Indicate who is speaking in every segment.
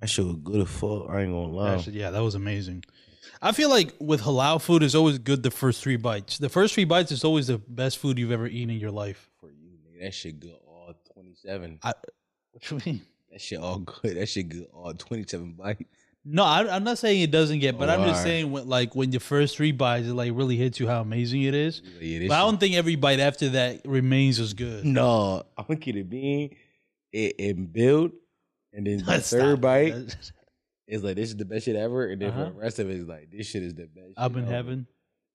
Speaker 1: That shit was good as fuck. I ain't gonna lie.
Speaker 2: Actually, yeah, that was amazing. I feel like with halal food is always good the first three bites. The first three bites is always the best food you've ever eaten in your life.
Speaker 1: For you, nigga, that shit good all twenty seven.
Speaker 2: What you mean?
Speaker 1: That shit all good. That shit good all twenty seven bites.
Speaker 2: No, I, I'm not saying it doesn't get, but
Speaker 1: Oh,
Speaker 2: I'm just
Speaker 1: alright.
Speaker 2: saying when like when your first three bites, it like really hits you how amazing it is.
Speaker 1: Yeah, yeah, this
Speaker 2: But I
Speaker 1: shit-
Speaker 2: don't think every bite after that remains as good.
Speaker 1: No, I'm gonna keep it being it, it build, and then the third
Speaker 2: Stop.
Speaker 1: bite is like this is the best shit ever, and then
Speaker 2: Uh-huh.
Speaker 1: for the rest of it is like this shit is the best.
Speaker 2: I've
Speaker 1: shit
Speaker 2: been
Speaker 1: ever.
Speaker 2: having.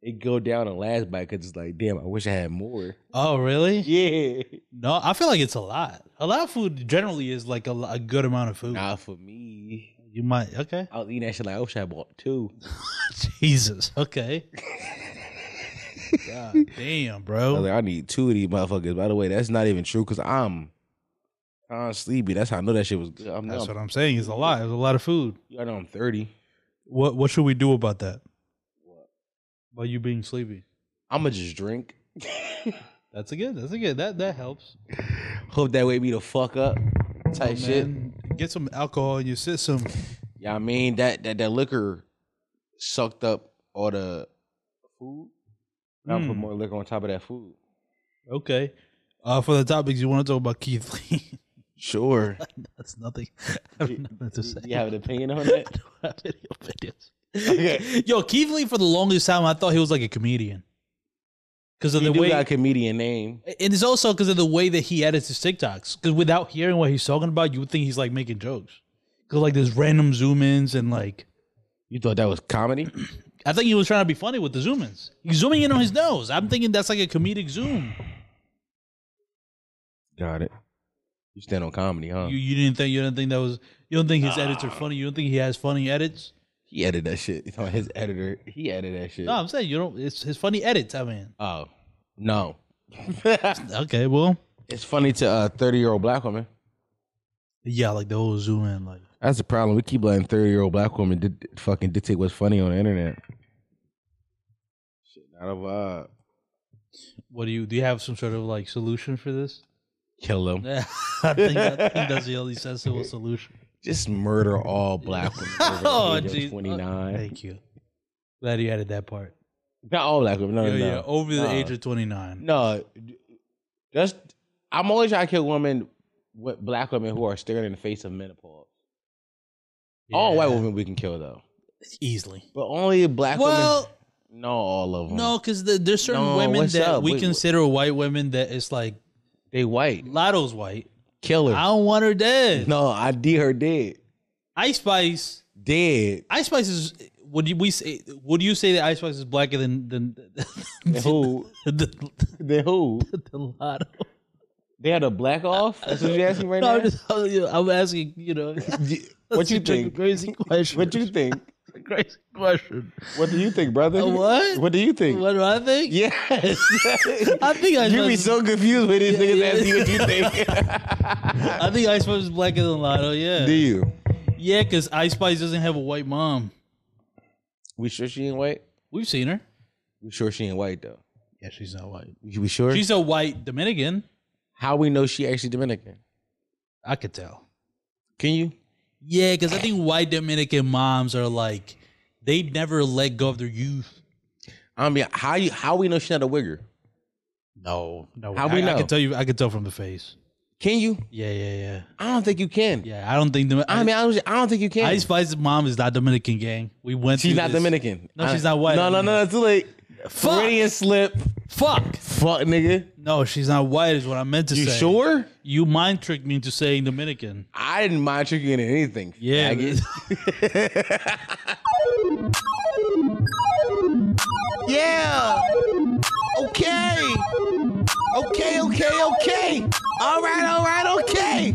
Speaker 1: it go down on last bite because it's like damn, I wish I had more.
Speaker 2: Oh really?
Speaker 1: Yeah,
Speaker 2: No, I feel like it's a lot. A lot of food generally is like a, lo- a good amount of food.
Speaker 1: nah, for me,
Speaker 2: You might okay.
Speaker 1: I was eating that shit like I wish I bought two.
Speaker 2: Jesus. Okay. God damn,
Speaker 1: I was
Speaker 2: bro.
Speaker 1: like, I need two of these motherfuckers. By the way, that's not even true because I'm I'm sleepy. That's how I know that shit was good. I'm
Speaker 2: That's
Speaker 1: not.
Speaker 2: what I'm saying. It's a lot. It's a lot of food.
Speaker 1: I know I'm thirty.
Speaker 2: What What should we do about that? About you being sleepy.
Speaker 1: I'ma just drink.
Speaker 2: That's a good. That's a good. That that helps.
Speaker 1: Hope that wake me the fuck up. Type shit.
Speaker 2: Oh, Man, get some alcohol in your system.
Speaker 1: Yeah, I mean that that that liquor sucked up all the food. Now put
Speaker 2: Mm.
Speaker 1: more liquor on top of that food.
Speaker 2: Okay. Uh, for the topics you want to talk about, Keith Lee.
Speaker 1: Sure.
Speaker 2: That's nothing. I have nothing to say.
Speaker 1: You have an opinion on that?
Speaker 2: have any opinions.
Speaker 1: Okay.
Speaker 2: Yo, Keith Lee for the longest time I thought he was like a comedian. Because of
Speaker 1: You
Speaker 2: the
Speaker 1: do
Speaker 2: way
Speaker 1: got a comedian name.
Speaker 2: and it's also because of the way that he edits his TikToks. Because without hearing what he's talking about, you would think he's like making jokes. Because like there's random zoom ins and like
Speaker 1: You thought that was comedy?
Speaker 2: I think he was trying to be funny with the zoom ins. He's zooming in on his nose. I'm thinking that's like a comedic zoom.
Speaker 1: got it. You stand on comedy, huh?
Speaker 2: You you didn't think you didn't think that was you don't think his edits are funny. You don't think he has funny edits.
Speaker 1: he edited that shit. You know, his editor, he edited that shit.
Speaker 2: No, I'm saying you don't. It's his funny edits. I mean,
Speaker 1: Oh no.
Speaker 2: okay, well,
Speaker 1: it's funny to a thirty-year-old black woman.
Speaker 2: yeah, like the whole zoom in, like
Speaker 1: That's the problem. We keep letting thirty-year-old black women di- fucking dictate what's funny on the internet. Shit, not a vibe.
Speaker 2: What do you do? You have some sort of like solution for this?
Speaker 1: Kill them.
Speaker 2: I think, I think that's the only sensible solution.
Speaker 1: Just murder all black women over
Speaker 2: Oh,
Speaker 1: the age
Speaker 2: jeez.
Speaker 1: of 29.
Speaker 2: Thank you. Glad you added that part.
Speaker 1: Not all black women. No,
Speaker 2: yeah,
Speaker 1: no, no.
Speaker 2: yeah. Over the
Speaker 1: No.
Speaker 2: age of twenty nine.
Speaker 1: No. That's, I'm only trying to kill women, with black women who are staring in the face of menopause. All white women we can kill, though.
Speaker 2: easily.
Speaker 1: But only black
Speaker 2: Well,
Speaker 1: women. No, all of them.
Speaker 2: no, because the, there's certain
Speaker 1: No,
Speaker 2: women
Speaker 1: what's
Speaker 2: that
Speaker 1: up?
Speaker 2: we
Speaker 1: Wait,
Speaker 2: consider white women that it's like
Speaker 1: They white.
Speaker 2: Lotto's white.
Speaker 1: Killer.
Speaker 2: I don't want her dead.
Speaker 1: No, I did her dead.
Speaker 2: Ice Spice.
Speaker 1: Dead.
Speaker 2: Ice Spice is. Would you we say? Would you say that Ice Spice is blacker than than,
Speaker 1: Then who?
Speaker 2: the, the,
Speaker 1: Then who?
Speaker 2: the Lotto?
Speaker 1: They had a black off? That's what you're asking right
Speaker 2: No,
Speaker 1: now?
Speaker 2: I'm just you know, I'm asking. You know,
Speaker 1: what you
Speaker 2: That's a
Speaker 1: think?
Speaker 2: Crazy question.
Speaker 1: What you think?
Speaker 2: crazy question?
Speaker 1: What do you think, brother?
Speaker 2: A what?
Speaker 1: What do you think?
Speaker 2: What do I think?
Speaker 1: Yes.
Speaker 2: I think I
Speaker 1: you be
Speaker 2: was-
Speaker 1: so confused with these niggas
Speaker 2: yeah.
Speaker 1: asking what you think.
Speaker 2: I think Ice Spice is blacker than Lotto. Yeah,
Speaker 1: do you?
Speaker 2: yeah, because Ice Spice doesn't have a white mom.
Speaker 1: We sure she ain't white?
Speaker 2: We've seen her.
Speaker 1: We sure she ain't white though.
Speaker 2: Yeah, she's not white.
Speaker 1: You be sure?
Speaker 2: She's a white Dominican.
Speaker 1: How we know she actually Dominican?
Speaker 2: I could tell.
Speaker 1: Can you?
Speaker 2: Yeah, because I think white Dominican moms are like they never let go of their youth.
Speaker 1: I mean, how you? How we know she's not a wigger?
Speaker 2: No, no.
Speaker 1: How
Speaker 2: I,
Speaker 1: we
Speaker 2: I
Speaker 1: know?
Speaker 2: could tell you. I could tell from the face.
Speaker 1: Can you?
Speaker 2: Yeah, yeah, yeah,
Speaker 1: I don't think you can.
Speaker 2: yeah. I don't think the.
Speaker 1: I mean, I, don't- I don't think you can.
Speaker 2: Ice Spice's mom is not Dominican, gang. We went.
Speaker 1: she's
Speaker 2: through
Speaker 1: not
Speaker 2: this.
Speaker 1: Dominican.
Speaker 2: No,
Speaker 1: I-
Speaker 2: she's not white.
Speaker 1: No, no, no. It's too late.
Speaker 2: Fuck.
Speaker 1: Freudian slip.
Speaker 2: Fuck.
Speaker 1: Fuck, nigga.
Speaker 2: No, she's not white. Is what I meant to
Speaker 1: You
Speaker 2: say.
Speaker 1: sure?
Speaker 2: You mind tricked me into saying Dominican.
Speaker 1: I didn't mind tricking into anything.
Speaker 2: Yeah.
Speaker 1: faggot. Yeah. Okay. Okay, okay, okay. All right, all right, okay.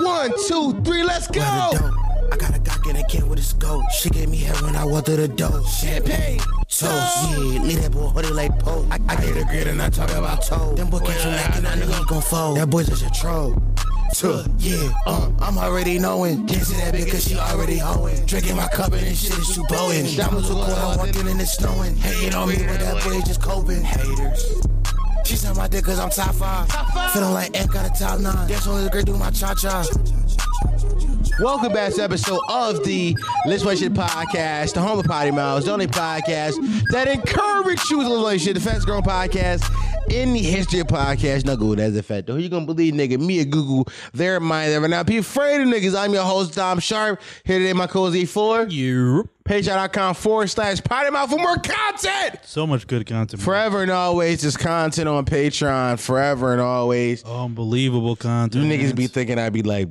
Speaker 1: One, two, three, let's go.
Speaker 3: Dope. I got a Glock and a can with a scope. She gave me head when I walked through the door. Champagne. Toast, yeah, leave that boy hoodie like Pope. I, I get a grid and I talk about toe. Them boy catch you lacking, I know he gon' fold. That boy just a troll. Tuh, yeah, uh, I'm already knowing. Dancing that bitch cause she already hoeing. Drinking my cup and this shit is too blowing. Diamonds will go out walking and it's snowing. Hating on me, but that boy just coping. Haters. She said my dick cause I'm top five. Feeling like F got a top nine. That's only the great do my cha cha.
Speaker 1: Welcome back to the episode of the Let's Play Shit podcast, the home of Potty Mouths, the only podcast that encourages you to live like shit, the fastest growing podcast in the history of podcast. No Google, that's a fact. Though. Who you gonna believe, nigga? Me or Google? They're mine. They're now. Be afraid of niggas. I'm your host, Dom Sharp. Here today, my cozy four.
Speaker 2: You.
Speaker 1: Patreon.com forward slash Potty Mouth for more content.
Speaker 2: So much good content. man.
Speaker 1: Forever and always, just content on Patreon. Forever and always.
Speaker 2: Unbelievable content.
Speaker 1: You
Speaker 2: man.
Speaker 1: niggas be thinking I be like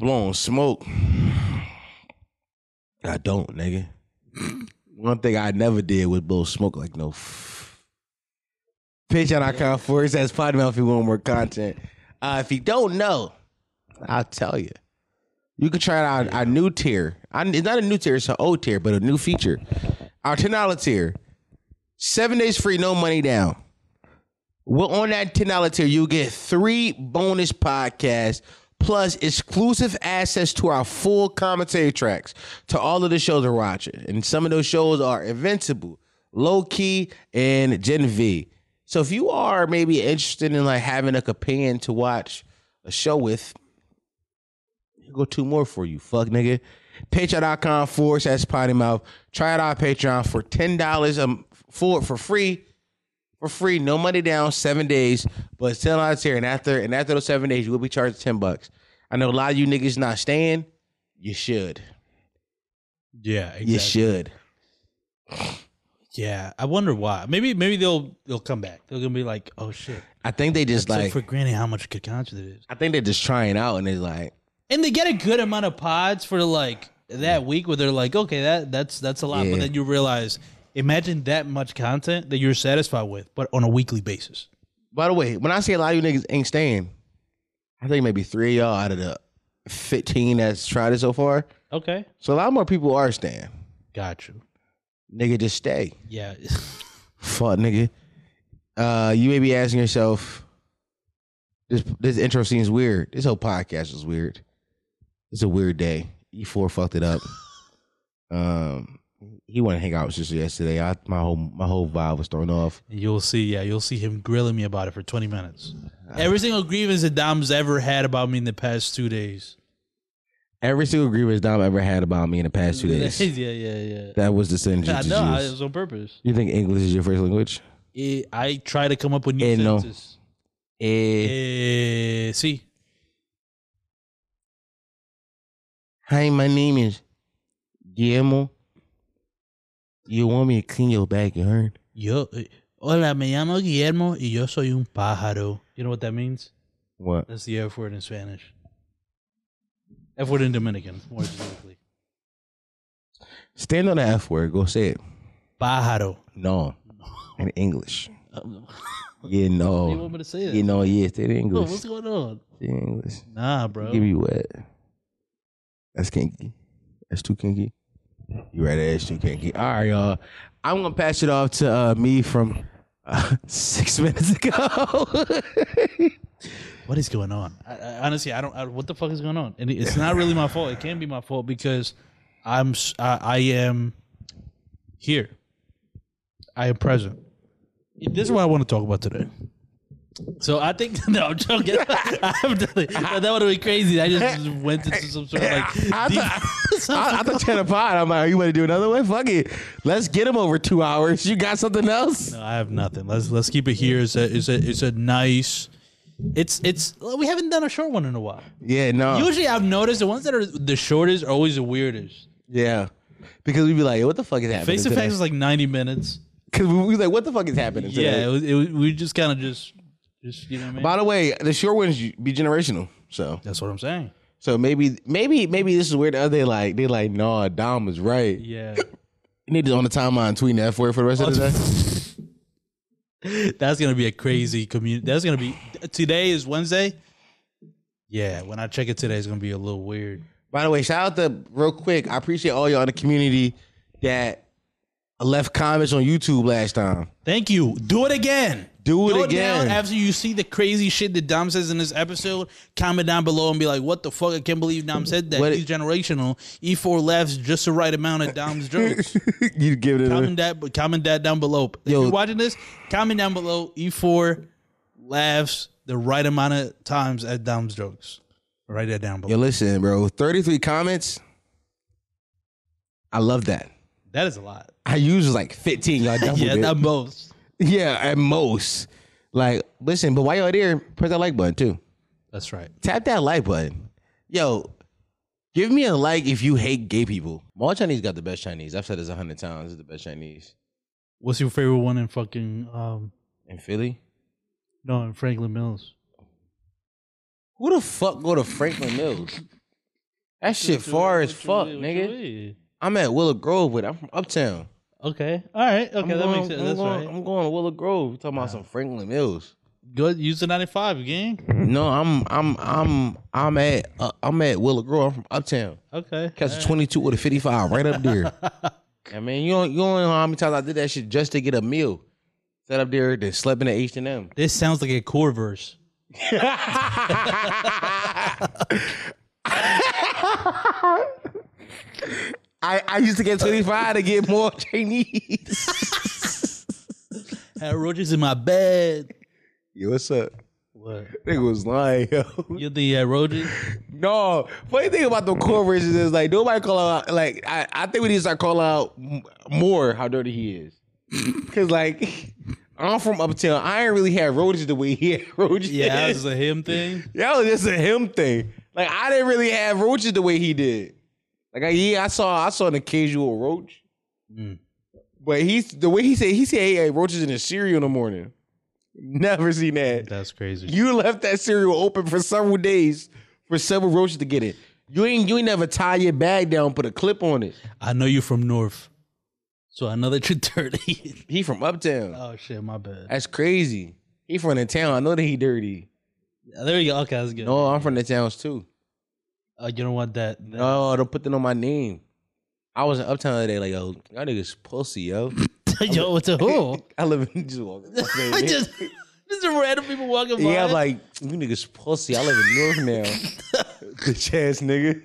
Speaker 1: blowing smoke. I don't, nigga. One thing I never did was blow smoke like no. F- Patreon.com forward slash Podmouth if you want more content. Uh, if you don't know, I'll tell you. You can try out our new tier. I, it's not a new tier, it's an old tier, but a new feature. Our $10 tier. Seven days free, no money down. Well, on that ten dollar tier, you'll get three bonus podcasts plus exclusive access to our full commentary tracks to all of the shows we're watching. And some of those shows are Invincible, Low Key, and Gen V. So if you are maybe interested in like having a companion to watch a show with, here go two more for you, fuck nigga. Patreon.com forward slash potty mouth. Try out our Patreon for ten dollars um for for free for free, no money down, seven days, but it's ten dollars here. And after and after those seven days, you will be charged ten bucks. I know a lot of you niggas not staying. You should.
Speaker 2: Yeah, exactly.
Speaker 1: You should.
Speaker 2: Yeah, I wonder why. Maybe maybe they'll they'll come back. They're gonna be like, oh shit.
Speaker 1: I think they just
Speaker 2: Took
Speaker 1: like
Speaker 2: for granted how much good content it is.
Speaker 1: I think they're just trying out and it's like
Speaker 2: And they get a good amount of pods for like that week where they're like, okay, that that's that's a lot.
Speaker 1: Yeah.
Speaker 2: But then you realize, imagine that much content that you're satisfied with, but on a weekly basis.
Speaker 1: by the way, when I say a lot of you niggas ain't staying, I think maybe three of y'all out of the fifteen that's tried it so far.
Speaker 2: Okay.
Speaker 1: So a lot more people are staying.
Speaker 2: Got you.
Speaker 1: Nigga, just stay.
Speaker 2: Yeah.
Speaker 1: Fuck, nigga. Uh, you may be asking yourself, this this intro seems weird. This whole podcast was weird. It's a weird day. E4 fucked it up. um, he wanted to hang out with sister yesterday. I my whole my whole vibe was thrown off.
Speaker 2: you'll see, yeah, you'll see him grilling me about it for twenty minutes.
Speaker 1: Uh.
Speaker 2: Every single grievance that Dom's ever had about me in the past two days.
Speaker 1: Every single grievance Dom ever had about me in the past two
Speaker 2: yeah,
Speaker 1: days.
Speaker 2: yeah, yeah.
Speaker 1: That was the sentence you
Speaker 2: I
Speaker 1: just
Speaker 2: know, I- it
Speaker 1: used.
Speaker 2: was on purpose.
Speaker 1: You think English is your first language?
Speaker 2: Eh, I try to come up with new
Speaker 1: Eh, no.
Speaker 2: sentences.
Speaker 1: Eh,
Speaker 2: Eh, see,
Speaker 1: hi, my name is Guillermo. You want me to clean your bag, you heard?
Speaker 2: yo, eh, hola, me llamo Guillermo y yo soy un pájaro. You know what that means?
Speaker 1: What?
Speaker 2: That's the F word in Spanish. F word in Dominican, more specifically.
Speaker 1: Stand on the F word. Go say it.
Speaker 2: Pájaro.
Speaker 1: No. In English. Yeah,
Speaker 2: What do you
Speaker 1: no.
Speaker 2: want me to say that?
Speaker 1: Yeah, no, yeah. Stay in
Speaker 2: Yo,
Speaker 1: English.
Speaker 2: what's going on?
Speaker 1: Stay in English.
Speaker 2: Nah, bro.
Speaker 1: Give me what? That's kinky. That's too kinky. You right, that's too kinky. All right, y'all. I'm going to pass it off to uh, me from uh, six minutes ago.
Speaker 2: what is going on? I, I, honestly, I don't. I, what the fuck is going on? And it- it's not really my fault. It can't be my fault because I'm. s- I, I am here. I am present. This is what I want to talk about today. So I think no, I'm joking. I'm done. That would have been crazy. I just went into some sort of like.
Speaker 1: I
Speaker 2: deep- some
Speaker 1: I, I thought you had a pod. I'm like, are you want to do another one? Fuck it. Let's get him over two hours. You got something else?
Speaker 2: I have nothing. Let's let's keep it here. It's a it's a it's a nice. It's it's we haven't done a short one in a while.
Speaker 1: Yeah, no.
Speaker 2: Usually, I've noticed the ones that are the shortest are always the weirdest.
Speaker 1: Yeah. Because we'd be like, what the fuck is happening?
Speaker 2: Face to face was like ninety minutes.
Speaker 1: Because we was like, what the fuck is happening
Speaker 2: Yeah, it
Speaker 1: today?
Speaker 2: was, it was, we just kind of just just you know what I mean.
Speaker 1: By the way, the short ones be generational. So
Speaker 2: That's what I'm saying.
Speaker 1: so maybe maybe maybe this is where the other they like they like, nah, Dom was right. You
Speaker 2: Yeah,
Speaker 1: need to on the timeline tweeting that for for the rest
Speaker 2: Oh,
Speaker 1: of the day.
Speaker 2: that's gonna be a crazy community. That's gonna be today is Wednesday. Yeah, when I check it today, it's gonna be a little weird.
Speaker 1: By the way, shout out to real quick. I appreciate all y'all in the community that left comments on YouTube last time.
Speaker 2: Thank you. Do it again.
Speaker 1: Do it
Speaker 2: Go
Speaker 1: again.
Speaker 2: down after you see the crazy shit that Dom says in this episode. Comment down below and be like, "What the fuck? I can't believe Dom said that.
Speaker 1: What-
Speaker 2: He's generational. E4 laughs just the right amount of Dom's jokes."
Speaker 1: you give it a
Speaker 2: comment that comment that down below. If
Speaker 1: Yo.
Speaker 2: you're watching this, comment down below E4 E laughs, the right amount of times at Dom's jokes. Write that down below.
Speaker 1: Yo, listen, bro. 33 comments. I love that.
Speaker 2: That is a lot.
Speaker 1: I use like 15. Y'all doubled
Speaker 2: Yeah,
Speaker 1: it.
Speaker 2: that most.
Speaker 1: yeah, at most. Like, listen, but while y'all there, press that like button too.
Speaker 2: That's right.
Speaker 1: Tap that like button. Yo, give me a like if you hate gay people.
Speaker 4: Mall Chinese got the best Chinese. I've said this a hundred times. It's the best Chinese
Speaker 2: What's your favorite one in fucking um
Speaker 4: in Philly.
Speaker 2: no in Franklin Mills?
Speaker 4: Who the fuck go to Franklin Mills? That shit far as fuck, nigga. I'm at Willow Grove with. I'm from Uptown.
Speaker 2: Okay. All right. Okay,
Speaker 4: I'm
Speaker 2: that
Speaker 4: going,
Speaker 2: makes sense.
Speaker 4: I'm
Speaker 2: That's
Speaker 4: going,
Speaker 2: right.
Speaker 4: I'm going to Willow Grove. You talking about some Franklin Mills?
Speaker 2: Go use the ninety five again.
Speaker 4: No, I'm I'm I'm I'm at uh, I'm at Willow Grove. I'm from Uptown.
Speaker 2: Okay.
Speaker 1: Catch a 22 with a 55 right up there.
Speaker 4: I mean, you don't you don't know how many times I did that shit just to get a meal. Sat up there, then slept in the H and M.
Speaker 2: This sounds like a core verse.
Speaker 1: I, I used to get 25 to get more Chinese.
Speaker 2: Had roaches in my bed.
Speaker 1: Yo, what's up?
Speaker 2: What?
Speaker 1: Nigga was lying, yo.
Speaker 2: You're the uh, roaches.
Speaker 1: No, funny thing about the corporations is like nobody call out. Like I, I think we need to start calling out m- more how dirty he is. Cause like I'm from uptown, I ain't really had roaches the way he had roaches.
Speaker 2: Yeah, this is a him thing.
Speaker 1: that was just a him thing. Like I didn't really have roaches the way he did. Like I, yeah, I saw I saw an occasional roach,
Speaker 2: Mm.
Speaker 1: but he's the way he said he said he had roaches in his cereal in the morning. Never seen that.
Speaker 2: That's crazy.
Speaker 1: You left that cereal open for several days for several roaches to get it. You ain't you ain't never tie your bag down, put a clip on it.
Speaker 2: I know you're from North, so I know that you're dirty.
Speaker 1: He from uptown.
Speaker 2: oh shit, my bad.
Speaker 1: That's crazy. He from the town. I know that he dirty.
Speaker 2: There you go. Okay, that's good.
Speaker 1: No, I'm from the towns too.
Speaker 2: Uh, you don't want that. that-
Speaker 1: No, don't put that on my name. I was in uptown today, like yo, y'all niggas pussy, yo.
Speaker 2: Yo, what's a who?
Speaker 1: I live in just walking.
Speaker 2: I just just random people walking by.
Speaker 1: Yeah, I'm like, you niggas pussy. I live in North now. Bitch ass nigga.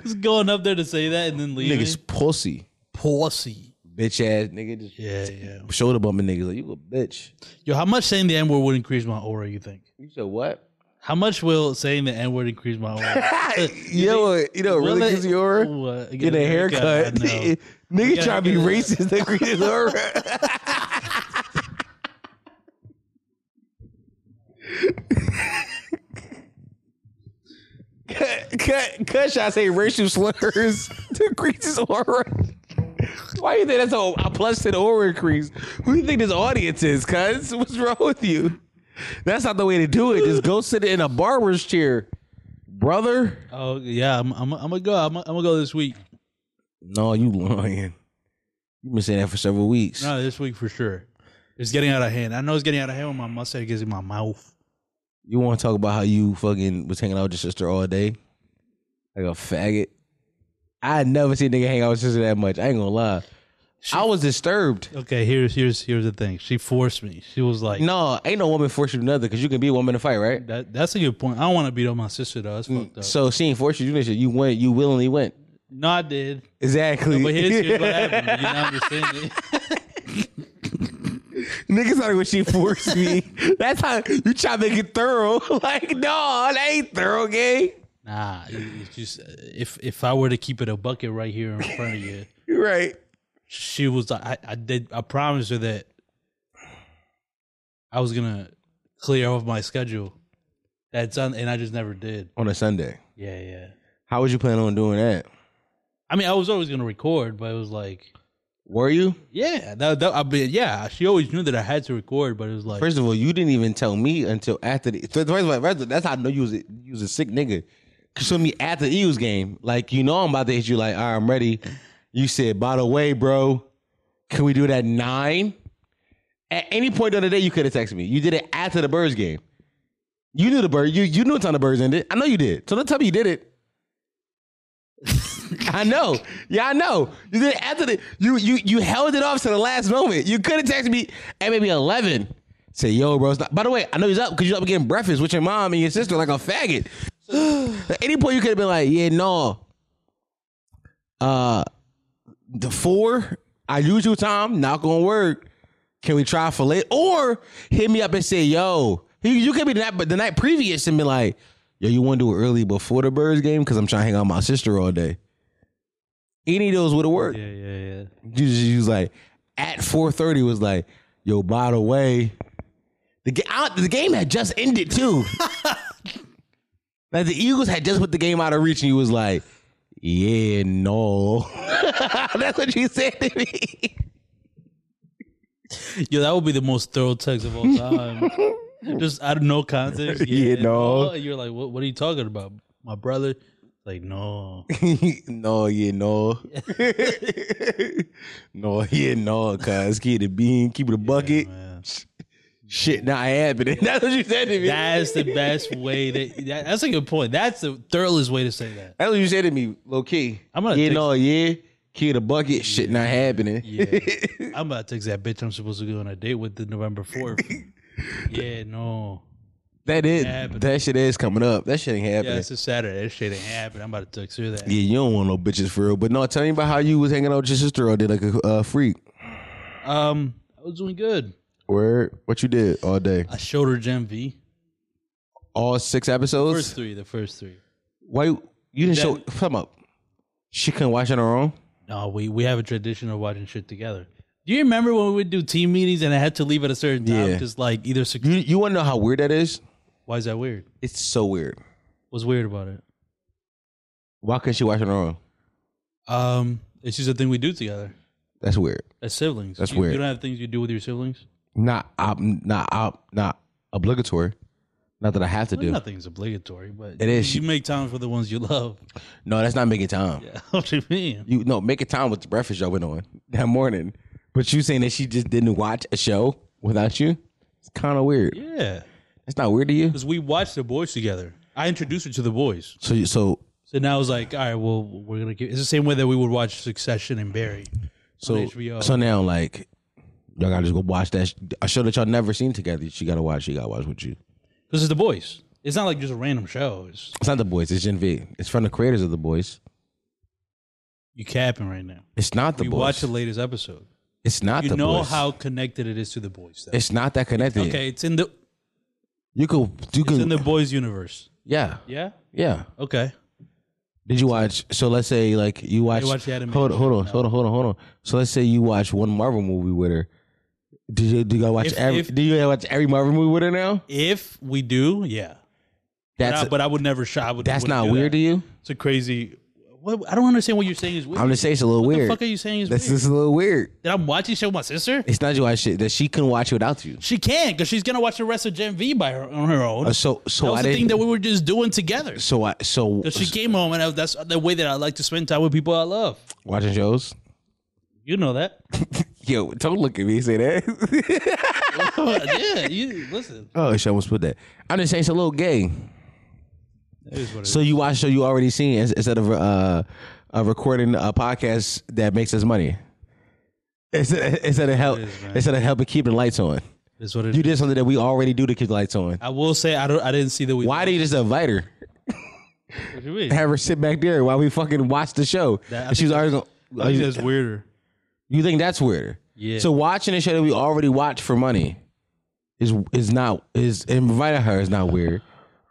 Speaker 2: just going up there to say that and then leaving.
Speaker 1: Niggas pussy.
Speaker 2: pussy.
Speaker 1: Bitch ass nigga. Just
Speaker 2: Yeah, yeah.
Speaker 1: shoulder bumping niggas. Like, you a bitch.
Speaker 2: Yo, how much saying the N word would increase my aura? You think?
Speaker 1: You said what?
Speaker 2: How much will saying the N word increase my aura?
Speaker 1: you know what? You know what really gives you aura?
Speaker 2: What?
Speaker 1: Get a haircut.
Speaker 2: I know.
Speaker 1: Nigga
Speaker 2: Yeah,
Speaker 1: try to be
Speaker 2: get a-
Speaker 1: racist to create his aura. Cut, cut, cut! Should I say racial slurs to increase his aura? Why you think that's a, a plus to the aura increase? Who do you think this audience is? Cuz what's wrong with you? That's not the way to do it. Just go sit in a barber's chair, brother.
Speaker 2: oh yeah, I'm, I'm, I'm gonna go. I'm, I'm gonna go this week.
Speaker 1: No, you lying. You've been saying that for several weeks.
Speaker 2: No, this week for sure. It's getting out of hand. I know it's getting out of hand when my mustache gets in my mouth.
Speaker 1: You want to talk about how you fucking was hanging out with your sister all day, like a faggot. I never seen a nigga hang out with sister that much. I ain't gonna lie. I was disturbed.
Speaker 2: Okay, here's here's here's the thing. She forced me. She was like,
Speaker 1: No, ain't no woman force you to nothing because you can be a woman to fight, right?
Speaker 2: that, that's a good point. I don't want to beat up my sister though. That's fucked up.
Speaker 1: So she ain't force you to do this shit. You went. You willingly went.
Speaker 2: no, I did.
Speaker 1: Exactly.
Speaker 2: But here's, here's what happened. You not understand it.
Speaker 1: Niggas thought it was she forced me. That's how you try to make it thorough. like, no, that ain't thorough, gay.
Speaker 2: Nah, it- it's just uh, if if I were to keep it a bucket right here in front of you,
Speaker 1: You're right.
Speaker 2: she was like, I, I did. I promised her that I was gonna clear off my schedule. That's on, and I just never did.
Speaker 1: On a Sunday,
Speaker 2: Yeah, yeah.
Speaker 1: how was you planning on doing that?
Speaker 2: I mean, I was always gonna record, but it was like,
Speaker 1: Were you?
Speaker 2: yeah, that, that I mean, yeah. She always knew that I had to record, but it was like,
Speaker 1: First of all, you didn't even tell me until after the. First of all, first of all, that's how I know you was a, you was a sick nigga. You told me after the Eagles game, like you know I'm about to hit you. Like, all right, I'm ready. You said, by the way, bro, can we do that nine? At any point during the day, you could have texted me. You did it after the Birds game. You knew the bird. You you knew what time the birds ended. I know you did. So don't tell me you did it. I know. Yeah, I know. You did it after the you you you held it off to the last moment. You could have texted me at maybe eleven. Say, yo, bro. It's not, by the way, I know he's up because you're up getting breakfast with your mom and your sister like a faggot. at any point, you could have been like, yeah, no. Uh, the four, our usual time, not gonna work. Can we try for late? Or hit me up and say, yo, you, you could be the night, but the night previous and be like, yo, you want to do it early before the Birds game? Because I'm trying to hang out with my sister all day. Any of those would have worked.
Speaker 2: Yeah, yeah, yeah.
Speaker 1: You just you was like at 4:30 was like, yo, by the way, the ga- I- the game had just ended too. like the Eagles had just put the game out of reach, and you was like, yeah, no, that's what you said to me.
Speaker 2: Yo, that would be the most thorough text of all time. Just out of no context.
Speaker 1: Yeah, no.
Speaker 2: and You're like, what, what are you talking about? My brother? Like, no.
Speaker 1: no, yeah, no. no, yeah, no, cuz keep the bean, keep it a bucket.
Speaker 2: Man.
Speaker 1: Shit, not happening. That's what you said to me.
Speaker 2: That's the best way that, that- that's a good point. That's the thoroughest way to say that.
Speaker 1: That's what you said to me, low key.
Speaker 2: I'm gonna
Speaker 1: yeah,
Speaker 2: text-
Speaker 1: no, yeah. Key the bucket, shit not happening.
Speaker 2: Yeah. I'm about to text that bitch I'm supposed to go on a date with the November 4th. yeah, no.
Speaker 1: that is
Speaker 2: happening.
Speaker 1: that shit is coming up. That shit ain't
Speaker 2: Yeah,
Speaker 1: happening.
Speaker 2: it's a Saturday. That shit ain't happening. I'm about to text her that.
Speaker 1: yeah, you don't want no bitches for real. But no, tell me about how you was hanging out with your sister all day like a uh, freak.
Speaker 2: Um, I was doing good.
Speaker 1: Where what you did all day?
Speaker 2: I showed her Gen V.
Speaker 1: All six episodes?
Speaker 2: First three, the first three.
Speaker 1: Why you you didn't
Speaker 2: That-
Speaker 1: show come up? She couldn't watch on her own?
Speaker 2: No, we we have a tradition of watching shit together. Do you remember when we would do team meetings and I had to leave at a certain time
Speaker 1: Yeah.
Speaker 2: because like either sec-
Speaker 1: You you wanna know how weird that is?
Speaker 2: why is that weird?
Speaker 1: It's so weird.
Speaker 2: What's weird about it?
Speaker 1: Why couldn't she watch on her own?
Speaker 2: Um, it's just a thing we do together
Speaker 1: That's weird.
Speaker 2: as siblings.
Speaker 1: That's
Speaker 2: you,
Speaker 1: weird.
Speaker 2: You don't have things you do with your siblings.
Speaker 1: Not ob- not ob- not obligatory. Not that I have to
Speaker 2: Well,
Speaker 1: do.
Speaker 2: Nothing's obligatory, but
Speaker 1: It is.
Speaker 2: You make time for the ones you love.
Speaker 1: No, that's not making time.
Speaker 2: Yeah, what do you mean?
Speaker 1: You no, make a time with the breakfast y'all went on that morning. But you saying that she just didn't watch a show without you? It's kind of weird.
Speaker 2: Yeah,
Speaker 1: It's not weird to you.
Speaker 2: because we watched the boys together. I introduced her to the boys,
Speaker 1: So you- so
Speaker 2: so now I was like, all right, well, we're gonna. Give, it's the same way that we would watch Succession and Barry.
Speaker 1: so
Speaker 2: HBO.
Speaker 1: so now like y'all gotta just go watch that sh- a show that y'all never seen together. She gotta watch. She gotta watch with you.
Speaker 2: This is the boys. It's not like just a random show. It's
Speaker 1: It's not the boys. It's Gen V. It's from the creators of the boys.
Speaker 2: You capping right now.
Speaker 1: It's not the
Speaker 2: you
Speaker 1: boys.
Speaker 2: watch the latest episode.
Speaker 1: it's not
Speaker 2: You
Speaker 1: the
Speaker 2: know
Speaker 1: boys.
Speaker 2: how connected it is to the boys. Though.
Speaker 1: it's not that connected.
Speaker 2: okay, it's in the
Speaker 1: you could you
Speaker 2: it's
Speaker 1: could
Speaker 2: in the boys universe.
Speaker 1: yeah
Speaker 2: Yeah.
Speaker 1: yeah.
Speaker 2: Okay.
Speaker 1: Did you watch? So let's say like you watch.
Speaker 2: watched the animated
Speaker 1: hold,
Speaker 2: show,
Speaker 1: hold on,
Speaker 2: no.
Speaker 1: hold on, hold on, hold on. So let's say you watch one Marvel movie with her. Did you do you gotta watch
Speaker 2: If-
Speaker 1: every?
Speaker 2: if-
Speaker 1: do you gotta watch every Marvel movie with her now?
Speaker 2: If we do, yeah. But
Speaker 1: That's
Speaker 2: I, but I would never shot. I would,
Speaker 1: that's
Speaker 2: wouldn't
Speaker 1: not
Speaker 2: do
Speaker 1: weird
Speaker 2: that.
Speaker 1: to you.
Speaker 2: It's a crazy. What, I don't understand what you're saying is weird.
Speaker 1: I'm just saying it's a little
Speaker 2: what
Speaker 1: weird.
Speaker 2: the fuck are you saying is
Speaker 1: that's
Speaker 2: weird?
Speaker 1: just a little weird.
Speaker 2: that I'm watching show with my sister.
Speaker 1: It's not you watch shit that she couldn't watch it without you.
Speaker 2: She can't because she's gonna watch the rest of Gen V by her on her own.
Speaker 1: Uh, so so
Speaker 2: that
Speaker 1: I
Speaker 2: was the
Speaker 1: didn't.
Speaker 2: thing that we were just doing together.
Speaker 1: so I so
Speaker 2: 'Cause she came home and I, that's the way that I like to spend time with people I love.
Speaker 1: watching shows.
Speaker 2: You know that.
Speaker 1: Yo, don't look at me and say that.
Speaker 2: yeah. You listen.
Speaker 1: oh, she almost put that. I'm just saying it's a little gay.
Speaker 2: That is what it is.
Speaker 1: So you watch a show you already seen ins- instead of uh, uh, recording a podcast that makes us money. Instead, instead of help, instead of helping keep the lights on,
Speaker 2: That's what it is.
Speaker 1: you did something that we already do to keep the lights on.
Speaker 2: I will say I don't. I didn't see that we.
Speaker 1: Why do you just invite her?
Speaker 2: What you mean?
Speaker 1: Have her sit back there while we fucking watch the show.
Speaker 2: That- I
Speaker 1: And she's
Speaker 2: think
Speaker 1: already
Speaker 2: I
Speaker 1: going.
Speaker 2: think that's weirder.
Speaker 1: you think that's weird?
Speaker 2: Yeah.
Speaker 1: So watching a show that we already watch for money is is not is inviting her is not weird,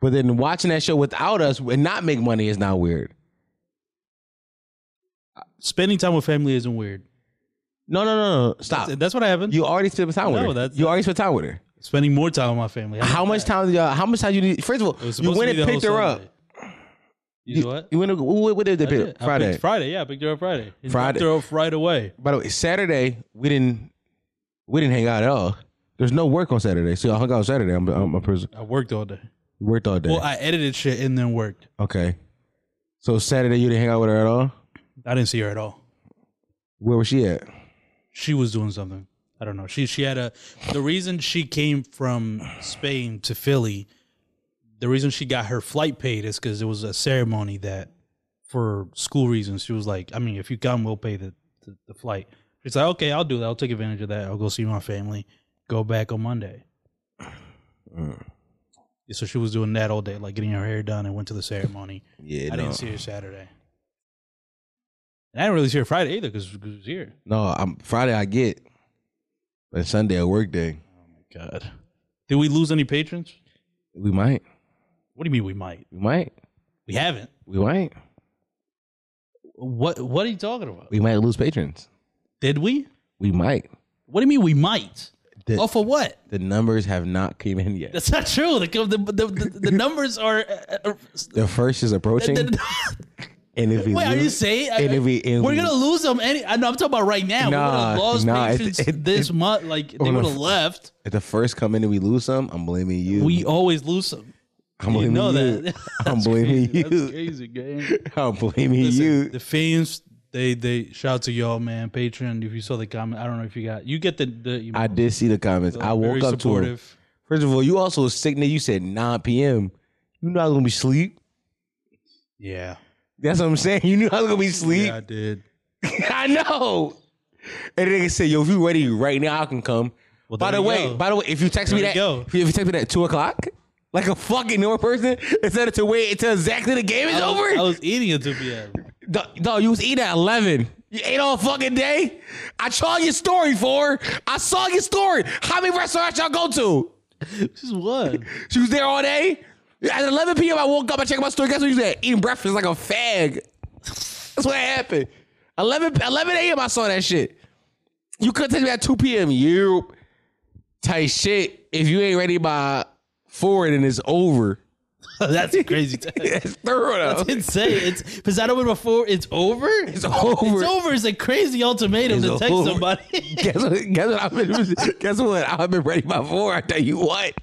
Speaker 1: but then watching that show without us and not make money is not weird.
Speaker 2: Spending time with family isn't weird.
Speaker 1: No, no, no, no. Stop.
Speaker 2: That's, that's what happened.
Speaker 1: Ah. You already spent time with
Speaker 2: No,
Speaker 1: her.
Speaker 2: that's-
Speaker 1: you already spent time with her.
Speaker 2: Spending more time with my family. I
Speaker 1: How
Speaker 2: like
Speaker 1: much
Speaker 2: that.
Speaker 1: time? Y'all, how much time you need? First of
Speaker 2: It was
Speaker 1: all, you
Speaker 2: supposed to
Speaker 1: went
Speaker 2: be
Speaker 1: and
Speaker 2: the
Speaker 1: picked
Speaker 2: whole
Speaker 1: her up.
Speaker 2: Sunday. You know what?
Speaker 1: You went. to- What, what did they
Speaker 2: I
Speaker 1: pick?
Speaker 2: did. I
Speaker 1: Friday.
Speaker 2: picked Friday. Yeah, I picked her up Friday. And
Speaker 1: Friday.
Speaker 2: dropped her off right away.
Speaker 1: By the way, Saturday we didn't we didn't hang out at all. There's no work on Saturday, so I hung out on Saturday. I'm, I'm a person.
Speaker 2: I worked all day.
Speaker 1: Worked all day.
Speaker 2: Well, I edited shit and then worked.
Speaker 1: okay. So Saturday you didn't hang out with her at all.
Speaker 2: I didn't see her at all.
Speaker 1: Where was she at?
Speaker 2: She was doing something. I don't know. She she had a the reason she came from Spain to Philly. The reason she got her flight paid is because it was a ceremony that, for school reasons, she was like, I mean, if you come, we'll pay the, the, the flight. She's like, okay, I'll do that. I'll take advantage of that. I'll go see my family. Go back on Monday. Yeah, So she was doing that all day, like getting her hair done and went to the ceremony.
Speaker 1: Yeah,
Speaker 2: I
Speaker 1: no,
Speaker 2: didn't see her Saturday. And I didn't really see her Friday either because she was here.
Speaker 1: no. I'm Friday. I get But Sunday a work day.
Speaker 2: God. Did we lose any patrons?
Speaker 1: We might.
Speaker 2: What do you mean we might?
Speaker 1: We might.
Speaker 2: We haven't.
Speaker 1: We might.
Speaker 2: What What are you talking about?
Speaker 1: We might lose patrons.
Speaker 2: Did we?
Speaker 1: We might.
Speaker 2: What do you mean we might?
Speaker 1: Did-
Speaker 2: oh, for what?
Speaker 1: The numbers have not came in yet.
Speaker 2: That's not true. The the the, the, the numbers are. uh, uh,
Speaker 1: The first is approaching, and if we
Speaker 2: wait, are you
Speaker 1: lose-
Speaker 2: saying uh,
Speaker 1: and if we- and
Speaker 2: we're
Speaker 1: we-
Speaker 2: gonna lose them? Any? I know. I'm talking about right now.
Speaker 1: Nah,
Speaker 2: we would have lost
Speaker 1: nah, it-
Speaker 2: patrons
Speaker 1: it-
Speaker 2: this
Speaker 1: it- Oh,
Speaker 2: month. Like they
Speaker 1: no.
Speaker 2: would have left.
Speaker 1: if the first come in and we lose some, I'm blaming you.
Speaker 2: We always lose them.
Speaker 1: I'm
Speaker 2: You
Speaker 1: blaming
Speaker 2: know
Speaker 1: you.
Speaker 2: that.
Speaker 1: I'm
Speaker 2: That's
Speaker 1: blaming
Speaker 2: crazy.
Speaker 1: you.
Speaker 2: That's crazy, gang.
Speaker 1: I'm blaming
Speaker 2: Listen,
Speaker 1: you.
Speaker 2: The fans, they they shout to y'all, man. Patreon. If you saw the comment, I don't know if you got. You get the the. You
Speaker 1: I did see the comments. I woke up to him. First of all, you also was sick. nigga. You said 9 p.m. You know I was gonna be sleep.
Speaker 2: Yeah.
Speaker 1: That's what I'm saying. You knew I was gonna be sleep.
Speaker 2: Yeah, I did.
Speaker 1: I know. And the nigga said, "Yo, if you ready right now, I can come."
Speaker 2: Well,
Speaker 1: by
Speaker 2: there
Speaker 1: the
Speaker 2: you
Speaker 1: way,
Speaker 2: go.
Speaker 1: by the way, if you text me
Speaker 2: There
Speaker 1: that,
Speaker 2: you go.
Speaker 1: if you text me that at two o'clock, like a fucking normal person, instead of to wait until exactly the game is
Speaker 2: I was,
Speaker 1: over,
Speaker 2: I was eating until PM.
Speaker 1: Dog, dog, you was eating at 11. You ate all fucking day. I saw your story for. I saw your story. How many restaurants y'all go to?
Speaker 2: This is what.
Speaker 1: She was there all day. At 11 p.m., I woke up. I checked my story. Guess what you said? Eating breakfast like a fag. That's what happened. 11, 11 a.m., I saw that shit. You could text me at 2 p.m. You tight shit. If you ain't ready by 4, then it's over.
Speaker 2: That's a crazy. Time.
Speaker 1: It's thorough. though.
Speaker 2: That's insane. It's Pizzano went before. It's over.
Speaker 1: It's over.
Speaker 2: It's over. It's a crazy ultimatum
Speaker 1: It's
Speaker 2: to text
Speaker 1: over.
Speaker 2: somebody.
Speaker 1: guess what? Guess what? I've been, guess what? I've been ready by four. I tell you what.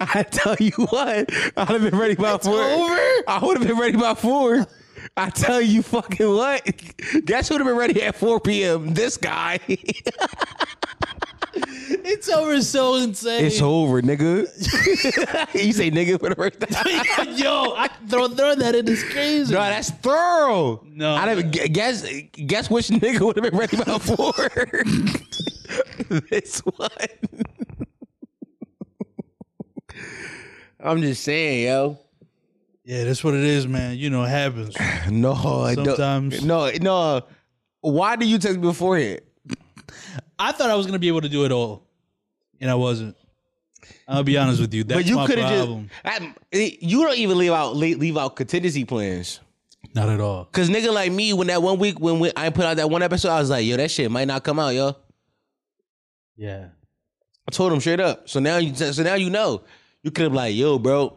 Speaker 1: I tell you what. I'd have been ready by four.
Speaker 2: over?
Speaker 1: I would have been ready by four. I tell you fucking what. Guess who'd have been ready at 4 p.m.? This guy.
Speaker 2: it's over. It's So insane.
Speaker 1: It's over, nigga. you say nigga for the first time.
Speaker 2: Yo, I throw throw that in. It's crazy.
Speaker 1: No, that's thorough.
Speaker 2: No.
Speaker 1: I done, gu- guess guess which nigga would have been ready by four. this one. I'm just saying, yo.
Speaker 2: yeah, that's what it is, man. You know, it happens.
Speaker 1: No, I don't-
Speaker 2: Sometimes.
Speaker 1: No, no. Why do you text me beforehand?
Speaker 2: I thought I was gonna be able to do it all, and I wasn't. I'll be honest with you. That's
Speaker 1: But you
Speaker 2: my
Speaker 1: could have
Speaker 2: problem.
Speaker 1: just. I, eh, you don't even leave out leave leave out contingency plans.
Speaker 2: Not at all.
Speaker 1: Cause nigga like me, when that one week when we, I put out that one episode, I was like, yo, that shit might not come out, yo.
Speaker 2: Yeah.
Speaker 1: I told him straight up. So now you so now you know. You could have like, yo, bro,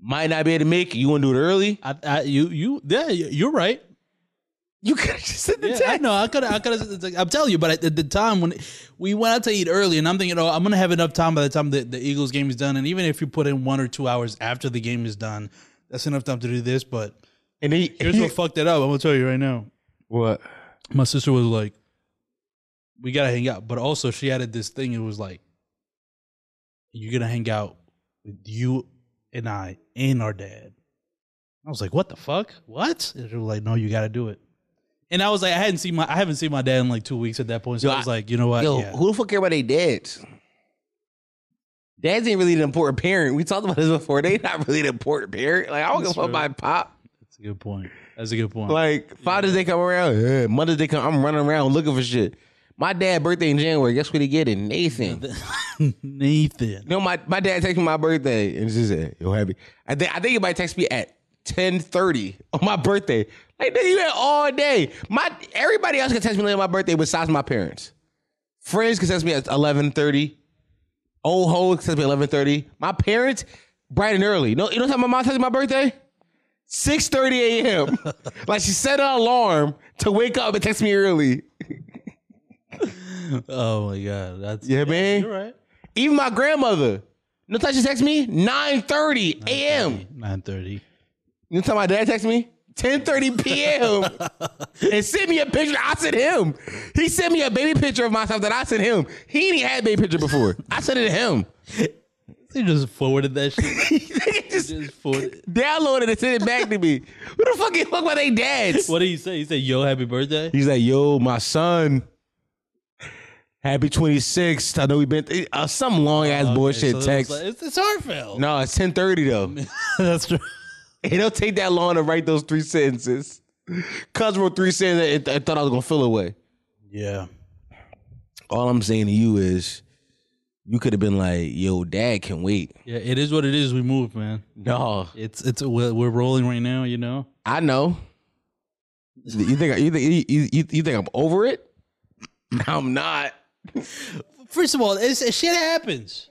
Speaker 1: might not be able to make it. You wanna do it early?
Speaker 2: I, I you you yeah you- you're right.
Speaker 1: You could have just sent the
Speaker 2: Yeah, I
Speaker 1: text.
Speaker 2: know. I could I could I'm telling you, but at the- the time when we went out to eat early, and I'm thinking, oh, I'm gonna have enough time by the time the, the Eagles game is done, and even if you put in one or two hours after the game is done, that's enough time to do this. But
Speaker 1: And he,
Speaker 2: here's what fucked it up. I'm gonna tell you right now.
Speaker 1: what?
Speaker 2: My sister was like, "We gotta hang out," but also she added this thing. It was like, "You're gonna hang out with you and I and our dad." I was like, "What the fuck? What?" And she was like, "No, you gotta do it." And I was like, "I hadn't seen my I haven't seen my dad in like two weeks at that point." So
Speaker 1: Yo,
Speaker 2: I was
Speaker 1: I-
Speaker 2: like, "You know what?
Speaker 1: Yo,
Speaker 2: Yeah.
Speaker 1: who the fuck care about their dads? Dads ain't really the important parent. We talked about this before. They not really the important parent. Like I don't give a fuck
Speaker 2: true.
Speaker 1: about my pop.
Speaker 2: That's a good point. That's a good point."
Speaker 1: Like fathers they come around, yeah. mothers they come. I'm running around looking for shit. My dad birthday in January. Guess what he getting? Nathan.
Speaker 2: Nathan,
Speaker 1: You know, my, my dad texted me my birthday and she said, Yo, happy. I think I think he might text me at ten thirty on my birthday. Like nigga, you had all day. My everybody else can text me late on my birthday besides my parents. Friends can text me at eleven thirty. Old hoes can text me at eleven thirty. My parents, bright and early. No, you know what time my mom texted my birthday? 6:30 a.m. like she set an alarm to wake up and text me early.
Speaker 2: oh my god, that's
Speaker 1: Yeah, man.
Speaker 2: You're right.
Speaker 1: Even my grandmother. No time she text me 9:30 a.m.
Speaker 2: Nine thirty.
Speaker 1: You know the time my dad texted me? 10:30 p.m. and sent me a picture. I sent him. He sent me a baby picture of myself that I sent him. He ain't even had baby picture before. I sent it to him.
Speaker 2: They just forwarded that shit.
Speaker 1: He just
Speaker 2: just forwarded.
Speaker 1: downloaded and sent it back to me. Who the fuck give a fuck about they dads?
Speaker 2: What did he say? He said, "Yo, happy birthday."
Speaker 1: He's like, yo, my son. Happy 26th. I know we've been th- uh, some long ass bullshit
Speaker 2: so it was
Speaker 1: text.
Speaker 2: like- it's, it's heartfelt.
Speaker 1: no, it's 10:30 though.
Speaker 2: that's true.
Speaker 1: It don't take that long to write those three sentences. Cuz wrote three sentences and, and thought I was gonna feel away.
Speaker 2: Yeah,
Speaker 1: All I'm saying to you is, you could have been like, "Yo, Dad can wait."
Speaker 2: Yeah, it is what it is. We move, man.
Speaker 1: No,
Speaker 2: It's it's we're, we're rolling right now. You know.
Speaker 1: I know. You think you think you, you, you think I'm over it? I'm not.
Speaker 2: First of all, it's, it- shit happens.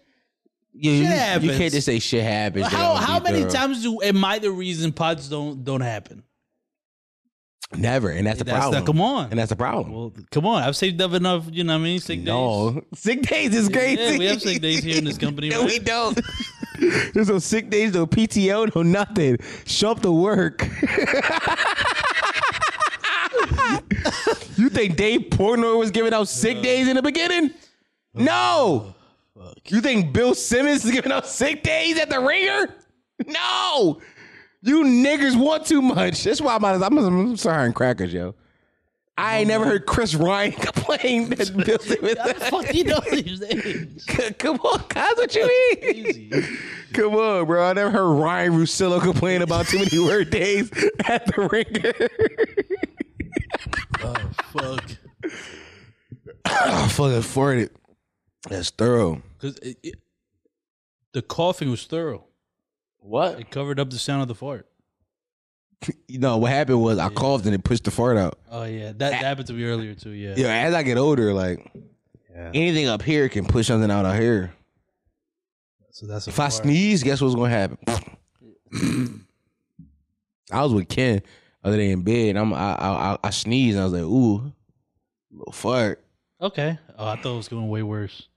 Speaker 1: You,
Speaker 2: Shit
Speaker 1: you, you
Speaker 2: happens.
Speaker 1: can't just say shit happens.
Speaker 2: How
Speaker 1: They don't
Speaker 2: how
Speaker 1: be
Speaker 2: many
Speaker 1: thorough.
Speaker 2: times do am I the reason pods don't don't happen?
Speaker 1: Never, and that's the
Speaker 2: That's
Speaker 1: problem.
Speaker 2: that. Come on.
Speaker 1: and that's the problem.
Speaker 2: well, come on. I've saved up enough. You know what I mean? Sick days.
Speaker 1: no, sick days is crazy.
Speaker 2: Yeah, we have sick days here in this company.
Speaker 1: No,
Speaker 2: right?
Speaker 1: we don't. There's no sick days, no PTO, no nothing. Show up to work. you think Dave Portnoy was giving out sick days in the beginning? No. You think Bill Simmons is giving out sick days at the ringer? No. You niggers want too much. That's why I'm, out of- I'm, I'm starting crackers, yo. I ain't never heard Chris Ryan complain that Bill Simmons.
Speaker 2: Fuck you know these days.
Speaker 1: Come on, guys, what you mean? Come on, bro. I never heard Ryan Russillo complain about too many word days at the ringer.
Speaker 2: Fuck.
Speaker 1: I fucking farted. That's thorough.
Speaker 2: Because it, it, the coughing was thorough.
Speaker 1: What?
Speaker 2: It covered up the sound of the fart.
Speaker 1: You know, what happened was I coughed and it pushed the fart out.
Speaker 2: Oh yeah, that, that happened to me earlier too. Yeah.
Speaker 1: Yeah, as I get older, like anything up here can push something out of here.
Speaker 2: So that's a
Speaker 1: If I
Speaker 2: fart.
Speaker 1: sneeze, guess what's gonna happen? I was with Ken the other day in bed, and I'm I I, I- I sneezed and I was like, ooh, little fart.
Speaker 2: Okay. Oh, I thought it was going way worse.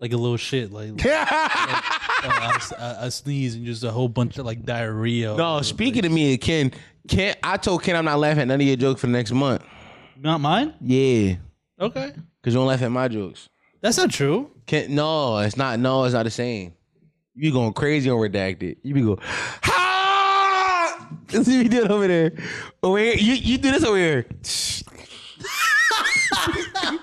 Speaker 2: Like a little shit. Like, like, uh, I, s- I- I sneeze and just a whole bunch of like diarrhea.
Speaker 1: No, speaking to me, Ken, Ken, I told Ken I'm not laughing at none of your jokes for the next month.
Speaker 2: Not mine.
Speaker 1: Yeah,
Speaker 2: Okay.
Speaker 1: cause you don't laugh at my jokes.
Speaker 2: That's not true.
Speaker 1: Ken, no, it's not. No, it's not the same. You be going crazy on redacted. You be going, ha! That's what you doing over there. Over here, you you do this over here.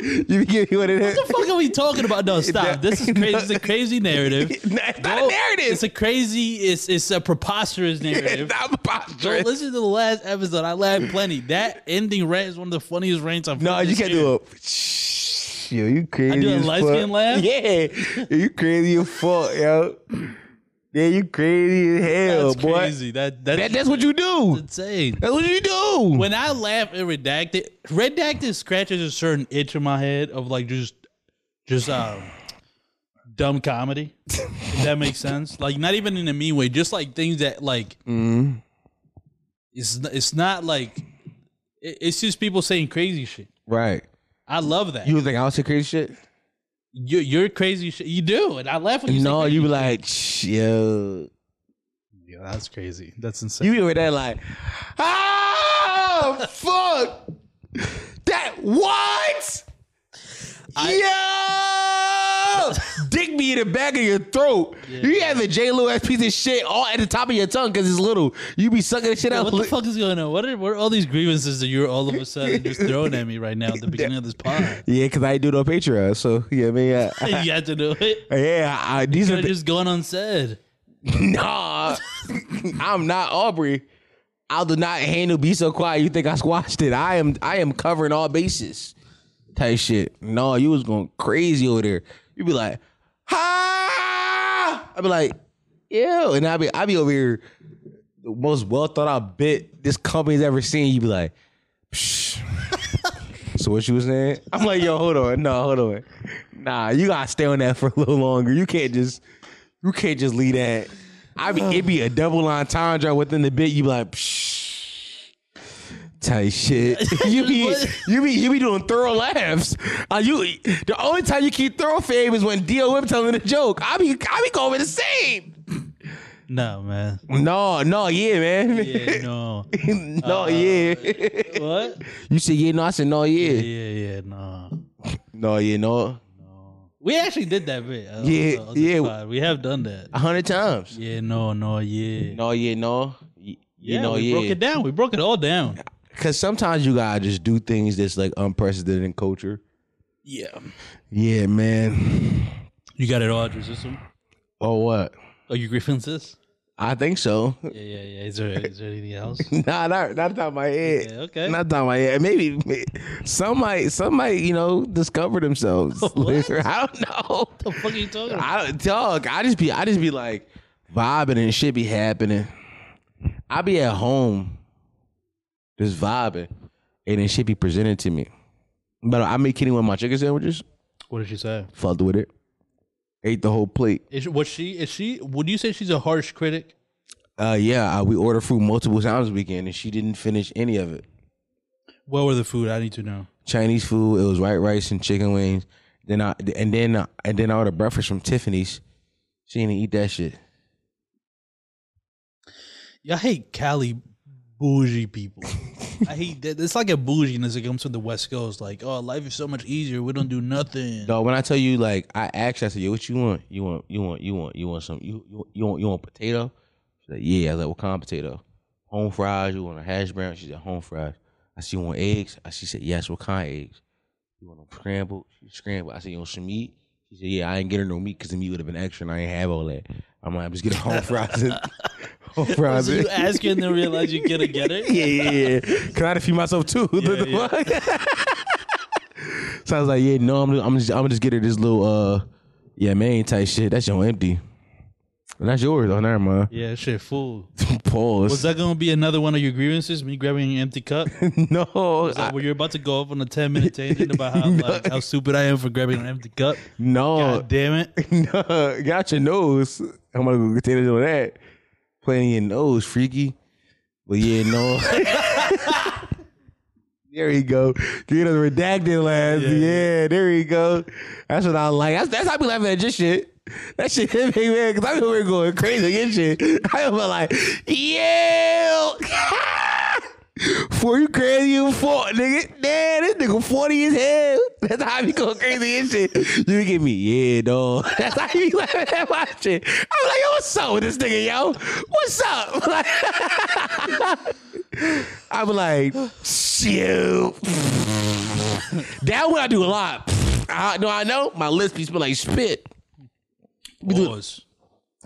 Speaker 1: you be giving one of them.
Speaker 2: What the fuck are we talking about? No, stop. This is crazy.
Speaker 1: No.
Speaker 2: It's a crazy narrative.
Speaker 1: No, it's not
Speaker 2: Go-
Speaker 1: a narrative.
Speaker 2: It's a crazy. It's it's a preposterous narrative.
Speaker 1: It's not
Speaker 2: Go
Speaker 1: preposterous.
Speaker 2: listen to the last episode. I laughed plenty. That ending rant is one of the funniest rants I've.
Speaker 1: No,
Speaker 2: heard
Speaker 1: you
Speaker 2: this
Speaker 1: can't
Speaker 2: year.
Speaker 1: do a. Yo, you crazy.
Speaker 2: do a
Speaker 1: as
Speaker 2: light
Speaker 1: fuck.
Speaker 2: skin laugh?
Speaker 1: Yeah, you crazy as fuck, yo. Yeah, you crazy as hell,
Speaker 2: That's
Speaker 1: boy.
Speaker 2: crazy. That, that's,
Speaker 1: That, that's what you do.
Speaker 2: insane.
Speaker 1: That's what you do.
Speaker 2: When I laugh at redacted, redacted scratches a certain itch in my head of like just, just um, dumb comedy. if that makes sense. Like not even in a mean way. Just like things that like,
Speaker 1: Mm-hmm.
Speaker 2: it's n- it's not like, it- it's just people saying crazy shit.
Speaker 1: right.
Speaker 2: I love that.
Speaker 1: You
Speaker 2: You
Speaker 1: would think I would say crazy shit?
Speaker 2: you're crazy shit. You do, and I laugh when you.
Speaker 1: no,
Speaker 2: say
Speaker 1: you be like, "Shh, yo.
Speaker 2: crazy. Yeah, that's crazy. That's insane.
Speaker 1: You be over there like, ah, fuck. That, what? yo! Dick me in the back of your throat. You have a J. Lo ass piece of shit all at the top of your tongue because it's little. You be sucking the shit out.
Speaker 2: What the fuck is going on? What are, what are all these grievances that you're all of a sudden just throwing at me right now at the beginning of this pod?
Speaker 1: Yeah, because I do it on Patreon. So, yeah, I mean, I- I-
Speaker 2: you had to do it.
Speaker 1: yeah, I, these are
Speaker 2: They're just going unsaid.
Speaker 1: Nah, I'm not Aubrey. I do not handle be so quiet. You think I squashed it? I am. I am covering all bases. Type shit. No, you was going crazy over there. You be like, ha! I be like, ew, and I be I be over here. The most well thought out bit this company's ever seen. You be like, Psh. so what you was saying? I'm like, yo, hold on, no, hold on, nah, you gotta stay on that for a little longer. You can't just you can't just leave that. I mean, it be a double entendre within the bit. You be like, Psh, tight shit. You be you be you be doing thorough laughs. Uh, you the only time you keep thorough fame is when D.O. Whip telling a joke. I be I be going the same.
Speaker 2: No, man.
Speaker 1: No, no, yeah, Uh, man.
Speaker 2: Yeah, no.
Speaker 1: no, yeah.
Speaker 2: what?
Speaker 1: you said yeah, no. I said no,
Speaker 2: Yeah,
Speaker 1: yeah.
Speaker 2: yeah, no.
Speaker 1: No, yeah, no.
Speaker 2: We actually did that bit. uh,
Speaker 1: Yeah,
Speaker 2: on this
Speaker 1: yeah.
Speaker 2: pod. We have done that.
Speaker 1: A hundred times.
Speaker 2: Yeah, no, no, yeah.
Speaker 1: No, yeah, no. Y- You
Speaker 2: yeah,
Speaker 1: know,
Speaker 2: we broke
Speaker 1: yeah.
Speaker 2: it down. We broke it all down.
Speaker 1: Because sometimes you gotta just do things that's like unprecedented in culture.
Speaker 2: Yeah.
Speaker 1: Yeah, man.
Speaker 2: You got it all, Drew System.
Speaker 1: Or what?
Speaker 2: Are you grievances?
Speaker 1: I think so.
Speaker 2: Yeah, yeah, yeah. Is there, is there anything else?
Speaker 1: nah, not not top of my head.
Speaker 2: Yeah, okay.
Speaker 1: Not down my head. Maybe may- some might, some might, you know, discover themselves later. I don't know.
Speaker 2: the fuck are you talking about?
Speaker 1: I don't dog. I just be, I just be like vibing and shit be happening. I be at home, just vibing, and then shit be presented to me. But I make Kenny one of my chicken sandwiches.
Speaker 2: What did she say?
Speaker 1: Fucked with it. Ate the whole plate.
Speaker 2: Is was she? Is she? Would you say she's a harsh critic?
Speaker 1: Uh, yeah, uh, we ordered food multiple times this weekend, and she didn't finish any of it.
Speaker 2: What were the food? I need to know.
Speaker 1: Chinese food. It was white rice and chicken wings. Then I and then I- and then I ordered breakfast from Tiffany's. She didn't eat that shit.
Speaker 2: Yeah, I hate Cali bougie people. I hate that. It's like a bouginess that comes from the West Coast. Like, oh, life is so much easier. We don't do nothing.
Speaker 1: Dog, when I tell you, like, I asked, her, I said, "Yo, what you want? You want? You want? You want? You want some? You you, you want? You want potato?" She's like, "Yeah." I was like, "What kind of potato? Home fries? You want a hash brown?" She said, "Home fries." I said, "You want eggs?" I she said, "Yes." What kind of eggs? You want them scrambled? She said, scrambled. I said, "You want some meat?" She said, "Yeah." I ain't get her no meat because the meat would have been extra, and I ain't have all that. I'm like, "I'm just getting home fries." and- home fries.
Speaker 2: So you
Speaker 1: and-
Speaker 2: ask her and then realize you couldn't get it.
Speaker 1: yeah, yeah, yeah. Cause I'd feed myself too. What the
Speaker 2: Yeah,
Speaker 1: fuck? so I was like, yeah, no, I'm just, I'm just, I'm just get her this little, uh, yeah, man type shit. That's your empty. And that's yours. Oh, never mind.
Speaker 2: Yeah, shit, fool.
Speaker 1: Pause.
Speaker 2: Was that gonna be another one of your grievances? Me grabbing an empty cup?
Speaker 1: no,
Speaker 2: Was
Speaker 1: I-
Speaker 2: that where you're about to go off on a ten minute tangent about how like how stupid I am for grabbing an empty cup?
Speaker 1: no,
Speaker 2: God damn it!
Speaker 1: no. Got your nose. I'm gonna go get into that. Playing your nose, freaky. But yeah, no. There you go. Get a redacted last. Yeah. there you go. That's what I like. That's, that's how I be laughing at this shit. That shit hit me, man, because I be over here going crazy and shit. I be like, yeah. For you crazy, you fuck, nigga. Damn, this nigga 40 as hell. That's how I be going crazy and shit. You get me, yeah, dog. That's how you be laughing at my shit. I'm like, yo, what's up with this nigga, yo? What's up? Like, I'm like, shoot. that what I do a lot. I know I know my lips be smell like spit.
Speaker 2: Pause.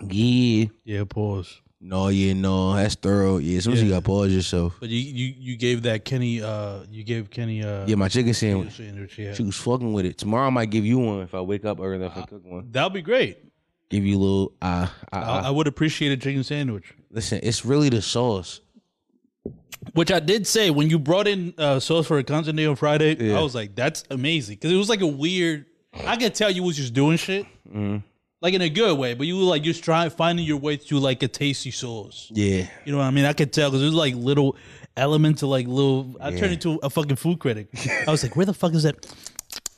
Speaker 1: Yeah.
Speaker 2: Yeah, pause.
Speaker 1: No, yeah, no. That's thorough. Yeah, sometimes you
Speaker 2: Yeah.
Speaker 1: gotta pause yourself.
Speaker 2: But you you you gave that Kenny uh you gave Kenny uh
Speaker 1: Yeah, my chicken sandwich.
Speaker 2: sandwich, yeah.
Speaker 1: She was fucking with it. Tomorrow I might give you one if I wake up early enough and cook one.
Speaker 2: That'll be great.
Speaker 1: Give you a little uh, uh,
Speaker 2: I, I would appreciate a chicken sandwich.
Speaker 1: listen, it's really the sauce.
Speaker 2: Which I did say when you brought in uh, sauce for a constant day on Friday, I was like, "That's amazing," because it was like a weird. I could tell you was just doing shit, like in a good way, but you were like just trying finding your way to like a tasty sauce.
Speaker 1: Yeah.
Speaker 2: You know what I mean? I could tell because there's like little elements of like little. I turned into a fucking food critic. I was like, where the fuck is that?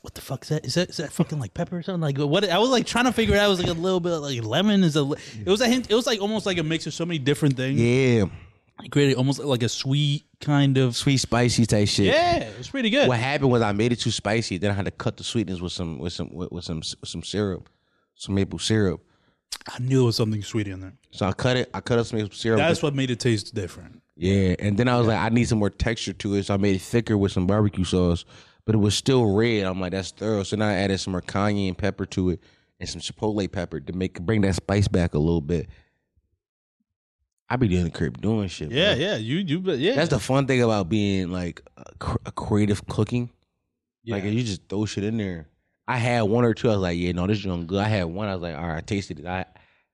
Speaker 2: What the fuck is that? Is that is that fucking like pepper or something? Like what? I was like trying to figure it out. It was like a little bit of, like lemon is a. li- It was a hint. It was like almost like a mix of so many different things.
Speaker 1: Yeah.
Speaker 2: It created almost like a sweet kind of.
Speaker 1: Sweet spicy type shit.
Speaker 2: Yeah, it was pretty good.
Speaker 1: What happened was I made it too spicy. Then I had to cut the sweetness with some with some with, with some with some syrup, some maple syrup.
Speaker 2: I knew there was something sweet in there.
Speaker 1: So I cut it. I cut up some maple syrup.
Speaker 2: That's what made it taste different.
Speaker 1: Yeah, and then I was like, I need some more texture to it, so I made it thicker with some barbecue sauce, but it was still red. I'm like, that's thorough. So now I added some more cayenne pepper to it and some chipotle pepper to make bring that spice back a little bit. I be doing the crib doing shit.
Speaker 2: Yeah,
Speaker 1: bro.
Speaker 2: yeah. You you but yeah.
Speaker 1: that's the fun thing about being like a, cr- a creative cooking. Like
Speaker 2: Yeah.
Speaker 1: you just throw shit in there. I had one or two. I was like, yeah, no, this joint good. I had one. I was like, all right, I tasted it. I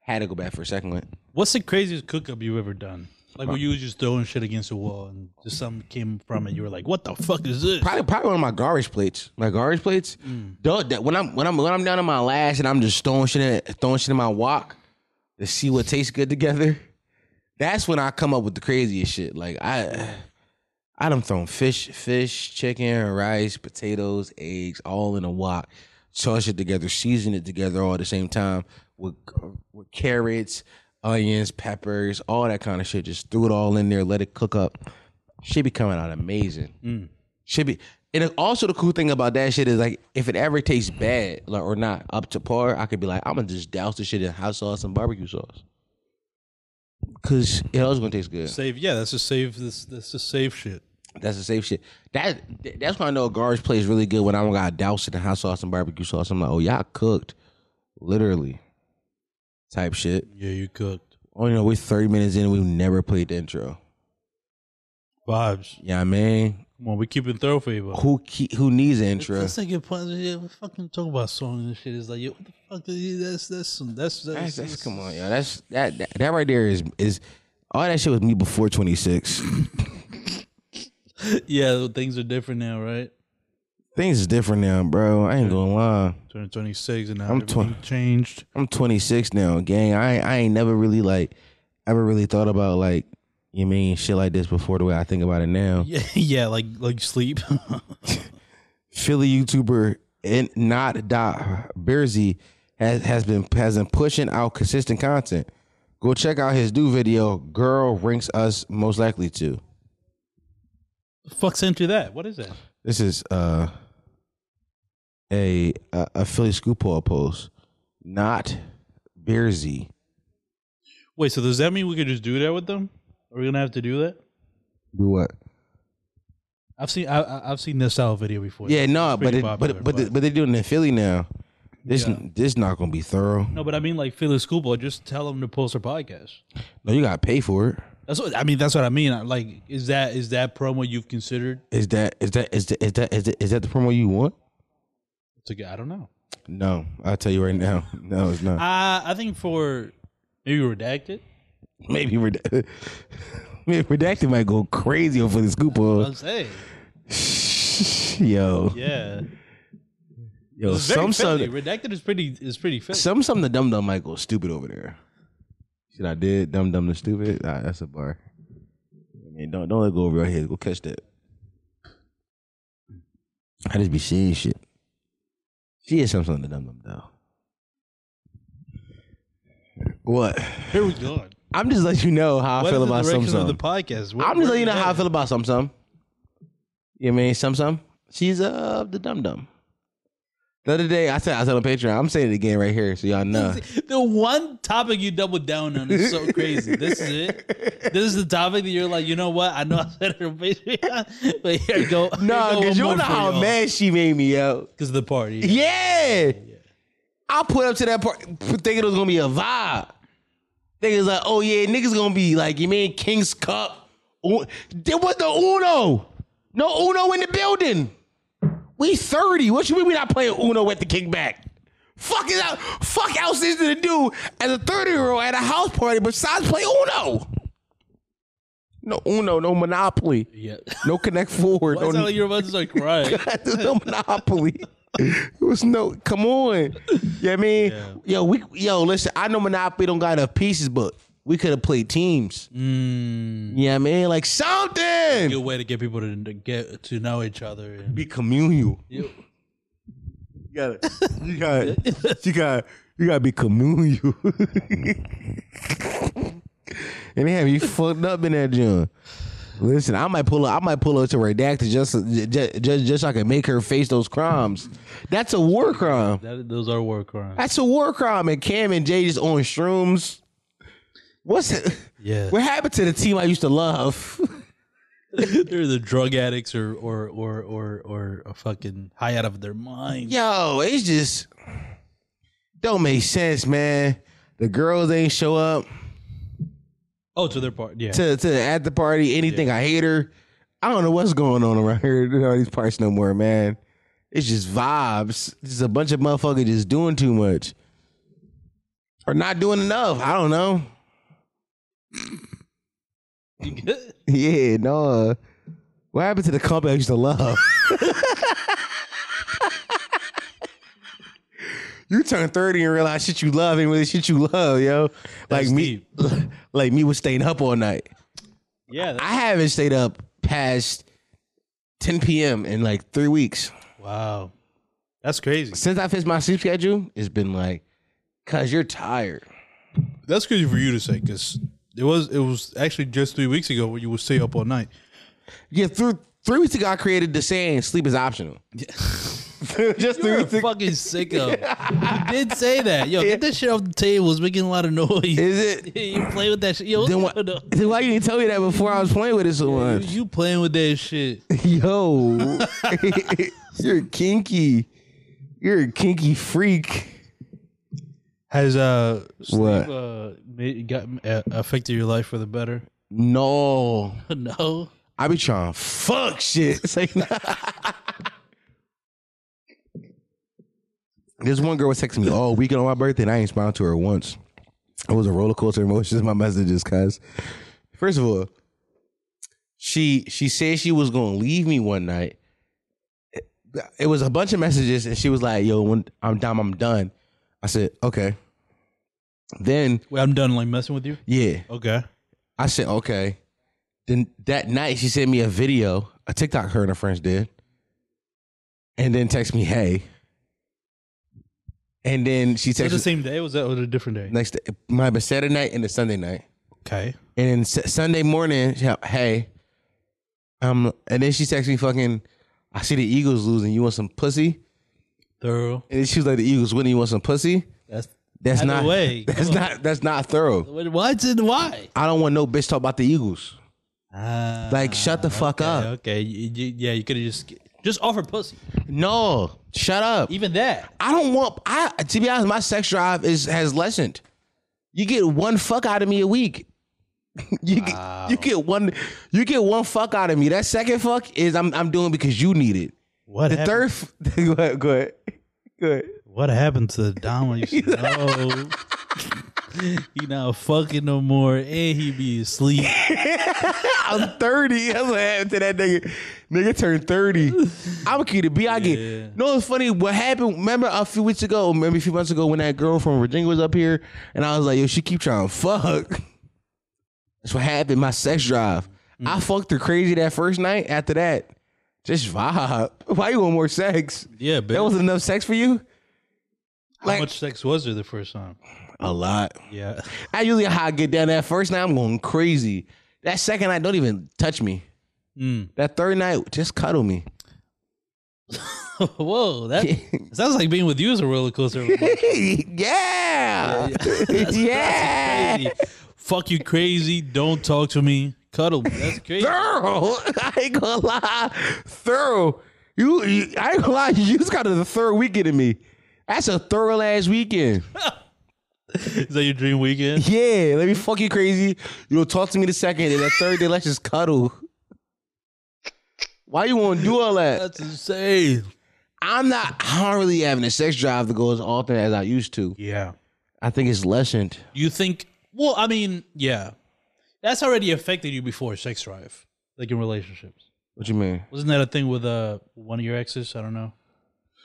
Speaker 1: had to go back for a second one.
Speaker 2: What's the craziest cook up you've ever done? Like where you was just throwing shit against the wall and just something came from it. You were like, "What the fuck is this?" Mm.
Speaker 1: probably probably one of my garbage plates. My garbage plates. Dog, that- when I'm when I'm when I'm down on my last and I'm just throwing shit in, throwing shit in my wok to see what tastes good together. That's when I come up with the craziest shit. Like I I done thrown fish, fish, chicken, rice, potatoes, eggs, all in a wok. Toss it together, season it together all at the same time with, uh, with carrots, onions, peppers, all that kind of shit. Just threw it all in there, let it cook up. Should be coming out amazing should be. And it- also, the cool thing about that shit is like, if it ever tastes bad like, or not up to par, I could be like, I'm gonna just douse the shit in hot sauce and barbecue sauce, cause it always gonna taste good.
Speaker 2: Save, yeah, that's a save. This that's a save shit.
Speaker 1: That's the safe shit. That th- that's why I know a garbage plate is really good when I don't gotta douse it in hot sauce and barbecue sauce. I'm like, oh y'all cooked, literally, type shit.
Speaker 2: Yeah, you cooked.
Speaker 1: Oh no, we're thirty minutes in. and We've never played the intro.
Speaker 2: Vibes.
Speaker 1: Yeah, I mean,
Speaker 2: Come on, we keeping thorough for you, bro.
Speaker 1: who ke- who needs an intro?
Speaker 2: That's like your point. Yeah, we fucking talk about song and shit. It's like, yo, what the fuck is he- that's that's some that's
Speaker 1: That's,
Speaker 2: that's,
Speaker 1: that's come on, yo. That's that, that that right there is is all that shit was me before twenty six.
Speaker 2: yeah. Things are different now, right?
Speaker 1: Things is different now, bro. I ain't gonna lie.
Speaker 2: Twenty twenty six, and now
Speaker 1: I'm
Speaker 2: I'm
Speaker 1: twen-
Speaker 2: everything changed.
Speaker 1: I'm 26 now, gang. I I ain't never really like ever really thought about like you mean shit like this before the way I think about it now.
Speaker 2: Yeah, yeah, like like sleep.
Speaker 1: Philly YouTuber and not dot Beersy has has been has been pushing out consistent content. Go check out his new video, "Girl Ranks Us Most Likely to."
Speaker 2: Fucks into that. What is that?
Speaker 1: This is uh a a, a Philly Scoopball post, not Beersy.
Speaker 2: Wait, so does that mean we could just do that with them? Are we gonna have to do that?
Speaker 1: Do what?
Speaker 2: I've seen I, I, I've seen this style video before.
Speaker 1: Yeah, no, but
Speaker 2: pretty
Speaker 1: it, but
Speaker 2: popular,
Speaker 1: but the,
Speaker 2: but-
Speaker 1: but they're doing it in Philly now. This
Speaker 2: Yeah.
Speaker 1: this not gonna be thorough.
Speaker 2: No, but I mean like Philly Schoolboy. Just tell them to post their podcast.
Speaker 1: No, you gotta pay for it.
Speaker 2: That's what I mean. That's what I mean. I- Like, is that is that promo you've considered?
Speaker 1: Is that is that is that is that is that, is that the promo you want?
Speaker 2: To get, I don't know.
Speaker 1: No, I'll tell you right now. No, it's not.
Speaker 2: Uh, I think for maybe redacted.
Speaker 1: Maybe red- maybe redacted might go crazy over the scoop
Speaker 2: I'll
Speaker 1: of
Speaker 2: say,
Speaker 1: yo
Speaker 2: yeah.
Speaker 1: yo
Speaker 2: It's
Speaker 1: some
Speaker 2: very Philly.
Speaker 1: some
Speaker 2: redacted is pretty is pretty Philly.
Speaker 1: some some the dum dum might go stupid over there. Shit, I did dum dum the stupid. Nah, that's a bar. I mean, don't don't let it go over your head. Go catch that. I just be seeing shit. She is something to dum dum though. What?
Speaker 2: Here we go.
Speaker 1: I'm just letting you know how I
Speaker 2: What
Speaker 1: feel
Speaker 2: is the
Speaker 1: about some
Speaker 2: direction of
Speaker 1: some.
Speaker 2: the podcast? Where-
Speaker 1: I'm just
Speaker 2: where
Speaker 1: letting you know
Speaker 2: is
Speaker 1: how I
Speaker 2: that?
Speaker 1: feel about some some. You know what I mean some some? She's uh the dum dum. The other day I said I said on Patreon. I'm saying it again right here so y'all know.
Speaker 2: The one topic you doubled down on is so crazy. This is it. This is the topic that you're like, you know what? I know I said it on Patreon, but here you go.
Speaker 1: No, because you know how mad she made me, yo.
Speaker 2: Because of the party.
Speaker 1: Yeah. I put up to that part thinking it was gonna be a vibe. Thinking it's like, oh yeah, niggas gonna be like, you mean King's Cup? U- There was the Uno. No Uno in the building. We 30. What you mean we not playing Uno at the kickback? Fuck is out. Fuck else is there to do as a 30 year old at a house party besides play Uno? No Uno, no Monopoly,
Speaker 2: Yeah.
Speaker 1: no Connect Forward.
Speaker 2: Why
Speaker 1: no,
Speaker 2: sound like you're about to start crying?
Speaker 1: there's no monopoly. It was no. Come on, you know what I mean, yo, we, yo, listen. I know monopoly don't got enough pieces, but we could have played teams. You
Speaker 2: Mm,
Speaker 1: know what I mean, like something
Speaker 2: good way to get people to, to get to know each other. And
Speaker 1: be communal.
Speaker 2: you,
Speaker 1: You got, you got, you got, you got to be communal. and they have you fucked up in that gym. Listen, I might pull up. I might pull up to redacted just, just, just, just so I can make her face those crimes. That's a war crime.
Speaker 2: that, those are war crimes.
Speaker 1: That's a war crime, and Cam and Jay just on shrooms. What's it?
Speaker 2: Yeah.
Speaker 1: What happened to the team I used to love?
Speaker 2: They're the drug addicts or or or or or a fucking high out of their mind.
Speaker 1: Yo, it's just don't make sense, man. The girls ain't show up
Speaker 2: Oh, to their part. Yeah.
Speaker 1: to to at the party. Anything I hate her. I don't know what's going on around here. in All these parts no more, man. It's just vibes. Just a bunch of motherfuckers just doing too much or not doing enough. I don't know. Yeah, no. What happened to the company I used to love? you turn 30 and realize shit you love ain't really shit you love, yo. Like
Speaker 2: That's
Speaker 1: me like me was staying up all night.
Speaker 2: yeah. that-
Speaker 1: I haven't stayed up past 10 p.m. in like three weeks.
Speaker 2: wow. That's crazy.
Speaker 1: Since I fixed my sleep schedule, it's been like, cause you're tired.
Speaker 2: That's crazy for you to say because it was it was actually just three weeks ago where you would stay up all night.
Speaker 1: Yeah, through three weeks ago I created the saying sleep is optional. Just three
Speaker 2: You're a
Speaker 1: weeks ago.
Speaker 2: fucking sicko. You did say that. Yo, get that shit off the table. It's making a lot of noise.
Speaker 1: Is it
Speaker 2: you play with that shit. Yo,
Speaker 1: Then why,
Speaker 2: no, no.
Speaker 1: then why you didn't tell me that before I was playing with it so
Speaker 2: You,
Speaker 1: much?
Speaker 2: you playing with that shit.
Speaker 1: Yo, you're kinky. You're a kinky freak.
Speaker 2: Has uh sleep
Speaker 1: What?
Speaker 2: uh made, got uh, affected your life for the better?
Speaker 1: No,
Speaker 2: no.
Speaker 1: I be trying to fuck shit. It's like- this one girl was texting me all weekend on my birthday, and I ain't responded to her once. It was a roller coaster of emotions. My messages, cause first of all, she she said she was gonna leave me one night. It, it was a bunch of messages, and she was like, "Yo, when I'm done, I'm done." I said, "Okay." Then
Speaker 2: Wait, I'm done like messing with you.
Speaker 1: yeah,
Speaker 2: Okay.
Speaker 1: I said, okay. Then that night she sent me a video, a TikTok her and her friends did. And then text me, hey. And then she
Speaker 2: Was that the
Speaker 1: texted me
Speaker 2: same day? Was that was it a different day?
Speaker 1: next it might have been Saturday night and the Sunday night.
Speaker 2: Okay.
Speaker 1: And then S- Sunday morning, she had, hey. Um and then she texted me fucking, I see the Eagles losing. You want some pussy?
Speaker 2: Thorough.
Speaker 1: And then she was like, the Eagles winning, you want some pussy?
Speaker 2: That's
Speaker 1: That's
Speaker 2: Either
Speaker 1: not
Speaker 2: way,
Speaker 1: that's
Speaker 2: come
Speaker 1: not that's not thorough.
Speaker 2: wait, what and why?
Speaker 1: I don't want no bitch talk about the Eagles.
Speaker 2: Ah,
Speaker 1: Like shut the fuck
Speaker 2: okay,
Speaker 1: up.
Speaker 2: Okay. You- you- yeah, you could have just just offer pussy.
Speaker 1: No, shut up.
Speaker 2: Even that.
Speaker 1: I don't want. I to be honest, my sex drive is has lessened. You get one fuck out of me a week. you get, you get one you get one fuck out of me. That second fuck is I'm I'm doing because you need it.
Speaker 2: What
Speaker 1: The third,
Speaker 2: happened?
Speaker 1: f- go ahead, go ahead, go ahead.
Speaker 2: What happened to the Dom? when you said, No. he not fucking no more, and he be asleep.
Speaker 1: I'm 30. That's what happened to that nigga. Nigga turned 30. I'm key to be. I get. No, it's funny. What happened? Remember a few weeks ago, maybe a few months ago, when that girl from Virginia was up here, and I was like, "Yo, she keep trying to fuck." That's what happened. My sex drive. I
Speaker 2: Mm.
Speaker 1: fucked her crazy that first night. After that, just vibe. Why you want more sex?
Speaker 2: Yeah, but
Speaker 1: That wasn't enough sex for you.
Speaker 2: how much sex was there the first time?
Speaker 1: A lot.
Speaker 2: Yeah,
Speaker 1: I usually how I get down that first night. I'm going crazy. That second night, don't even touch me.
Speaker 2: Mm.
Speaker 1: That third night, just cuddle me.
Speaker 2: Whoa, that sounds like being with you is a roller coaster.
Speaker 1: yeah. Yeah.
Speaker 2: Crazy. Fuck you, crazy. Don't talk to me. Cuddle. me. That's crazy.
Speaker 1: Thorough. I ain't gonna lie. Thorough. You, you I ain't gonna lie, you just got to the third weekend of me. That's a thorough ass weekend.
Speaker 2: Is that your dream weekend?
Speaker 1: Yeah, let me fuck you crazy. You'll talk to me the second, and the third day, let's just cuddle. Why you wanna do all that?
Speaker 2: That's insane.
Speaker 1: I'm not I don't really having a sex drive to go as often as I used to.
Speaker 2: Yeah.
Speaker 1: I think it's lessened.
Speaker 2: You think? Well, I mean, yeah, that's already affected you before sex drive, like in relationships.
Speaker 1: What you mean?
Speaker 2: Wasn't that a thing with uh one of your exes? I don't know.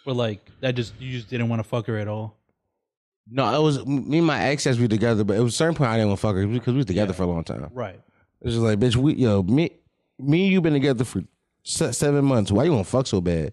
Speaker 2: Or like that just you just didn't want to fuck her at all.
Speaker 1: No, it was me and my ex as we were together, but it was a certain point I didn't want to fuck her because we was together for a long time.
Speaker 2: Right.
Speaker 1: It was just like, bitch, we yo, me me and you been together for se- seven months. Why you wanna fuck so bad?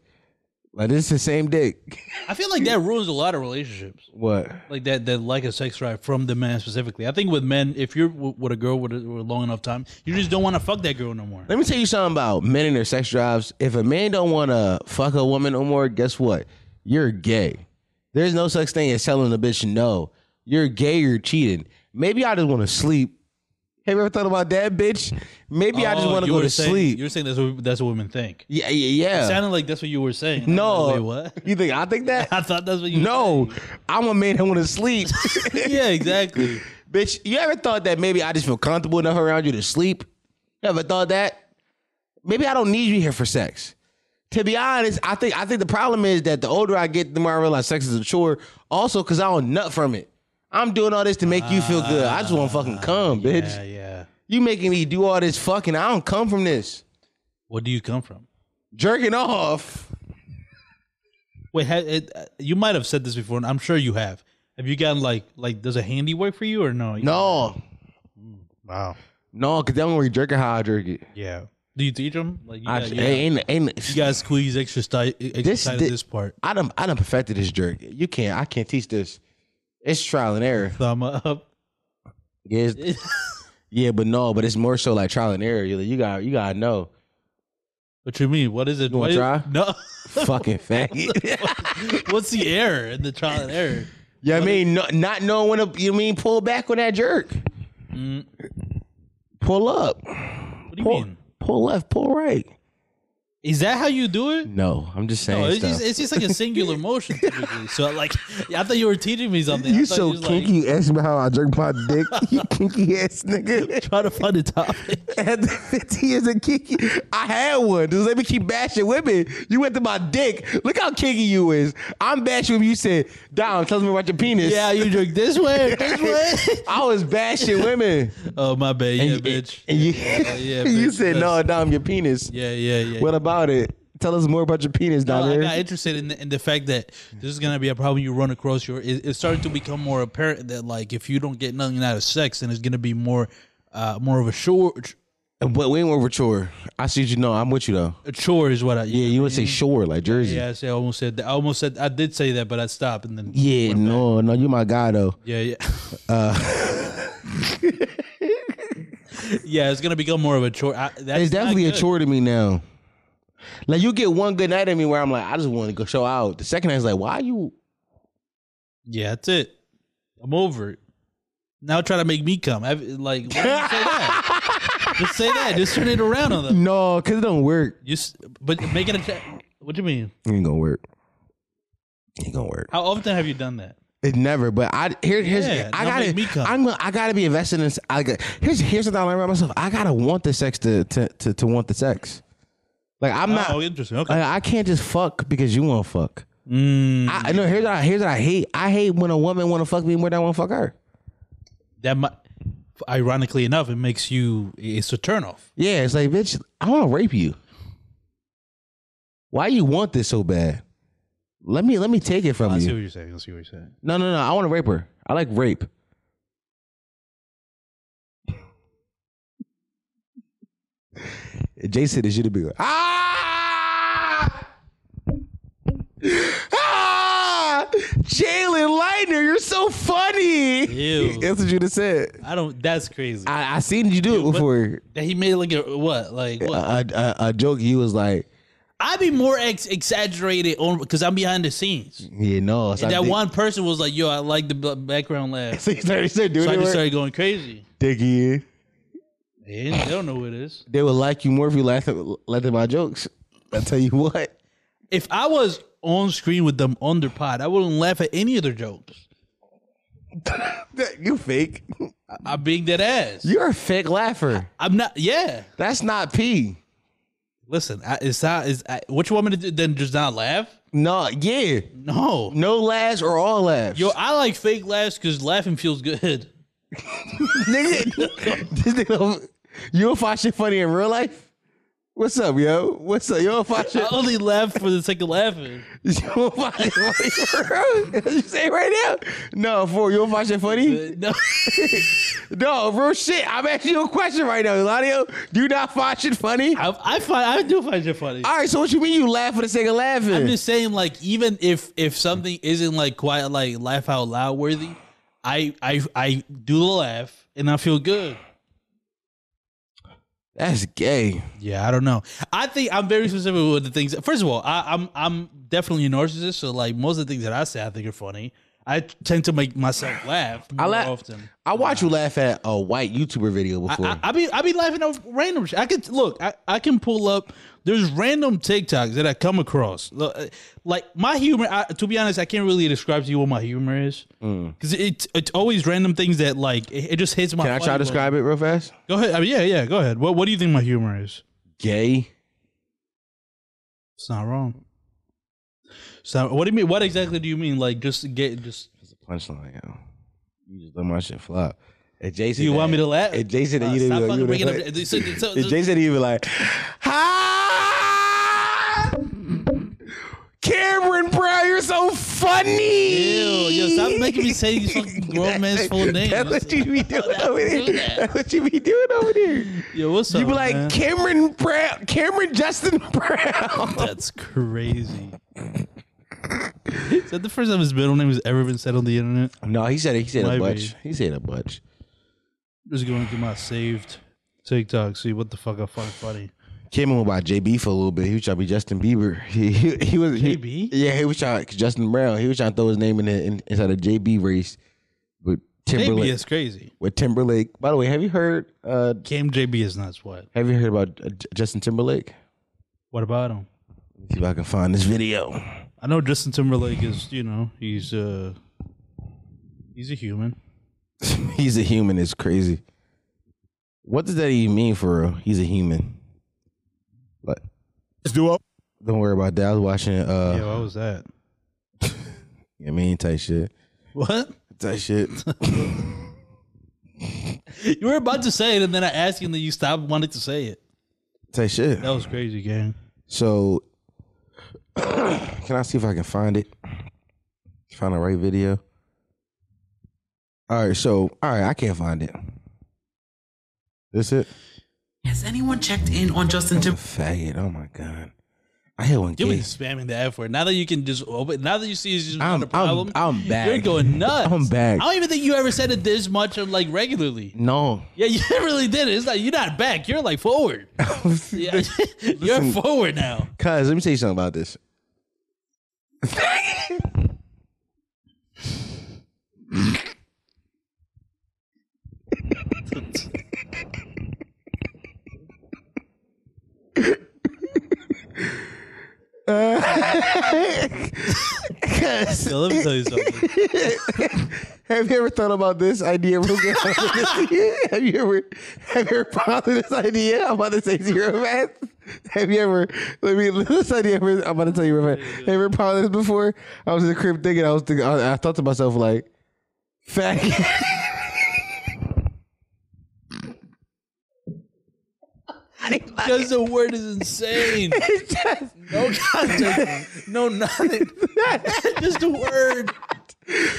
Speaker 1: Like this is the same dick.
Speaker 2: I feel like that ruins a lot of relationships.
Speaker 1: What?
Speaker 2: Like that, that like a sex drive from the man specifically. I think with men, if you're w- with a girl with a, with a long enough time, you just don't want to fuck that girl no more.
Speaker 1: Let me tell you something about men and their sex drives. If a man don't wanna fuck a woman no more, guess what? You're gay. There's no such thing as telling a bitch no. You're gay, you're cheating. Maybe I just wanna sleep. Have you ever thought about that, bitch? Maybe I just
Speaker 2: Oh,
Speaker 1: wanna
Speaker 2: you
Speaker 1: go
Speaker 2: were
Speaker 1: to
Speaker 2: saying-
Speaker 1: sleep.
Speaker 2: You're saying that's what that's what women think.
Speaker 1: Yeah, yeah, yeah.
Speaker 2: Sounded like that's what you were saying. I'm
Speaker 1: No.
Speaker 2: like, Wait, what?
Speaker 1: You think I think that?
Speaker 2: I thought that's what you.
Speaker 1: No, I'm a man who want to sleep.
Speaker 2: Yeah, exactly.
Speaker 1: Bitch, you ever thought that maybe I just feel comfortable enough around you to sleep? You ever thought that? Maybe I don't need you here for sex. To be honest, I think I think the problem is that the older I get, the more I realize sex is a chore. Also, because I don't nut from it. I'm doing all this to make you feel good. I just want to fucking come, bitch.
Speaker 2: Ah, Yeah, yeah.
Speaker 1: You making me do all this fucking. I don't come from this.
Speaker 2: Where do you come from?
Speaker 1: Jerking off.
Speaker 2: Wait, ha it, uh, you might have said this before, and I'm sure you have. Have you gotten like like does a handy work for you or no?
Speaker 1: No.
Speaker 2: Wow.
Speaker 1: No, because I'm going to jerk it how I jerk it.
Speaker 2: Yeah. Do you teach them? Like you,
Speaker 1: I,
Speaker 2: got,
Speaker 1: ain't, ain't,
Speaker 2: you gotta squeeze extra tight, extra
Speaker 1: This
Speaker 2: tight
Speaker 1: di-
Speaker 2: at this part.
Speaker 1: I done I done perfected this jerk. You can't I can't teach this. It's trial and error.
Speaker 2: Thumb up.
Speaker 1: Yeah, it's- yeah, but no, but it's more so like trial and error. You you got you gotta know.
Speaker 2: What you mean? What is it?
Speaker 1: You wanna
Speaker 2: What is-
Speaker 1: try?
Speaker 2: No.
Speaker 1: Fucking faggot.
Speaker 2: What's the error in the trial and error?
Speaker 1: you know what I mean no, not knowing when to you mean pull back on that jerk. Pull up.
Speaker 2: Mm. What do you
Speaker 1: Pull
Speaker 2: mean?
Speaker 1: pull left, pull right.
Speaker 2: Is that how you do it?
Speaker 1: No, I'm just saying
Speaker 2: No, it's
Speaker 1: stuff.
Speaker 2: just, it's just like a singular motion typically. So like, I thought you were teaching me something. I
Speaker 1: you
Speaker 2: thought
Speaker 1: so
Speaker 2: was, like,
Speaker 1: kinky. you asked me how I jerk my dick. you kinky ass nigga.
Speaker 2: Try to find a topic.
Speaker 1: After 50 years of kinky, I had one. Just let me keep bashing women. You went to my dick. Look how kinky you is. I'm bashing women. You said, Dom, tell me about your penis.
Speaker 2: Yeah, you drink this way, or this way.
Speaker 1: I was bashing women.
Speaker 2: Oh my bad, yeah, bitch.
Speaker 1: And you,
Speaker 2: yeah,
Speaker 1: you
Speaker 2: bitch,
Speaker 1: said, no, Dom, your penis.
Speaker 2: Yeah, yeah, yeah.
Speaker 1: What about it? Tell us more about your penis,
Speaker 2: No,
Speaker 1: Dom.
Speaker 2: I got interested in the, in the fact that this is gonna be a problem you run across. Your it, it's starting to become more apparent that like if you don't get nothing out of sex, then it's gonna be more, uh, more of a short
Speaker 1: but we ain't over chore. I see you. No, I'm with you, though.
Speaker 2: a chore is what I
Speaker 1: Yeah, you would say shore, like Jersey.
Speaker 2: yeah I say I almost said that I almost said I did say that but I stopped and then
Speaker 1: Yeah, no, no, you my guy though.
Speaker 2: yeah yeah
Speaker 1: Uh.
Speaker 2: yeah it's gonna become more of a chore. I, that's
Speaker 1: It's
Speaker 2: not
Speaker 1: definitely a
Speaker 2: good.
Speaker 1: chore to me now. Like you get one good night at me where I'm like, I just want to go show out. The second night's like, why you?
Speaker 2: Yeah, that's it. I'm over it. Now try to make me come. I've, like, why did you say that? just say that. Just turn it around on them.
Speaker 1: No, cause it don't work.
Speaker 2: You, s- but make it a. Tra- what do you mean?
Speaker 1: It ain't gonna work. It ain't gonna work.
Speaker 2: How often have you done that?
Speaker 1: It never. But I here here's
Speaker 2: Yeah,
Speaker 1: I
Speaker 2: now
Speaker 1: gotta
Speaker 2: make me come.
Speaker 1: I'm gonna I gotta be invested in. I got here's here's what I learned about myself. I gotta want the sex to to to, to want the sex. Like I'm not.
Speaker 2: oh, interesting. Okay.
Speaker 1: I, I can't just fuck because you want to fuck.
Speaker 2: Mm.
Speaker 1: I I know. Here's what I, here's what I hate. I hate when a woman want to fuck me more than I want to fuck her.
Speaker 2: that might, ironically enough, it makes you. It's a turnoff.
Speaker 1: Yeah, it's like, bitch, I want to rape you. Why you want this so bad? Let me let me take it from
Speaker 2: I see
Speaker 1: you.
Speaker 2: what you're saying. I see what you're saying.
Speaker 1: No, no, no. I want to rape her. I like rape. Jason is you to be like, ah, ah, Jalen Lightner, you're so funny.
Speaker 2: Ew.
Speaker 1: That's what you just said.
Speaker 2: I don't. That's crazy.
Speaker 1: I, I seen you do it
Speaker 2: but-
Speaker 1: before.
Speaker 2: That he made like a what? Like
Speaker 1: A,
Speaker 2: what?
Speaker 1: a, a joke. You was like,
Speaker 2: I'd be more ex- exaggerated on because I'm behind the scenes.
Speaker 1: yeah, no. So
Speaker 2: And
Speaker 1: I
Speaker 2: that
Speaker 1: did-
Speaker 2: one person was like, "Yo, I like the b- background laugh."
Speaker 1: So you started saying, dude,
Speaker 2: So I
Speaker 1: they,
Speaker 2: just
Speaker 1: were,
Speaker 2: started going crazy.
Speaker 1: Dickie.
Speaker 2: They they don't know who it is.
Speaker 1: they would like you more if you laughed at, laughed at my jokes. I tell you what.
Speaker 2: If I was on screen with them on their pod, I wouldn't laugh at any of their jokes.
Speaker 1: You fake.
Speaker 2: I'm being dead ass.
Speaker 1: You're a fake laugher.
Speaker 2: I'm not. Yeah.
Speaker 1: That's not P.
Speaker 2: Listen, I, it's not. Is what you want me to do? Then just not laugh?
Speaker 1: No, yeah.
Speaker 2: No.
Speaker 1: No laughs or all laughs.
Speaker 2: Yo, I like fake laughs because laughing feels good.
Speaker 1: nigga, this nigga, don't- you don't find shit funny in real life? What's up, yo? What's up? You don't find shit.
Speaker 2: I only laugh for the sake of laughing.
Speaker 1: You don't find shit funny, bro? you say right now? No, for you don't find shit funny?
Speaker 2: No.
Speaker 1: No, real shit. I'm asking you a question right now, Eladio. Do you not find shit funny?
Speaker 2: I, I find I do find it funny.
Speaker 1: All right, so what you mean you laugh for the sake of laughing?
Speaker 2: I'm just saying, like, even if if something isn't like quite like laugh out loud worthy, I I I do the laugh and I feel good.
Speaker 1: That's gay.
Speaker 2: Yeah, I don't know. I think I'm very specific with the things. First of all, I, I'm I'm definitely a narcissist, so like most of the things that I say, I think are funny. I tend to make myself laugh more
Speaker 1: laugh-
Speaker 2: often.
Speaker 1: I watched you laugh at a white YouTuber video before.
Speaker 2: I, I be I be laughing over random shit. I could look. I, I can pull up. There's random TikToks that I come across. Look, uh, Like my humor. I, to be honest, I can't really describe to you what my humor is because it's it's always random things that like it, it just hits my.
Speaker 1: Mm. Can I try to
Speaker 2: funny bone.
Speaker 1: describe it real fast?
Speaker 2: Go ahead. I mean, yeah, yeah. Go ahead. What What do you think my humor is?
Speaker 1: Gay.
Speaker 2: It's not wrong. So what do you mean? What exactly do you mean? Like just get just.
Speaker 1: That's a punchline, yo. You just let my shit flop. If Jason,
Speaker 2: Do you want me to laugh?
Speaker 1: If Jason,
Speaker 2: Uh,
Speaker 1: you didn't
Speaker 2: stop
Speaker 1: be like,
Speaker 2: fucking
Speaker 1: you
Speaker 2: bringing
Speaker 1: didn't
Speaker 2: up.
Speaker 1: be like-
Speaker 2: so- so-
Speaker 1: if Jason, you be like, ha. Cameron Brown, you're so funny.
Speaker 2: Ew, yo, stop making me say these fucking grown man's full names.
Speaker 1: That's what you be doing over there. That's what you be doing over there.
Speaker 2: Yo, what's up?
Speaker 1: You be like
Speaker 2: Oh, man?
Speaker 1: Cameron Brown, Cameron Justin Brown.
Speaker 2: That's crazy. Is that the first time his middle name has ever been said on the internet?
Speaker 1: No, he said he said
Speaker 2: Might
Speaker 1: a
Speaker 2: be.
Speaker 1: bunch. He said a bunch.
Speaker 2: Just going through my saved TikTok, see what the fuck I find funny.
Speaker 1: Came in by JB for a little bit. He was trying to be Justin Bieber. He he, he was he-
Speaker 2: JB?
Speaker 1: yeah, he was trying Justin Brown. He was trying to throw his name in, the, in inside a JB race with
Speaker 2: JB
Speaker 1: Timberlake.
Speaker 2: is crazy.
Speaker 1: With Timberlake. By the way, have you heard? uh
Speaker 2: Cam JB is nuts. What?
Speaker 1: Have you heard about uh, J- Justin Timberlake?
Speaker 2: What about him?
Speaker 1: See if I can find this video.
Speaker 2: I know Justin Timberlake is, you know, he's uh he's a human.
Speaker 1: He's a human. It's crazy. What does that even mean for real? He's a human. Like,
Speaker 5: Let's do up.
Speaker 1: don't worry about that. I was watching. uh
Speaker 2: Yeah, what was that?
Speaker 1: I mean, type shit.
Speaker 2: What?
Speaker 1: Type shit.
Speaker 2: You were about to say it and then I asked you and then you stopped wanting to say it.
Speaker 1: type shit.
Speaker 2: That was crazy, gang.
Speaker 1: So, can I see if I can find it? Find the right video. All right, so all right, I can't find it. This it?
Speaker 6: Has anyone checked in on Justin
Speaker 1: The faggot. Oh my god, I had one.
Speaker 2: You've been
Speaker 1: case.
Speaker 2: spamming the F word. Now that you can just open now that you see it's just not
Speaker 1: I'm,
Speaker 2: a problem.
Speaker 1: I'm I'm back.
Speaker 2: You're going nuts.
Speaker 1: I'm back.
Speaker 2: I don't even think you ever said it this much of like regularly.
Speaker 1: No,
Speaker 2: Yeah, you really did. It's like you're not back. You're like forward. Yeah, you're forward now.
Speaker 1: cuz let me tell you something about this.
Speaker 2: Yo, let me tell you something.
Speaker 1: Have you ever thought about this idea? Ruger? have you ever have you ever thought of this idea? I'm about to say zero fast. Have you ever let me this idea? I'm about to tell you real fast. Have you ever thought of this before? I was in the crib thinking. I was thinking. I, I thought to myself like, faggot.
Speaker 2: Because the word is insane. no context. Oh, No nothing. Just the word.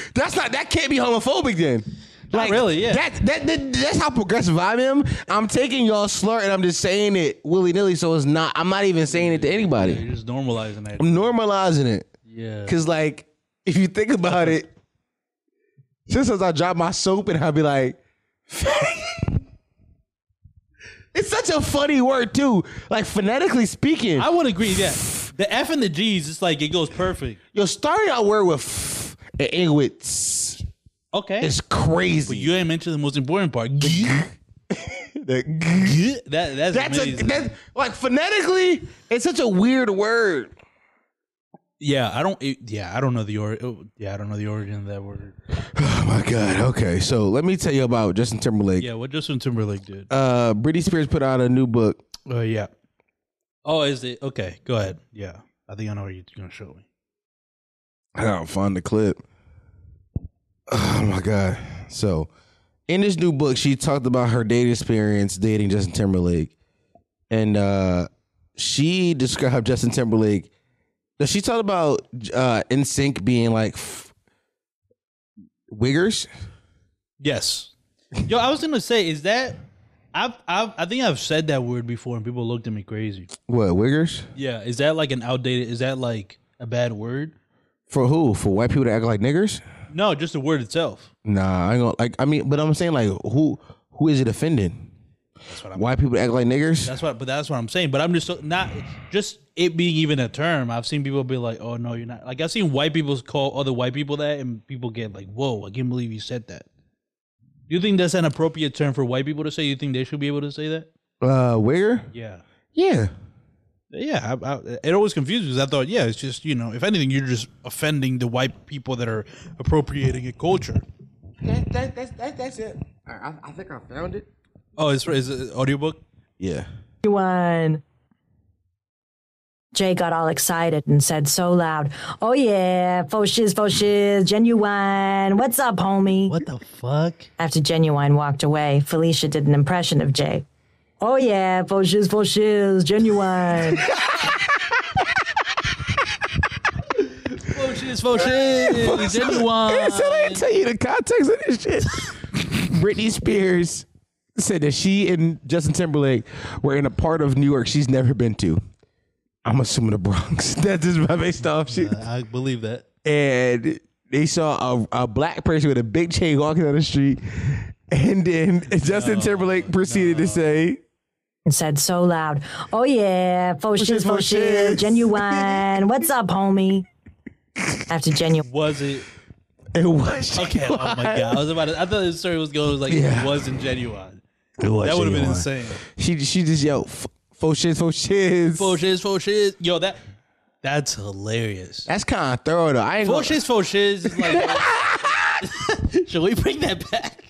Speaker 1: That's not. That can't be homophobic then.
Speaker 2: Not really, yeah.
Speaker 1: That, that that that's how progressive I am. I'm taking y'all slur and I'm just saying it willy nilly. So it's not. I'm not even saying it to anybody.
Speaker 2: You're just normalizing that.
Speaker 1: I'm normalizing it.
Speaker 2: Yeah.
Speaker 1: Cause like if you think about it, sometimes I drop my soap and I'll be like, it's such a funny word too. Like phonetically speaking,
Speaker 2: I would agree, yeah. The F and the G's, it's like it goes perfect.
Speaker 1: you're starting out word with f and end with s.
Speaker 2: Okay.
Speaker 1: It's crazy.
Speaker 2: But you ain't mentioned the most important part. that,
Speaker 1: The g-
Speaker 2: that's,
Speaker 1: that's a
Speaker 2: amazing.
Speaker 1: that's, like phonetically, it's such a weird word.
Speaker 2: yeah, I don't. it- yeah, I don't know the or. oh, Yeah, I don't know the origin of that word.
Speaker 1: Oh my god. Okay, so let me tell you about Justin Timberlake.
Speaker 2: Yeah, what Justin Timberlake did.
Speaker 1: Uh, Britney Spears put out a new book.
Speaker 2: Uh, yeah. Oh, is it okay? Go ahead. Yeah, I think I know what you're gonna show me.
Speaker 1: I gotta find the clip. Oh my god! So, in this new book, she talked about her dating experience dating Justin Timberlake, and uh, she described Justin Timberlake. No, she talked about uh, NSYNC being like f- wiggers.
Speaker 2: Yes. Yo, I was gonna say, is that? I've, I've I think I've said that word before, and people looked at me crazy.
Speaker 1: What wiggers?
Speaker 2: Yeah, is that like an outdated? Is that like a bad word?
Speaker 1: For who? For white people to act like niggers?
Speaker 2: No, just the word itself.
Speaker 1: Nah, I ain't gonna like. I mean, but I'm saying like, who who is it offending? That's
Speaker 2: what
Speaker 1: I'm white people to act like niggers.
Speaker 2: That's what, but that's what I'm saying. But I'm just so, not just it being even a term. I've seen people be like, "Oh no, you're not." Like I've seen white people call other white people that, and people get like, "Whoa, I can't believe you said that." Do you think that's an appropriate term for white people to say? You think they should be able to say that?
Speaker 1: Uh, wigger?
Speaker 2: Yeah.
Speaker 1: Yeah.
Speaker 2: Yeah, I, I, it always confuses. me. I thought, yeah, it's just you know, if anything, you're just offending the white people that are appropriating a culture.
Speaker 1: That, that, that's, that, that's it. I, I think I found it.
Speaker 2: Oh, it's is it audiobook?
Speaker 1: Yeah.
Speaker 7: everyone. Jay got all excited and said so loud, Oh yeah, faux shiz, faux shiz, genuine. What's up, homie?
Speaker 2: What the fuck?
Speaker 7: After Genuine walked away, Felicia did an impression of Jay. Oh yeah, faux shiz, faux shiz, genuine.
Speaker 2: Faux shiz, faux shiz, genuine.
Speaker 1: So they tell you the context of this shit. Britney Spears said that she and Justin Timberlake were in a part of New York she's never been to. I'm assuming the Bronx. That's just my based off shit.
Speaker 2: I believe that.
Speaker 1: And they saw a, a black person with a big chain walking down the street. And then Justin Timberlake proceeded to say,
Speaker 7: and said so loud, Oh yeah, faux
Speaker 1: shiz,
Speaker 7: shiz,
Speaker 1: faux
Speaker 7: faux shiz,
Speaker 1: shiz."
Speaker 7: genuine. What's up, homie? After Genuine
Speaker 2: Was it
Speaker 1: it was
Speaker 2: okay? Oh my god! I was about. To, I thought the story was going like
Speaker 1: Yeah.
Speaker 2: it wasn't genuine.
Speaker 1: It was
Speaker 2: That would have been
Speaker 1: genuine.
Speaker 2: insane.
Speaker 1: She she just yelled, "F- Faux shiz, faux shiz.
Speaker 2: Faux shiz, faux shiz. Yo, that that's hilarious.
Speaker 1: That's kind of thorough though. I ain't
Speaker 2: Faux
Speaker 1: gonna,
Speaker 2: shiz, faux shiz. is Like, should we bring that back?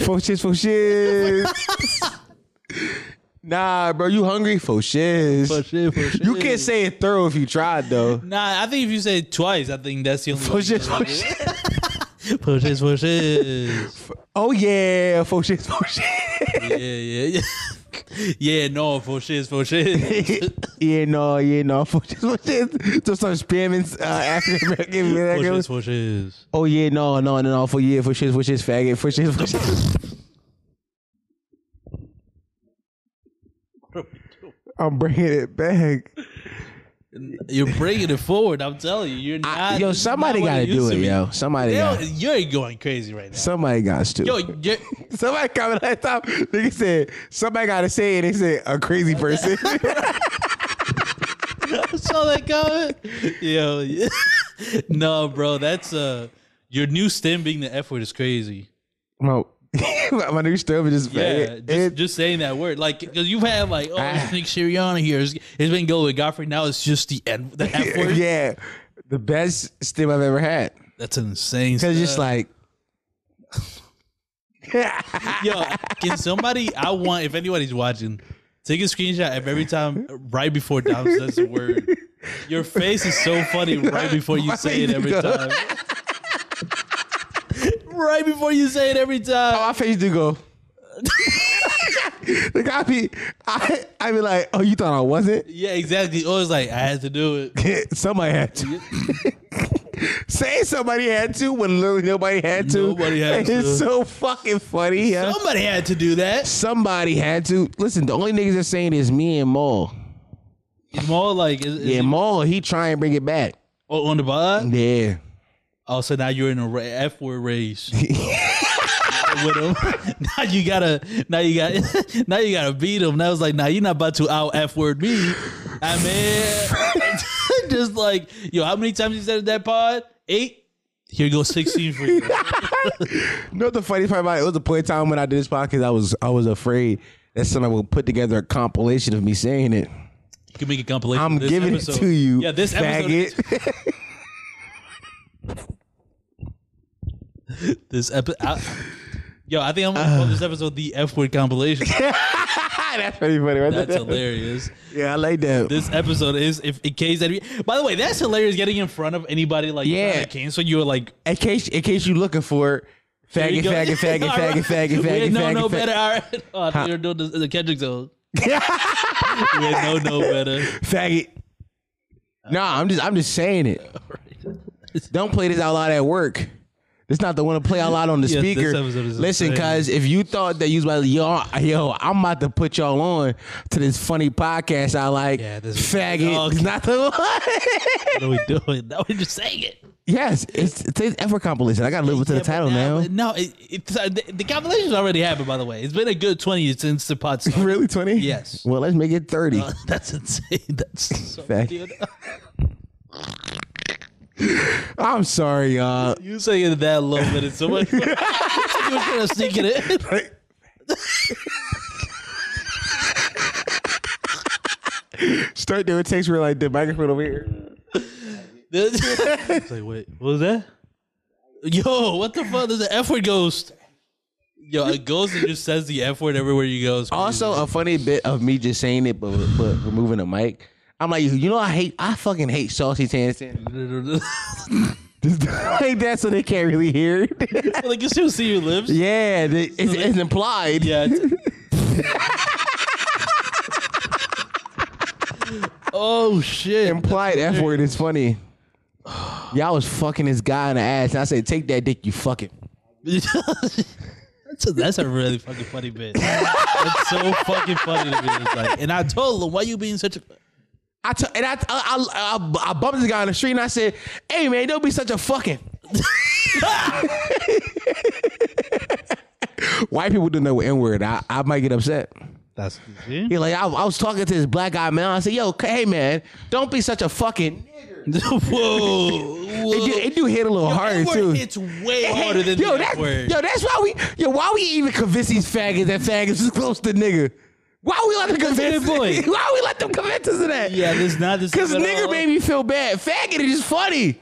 Speaker 1: faux shiz, faux shiz. nah, bro, you hungry? Faux shiz.
Speaker 2: Faux shiz, faux shiz.
Speaker 1: You can't say it thorough if you tried though.
Speaker 2: Nah, I think if you say it twice, I think that's the only.
Speaker 1: Faux shiz, faux shiz.
Speaker 2: Faux shiz, faux shiz.
Speaker 1: Oh yeah, faux shiz, faux shiz.
Speaker 2: Yeah, yeah, yeah. Yeah, no, faux shiz, faux shiz.
Speaker 1: yeah, no, yeah, no, faux shiz, faux shiz. Just start spamming uh, African American.
Speaker 2: Faux
Speaker 1: American-
Speaker 2: shiz, faux shiz.
Speaker 1: Oh yeah, no, no, no, no, for yeah, for shit, for shit, faggot, for shit, for shit. I'm bringing it back.
Speaker 2: You're bringing it forward. I'm telling you, you're not.
Speaker 1: I, yo,
Speaker 2: this is
Speaker 1: somebody
Speaker 2: not what
Speaker 1: got to
Speaker 2: used
Speaker 1: do
Speaker 2: to
Speaker 1: it,
Speaker 2: be.
Speaker 1: yo. Somebody,
Speaker 2: Yo,
Speaker 1: got,
Speaker 2: you're going crazy right now.
Speaker 1: somebody got to.
Speaker 2: Yo, you're,
Speaker 1: somebody comment last time. Nigga said somebody got to say it. They said a crazy person.
Speaker 2: I saw that comment. Yo, yeah. no, bro, that's uh, your new stem being the F word is crazy.
Speaker 1: my, my new stuff is just
Speaker 2: Yeah,
Speaker 1: faggot.
Speaker 2: just,
Speaker 1: It- Ah.
Speaker 2: just saying that word, like because you've had like oh, it's Nick Sirianni here, it's, it's been going with Godfrey. Now it's just the N, the F word.
Speaker 1: yeah, the best stim I've ever had.
Speaker 2: That's insane.
Speaker 1: Cause it's
Speaker 2: stuff.
Speaker 1: just like
Speaker 2: Yo, can somebody? I want if anybody's watching, take a screenshot of every time right before Dom says the word. Your face is so funny right before you say it every time. right before you say it every time.
Speaker 1: my face do go. like I be, I I be like, oh, you thought I wasn't?
Speaker 2: Yeah, exactly. Always like I had to do it.
Speaker 1: somebody had to. Say somebody had to when literally nobody had to.
Speaker 2: Nobody had
Speaker 1: it's
Speaker 2: to.
Speaker 1: so fucking funny. Yeah.
Speaker 2: Somebody had to do that.
Speaker 1: Somebody had to. Listen, the only niggas that's saying is me and Maul.
Speaker 2: It's more like is, is
Speaker 1: Yeah,
Speaker 2: he-
Speaker 1: Maul, he try and bring it back.
Speaker 2: oh, on the bud.
Speaker 1: Yeah.
Speaker 2: Oh, so now you're in a ra- F word race. With him. Now you gotta now you got now you gotta beat him. Now it's like, nah, you're not about to out F word me. I mean just like, yo, how many times you said it in that pod? Eight? Here goes sixteen for you.
Speaker 1: You know what the funny part about it? It was a point in time when I did this podcast, I was I was afraid that someone would put together a compilation of me saying it.
Speaker 2: You can make a compilation.
Speaker 1: I'm
Speaker 2: of this
Speaker 1: giving
Speaker 2: episode.
Speaker 1: it to you.
Speaker 2: Yeah, this episode
Speaker 1: faggot.
Speaker 2: this episode Yo, I think I'm gonna call this episode the F word compilation.
Speaker 1: That's pretty funny, right?
Speaker 2: That's
Speaker 1: there.
Speaker 2: hilarious.
Speaker 1: Yeah, I like that.
Speaker 2: this episode is if in case that by the way that's hilarious getting in front of anybody like yeah
Speaker 1: Yeah.
Speaker 2: trying to cancel you were like
Speaker 1: in case, in case you looking for it,
Speaker 2: there
Speaker 1: faggot,
Speaker 2: you go.
Speaker 1: faggot, faggot,
Speaker 2: All
Speaker 1: faggot,
Speaker 2: right.
Speaker 1: faggot,
Speaker 2: We
Speaker 1: faggot,
Speaker 2: had no
Speaker 1: faggot,
Speaker 2: no
Speaker 1: faggot.
Speaker 2: better all right oh, I thought you were doing the, the Kendrick zone we had no no better
Speaker 1: faggot. Nah, I'm just, I'm just saying it. Don't play this out loud at work. It's not the one to play out loud on the
Speaker 2: Yeah, this
Speaker 1: speaker.
Speaker 2: episode is
Speaker 1: Listen,
Speaker 2: insane.
Speaker 1: cuz if you thought that you was about to, yo, yo, I'm about to put y'all on to this funny podcast I like.
Speaker 2: Yeah, this is-
Speaker 1: faggot.
Speaker 2: Oh,
Speaker 1: It's
Speaker 2: okay.
Speaker 1: not the one.
Speaker 2: what are we doing now we're just saying it
Speaker 1: yes, it's today's effort compilation. I gotta live up to the title now.
Speaker 2: no it, it's uh, the, the compilation's already happened by the way it's been a good 20 since the pod started
Speaker 1: Really, 20?
Speaker 2: Yes.
Speaker 1: Well, let's make it 30.
Speaker 2: Uh, that's insane that's so
Speaker 1: Fact.
Speaker 2: weird.
Speaker 1: I'm sorry, y'all.
Speaker 2: you saying it that low that it's so much you were trying to sneak it in
Speaker 1: Start doing takes where like the microphone over here.
Speaker 2: it's like, wait, what was that? Yo, what the fuck? There's an F word ghost. Yo, a ghost that just says the F word everywhere you go. is crazy.
Speaker 1: Also, a funny bit of me just saying it, but but removing the mic. I'm like, you know, I hate, I fucking hate saucy dancing. like that, so they can't really hear. it.
Speaker 2: like, you still see your lips?
Speaker 1: yeah, they, it's, it's implied.
Speaker 2: Yeah. it's- oh, shit.
Speaker 1: implied F word is funny. Y'all was fucking this guy in the ass, and I said, take that dick, you fucking.
Speaker 2: that's, a, that's a really fucking funny bit. That's so fucking funny to me. It's like, and I told him, why you being such a.
Speaker 1: I t- and I, I, I, I bumped this guy on the street and I said, "Hey man, don't be such a fucking." White people don't know what N word. I, I might get upset.
Speaker 2: That's.
Speaker 1: He like I, I was talking to this black guy man. I said, "Yo, c- hey man, don't be such a fucking."
Speaker 2: whoa. whoa.
Speaker 1: It do, it do hit a little harder
Speaker 2: N-word
Speaker 1: too.
Speaker 2: hits way harder than
Speaker 1: yo,
Speaker 2: the F
Speaker 1: that-
Speaker 2: word.
Speaker 1: yo, that's why we yo why we even convince these faggots that faggots is close to nigga. Why we let them
Speaker 2: That's a good
Speaker 1: convince?
Speaker 2: point.
Speaker 1: Why we let them convince us of that?
Speaker 2: Yeah, there's not this.
Speaker 1: Because
Speaker 2: at
Speaker 1: nigger
Speaker 2: all.
Speaker 1: made me feel bad. Faggot is just funny.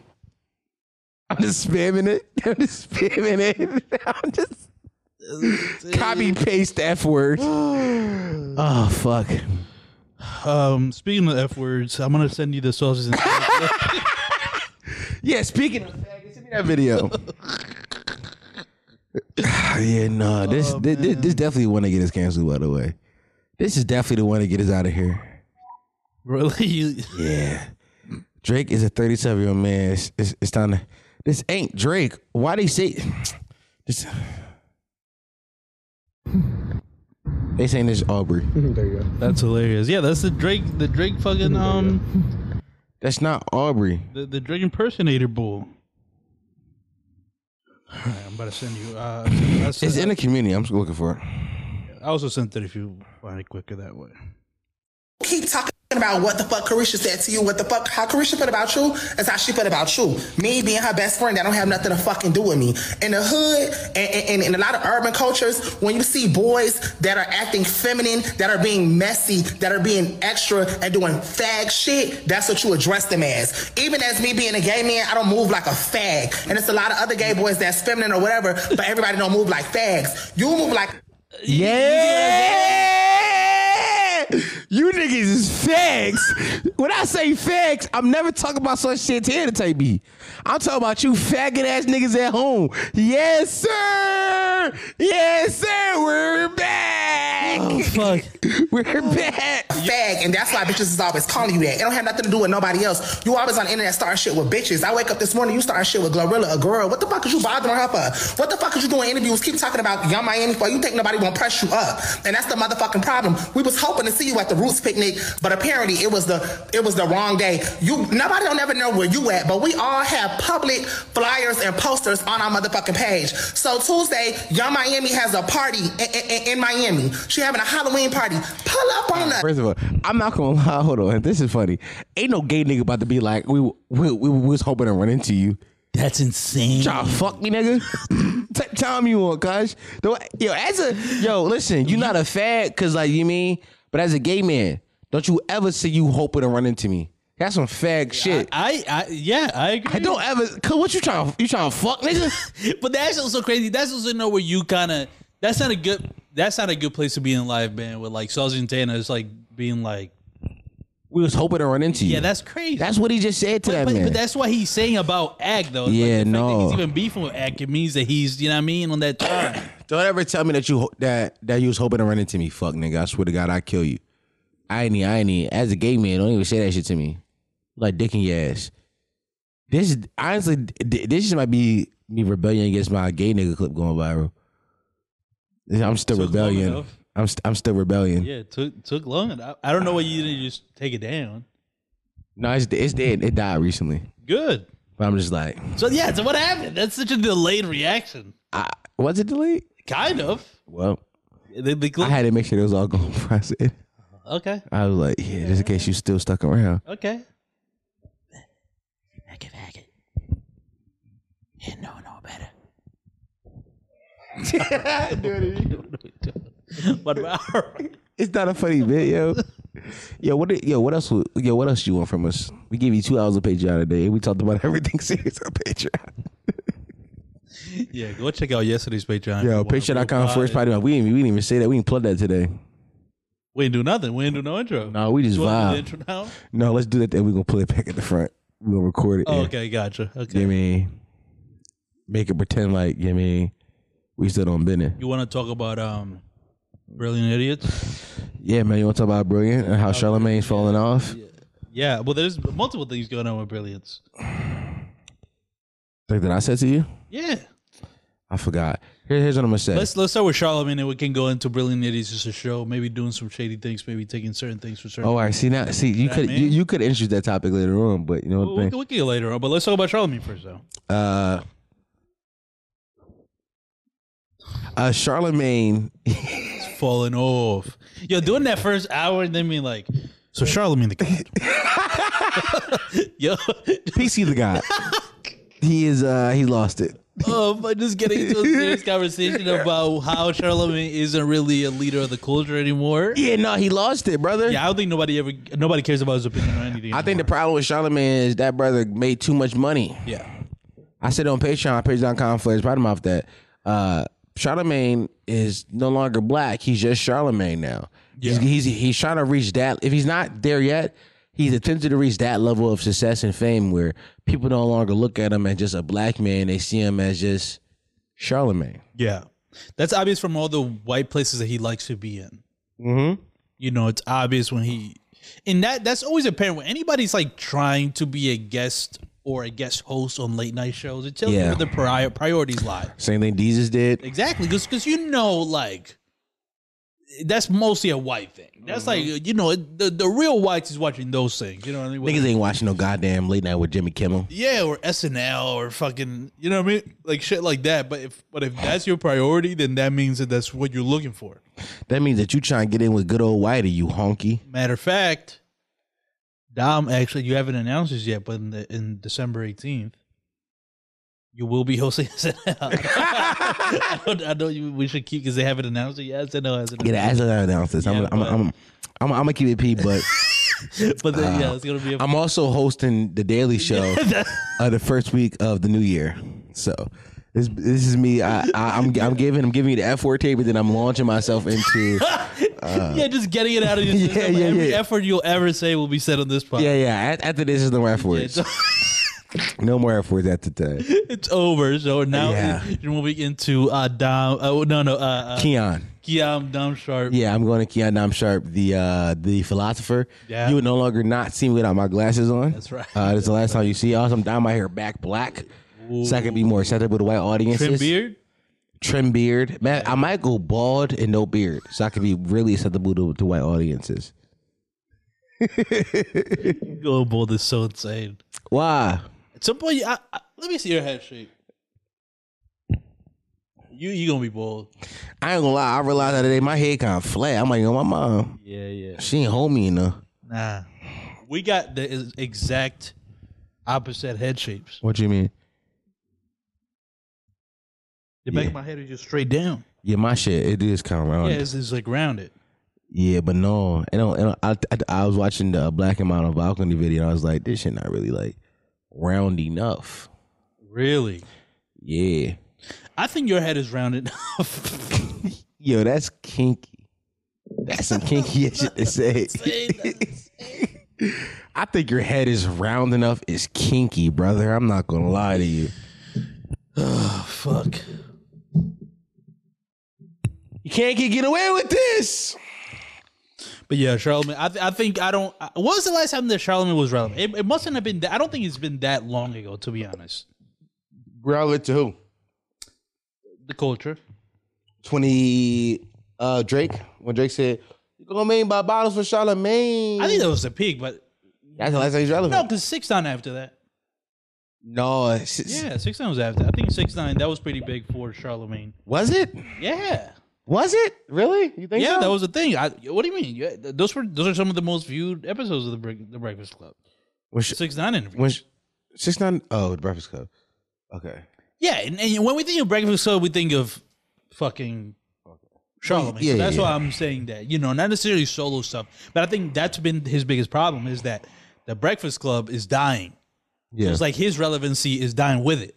Speaker 1: I'm just spamming it. I'm just spamming it. I'm just copy paste the F word. oh fuck.
Speaker 2: Um, speaking of f words, I'm gonna send you the sausage. And-
Speaker 1: Yeah, speaking of faggots, send me that video. yeah, no, this, thi- thi- this definitely want to get us canceled. By the way, this is definitely the one to get us out of here.
Speaker 2: really? You-
Speaker 1: Yeah, Drake is a 37 year old man. It's, it's, it's time to. This ain't Drake. Why they say this? They saying this is Aubrey.
Speaker 2: That's hilarious. Yeah, that's the Drake, the Drake fucking um,
Speaker 1: That's not Aubrey.
Speaker 2: the, the Drake impersonator bull. All right, I'm about to send you. Uh, I,
Speaker 1: It's
Speaker 2: sent,
Speaker 1: in the community. I'm just looking for it.
Speaker 2: I also sent it if you find it quicker that way.
Speaker 5: keep talking about what the fuck Carisha said to you, what the fuck how Carisha put about you is how she put about you. Me being her best friend, that don't have nothing to fucking do with me. In the hood and, and, and in a lot of urban cultures, when you see boys that are acting feminine, that are being messy, that are being extra and doing fag shit, that's what you address them as. Even as me being a gay man, I don't move like a fag. And it's a lot of other gay boys that's feminine or whatever, but everybody don't move like fags. You move like
Speaker 1: Yeah. You niggas is fags. When I say fags, I'm never talking about such shit to entertain me. I'm talking about you faggot ass niggas at home. Yes, sir. Yes, sir. We're back. Oh, fuck. We're back.
Speaker 5: fag, and that's why bitches is always calling you that. It don't have nothing to do with nobody else. You always on the internet starting shit with bitches. I wake up this morning, you starting shit with Glorilla, a girl. What the fuck is you bothering her for? What the fuck is you doing interviews? Keep talking about young Miami for you think nobody gonna press you up. And that's the motherfucking problem. We was hoping to see you at the Roots picnic, but apparently it was the it was the wrong day. You nobody don't ever know where you at, but we all have public flyers and posters on our motherfucking page. So Tuesday, Young Miami has a party in, in, in Miami. She having a Halloween party. Pull up on us.
Speaker 1: First of all, I'm not gonna lie. Hold on, this is funny. Ain't no gay nigga about to be like we we, we, we was hoping to run into you.
Speaker 2: That's insane.
Speaker 1: Try to fuck me, nigga. T- time you want, cuz. Don't- Yo, as a yo, listen, you not a fag, cause like you mean, but as a gay man, don't you ever see you hoping to run into me. That's some fag shit.
Speaker 2: I, I, yeah, I agree.
Speaker 1: I don't ever. Cause what you trying? You trying to fuck, nigga?
Speaker 2: but that's also crazy. That's also know where you kind of. That's not a good. That's not a good place to be in life, man. With like Sausage and Tana, it's like being like,
Speaker 1: we was hoping to run into you.
Speaker 2: yeah, that's crazy.
Speaker 1: that's what he just said to
Speaker 2: but,
Speaker 1: that
Speaker 2: but,
Speaker 1: man.
Speaker 2: but that's why he's saying about Ag though. It's
Speaker 1: Yeah,
Speaker 2: like the fact that
Speaker 1: no.
Speaker 2: he's even beefing with Ag. It means that he's, you know what I mean, on that time.
Speaker 1: don't ever tell me that you ho- that that you was hoping to run into me. Fuck, nigga. I swear to God, I kill you. I ain't. e, I ain't. As a gay man, don't even say that shit to me. Like dick in your ass. This is honestly, th- this just might be me rebellion against my gay nigga clip going viral. I'm still
Speaker 2: Took long
Speaker 1: rebellion.
Speaker 2: enough.
Speaker 1: I'm st- I'm still rebellion.
Speaker 2: yeah, it took took long enough. I don't know why you didn't just take it down.
Speaker 1: No, it's it's dead. It died recently.
Speaker 2: Good.
Speaker 1: But I'm just like,
Speaker 2: So yeah, so what happened? That's such a delayed reaction.
Speaker 1: I, was it delayed?
Speaker 2: Kind of.
Speaker 1: Well,
Speaker 2: The- the clip-
Speaker 1: I had to make sure it was all going process.
Speaker 2: okay.
Speaker 1: I was like, yeah, just in case you still stuck around.
Speaker 2: Okay. What about
Speaker 1: It's not a funny bit, yo. Yo, what? did- Yo, what else? would- Yo, what else you want from us? We gave you two hours of Patreon today, and we talked about everything serious on Patreon.
Speaker 2: Yeah, go check out yesterday's
Speaker 1: Yo,
Speaker 2: Patreon. If you wanna
Speaker 1: Patreon.com
Speaker 2: go
Speaker 1: first
Speaker 2: buy it.
Speaker 1: party. We didn't, we didn't even say that. We didn't plug that today.
Speaker 2: We didn't do nothing. We didn't do no intro.
Speaker 1: No, we just
Speaker 2: You wanna do
Speaker 1: vibe.
Speaker 2: the intro now?
Speaker 1: No, let's do that. Then we are gonna put it back at the front. We are gonna record it.
Speaker 2: Oh,
Speaker 1: and-
Speaker 2: okay, gotcha. Okay.
Speaker 1: You know what I mean, make it pretend like you know what I mean we still on business.
Speaker 2: You want to talk about um, brilliant idiots?
Speaker 1: Yeah, man. You want to talk about brilliant and how Charlemagne's falling off?
Speaker 2: Yeah. Well, there's multiple things going on with brilliance.
Speaker 1: Like that I said to you,
Speaker 2: Yeah.
Speaker 1: I forgot. Here, here's what I'm gonna say.
Speaker 2: Let's let's start with Charlemagne, and we can go into brilliant idiots as a show. Maybe doing some shady things. Maybe taking certain things for certain.
Speaker 1: Oh, all right. See now, see you
Speaker 2: what I
Speaker 1: could you,
Speaker 2: mean?
Speaker 1: you could introduce that topic later on, but you know
Speaker 2: Well,
Speaker 1: what?
Speaker 2: we,
Speaker 1: thing?
Speaker 2: can, we can get later on, but let's talk about Charlemagne first, though.
Speaker 1: uh, uh Charlemagne.
Speaker 2: Falling off. Yo, doing that first hour and then being like, so Charlemagne the God. Yo,
Speaker 1: PC the guy. he is uh he lost it.
Speaker 2: of just getting into a serious conversation about how Charlemagne isn't really a leader of the culture anymore.
Speaker 1: Yeah, no, he lost it, brother.
Speaker 2: Yeah, I don't think nobody ever nobody cares about his opinion or anything.
Speaker 1: I think the problem with Charlamagne is that brother made too much money.
Speaker 2: yeah,
Speaker 1: I said on Patreon, patreon.com slash bottom off that uh Charlemagne is no longer black. He's just Charlemagne now.
Speaker 2: Yeah.
Speaker 1: He's, he's he's trying to reach that if he's not there yet, he's attempted to reach that level of success and fame where people no longer look at him as just a black man. They see him as just Charlemagne.
Speaker 2: yeah, that's obvious from all the white places that he likes to be in.
Speaker 1: Mm-hmm.
Speaker 2: You know, it's obvious when he and that that's always apparent when anybody's like trying to be a guest or a guest host on late night shows. It tells you
Speaker 1: Yeah.
Speaker 2: where the prior, priorities lie.
Speaker 1: Same thing Jesus did.
Speaker 2: Exactly, because you know, like that's mostly a white thing. That's like you know it- the the real whites is watching those things. You know what I mean?
Speaker 1: Mm-hmm. Niggas ain't watching no goddamn late night with Jimmy Kimmel.
Speaker 2: yeah, or SNL or fucking you know what I mean? Like shit like that. But if but if that's your priority, then that means that that's what you're looking for.
Speaker 1: That means that you trying to get in with good old Whitey, you honky.
Speaker 2: Matter of fact, Dom, actually, you haven't announced this yet, but in, the, in December 18th, you will be hosting SNL. I, don't, I know you, we should keep because they haven't announced it yet. SNL hasn't
Speaker 1: Get an
Speaker 2: announced
Speaker 1: ass announced this. I'm,
Speaker 2: Yeah,
Speaker 1: I'm,
Speaker 2: but-
Speaker 1: I'm, I'm, I'm, gonna keep it P, but
Speaker 2: it. But then, yeah, it's going to be a
Speaker 1: I'm also hosting the Daily Show uh, the first week of the new year. So this this is me. I, I I'm I'm giving I'm giving you the F word tape, but then I'm launching myself into
Speaker 2: yeah, just getting it out of your
Speaker 1: Yeah,
Speaker 2: system.
Speaker 1: Uh, yeah,
Speaker 2: Every
Speaker 1: yeah.
Speaker 2: effort you'll ever say will be said on this podcast.
Speaker 1: yeah yeah. a- After this is no more F words.
Speaker 2: It's,
Speaker 1: No more F words after today.
Speaker 2: it's over. So now
Speaker 1: Yeah.
Speaker 2: you're moving into uh, Dom. Uh, no, no, uh, uh,
Speaker 1: Keon.
Speaker 2: Kiam Dom Sharp.
Speaker 1: Yeah, I'm going to Keon Nam Sharp, the uh, the philosopher.
Speaker 2: Yeah.
Speaker 1: You would no longer not see me without my glasses on.
Speaker 2: That's right.
Speaker 1: Uh, that's the last time you see us. I'm dyeing my hair back black. So I can be more acceptable to white audiences.
Speaker 2: Trim beard.
Speaker 1: Trim beard. Man, I might go bald and no beard. So I can be really acceptable to, to white audiences.
Speaker 2: Global is so insane.
Speaker 1: Why?
Speaker 2: At some point, I, I, let me see your head shape. You you gonna be bald?
Speaker 1: I ain't gonna lie, I realized that today my head kind of flat. I'm like, yo, my mom,
Speaker 2: Yeah, yeah.
Speaker 1: she ain't hold me enough.
Speaker 2: Nah, we got the is- exact opposite head shapes.
Speaker 1: What you mean?
Speaker 2: The back
Speaker 1: Yeah. Oh,
Speaker 2: of my head is just straight down.
Speaker 1: Yeah, my shit, it is kind of round.
Speaker 2: Yeah, it's, it's like rounded.
Speaker 1: Yeah, but no, it don't, it don't, I, I, I was watching the Black and Mountain balcony video, and I was like, this shit not really like round enough.
Speaker 2: Really?
Speaker 1: Yeah,
Speaker 2: I think your head is rounded enough.
Speaker 1: yo, that's kinky. That's some kinky ass shit to say. I think your head is round enough is kinky, brother. I'm not gonna lie to you.
Speaker 2: Fuck.
Speaker 1: You can't get, get away with this.
Speaker 2: But yeah, Charlemagne. I, th- I think I don't. I, when was the last time that Charlemagne was relevant? It, it mustn't have been. That, I don't think it's been that long ago, to be honest.
Speaker 4: Relative to who?
Speaker 2: The culture.
Speaker 4: 20 uh Drake when Drake said you gonna mean buy bottles for Charlemagne.
Speaker 2: I think that was the peak, but
Speaker 4: That's the last time he's
Speaker 2: no,
Speaker 4: relevant.
Speaker 2: because six nine after that.
Speaker 4: No, it's, it's-
Speaker 2: Yeah, six nine was after. I think six nine that was pretty big for Charlemagne.
Speaker 4: was it?
Speaker 2: Yeah,
Speaker 4: Was it really? You think?
Speaker 2: yeah,
Speaker 4: so?
Speaker 2: that was the thing. I, what do you mean? Yeah, th- those were those are some of the most viewed episodes of the, Break, the Breakfast Club.
Speaker 4: Was she-
Speaker 2: Six nine interview.
Speaker 4: when she, six nine. Oh, the Breakfast Club. Okay.
Speaker 2: Yeah, and, and when we think of Breakfast Club, we think of fucking Charlemagne.
Speaker 4: Yeah,
Speaker 2: so
Speaker 4: yeah,
Speaker 2: that's
Speaker 4: yeah.
Speaker 2: why I'm saying that. You know, not necessarily solo stuff, but I think that's been his biggest problem is that the Breakfast Club is dying.
Speaker 4: Yeah.
Speaker 2: It's like his relevancy is dying with it.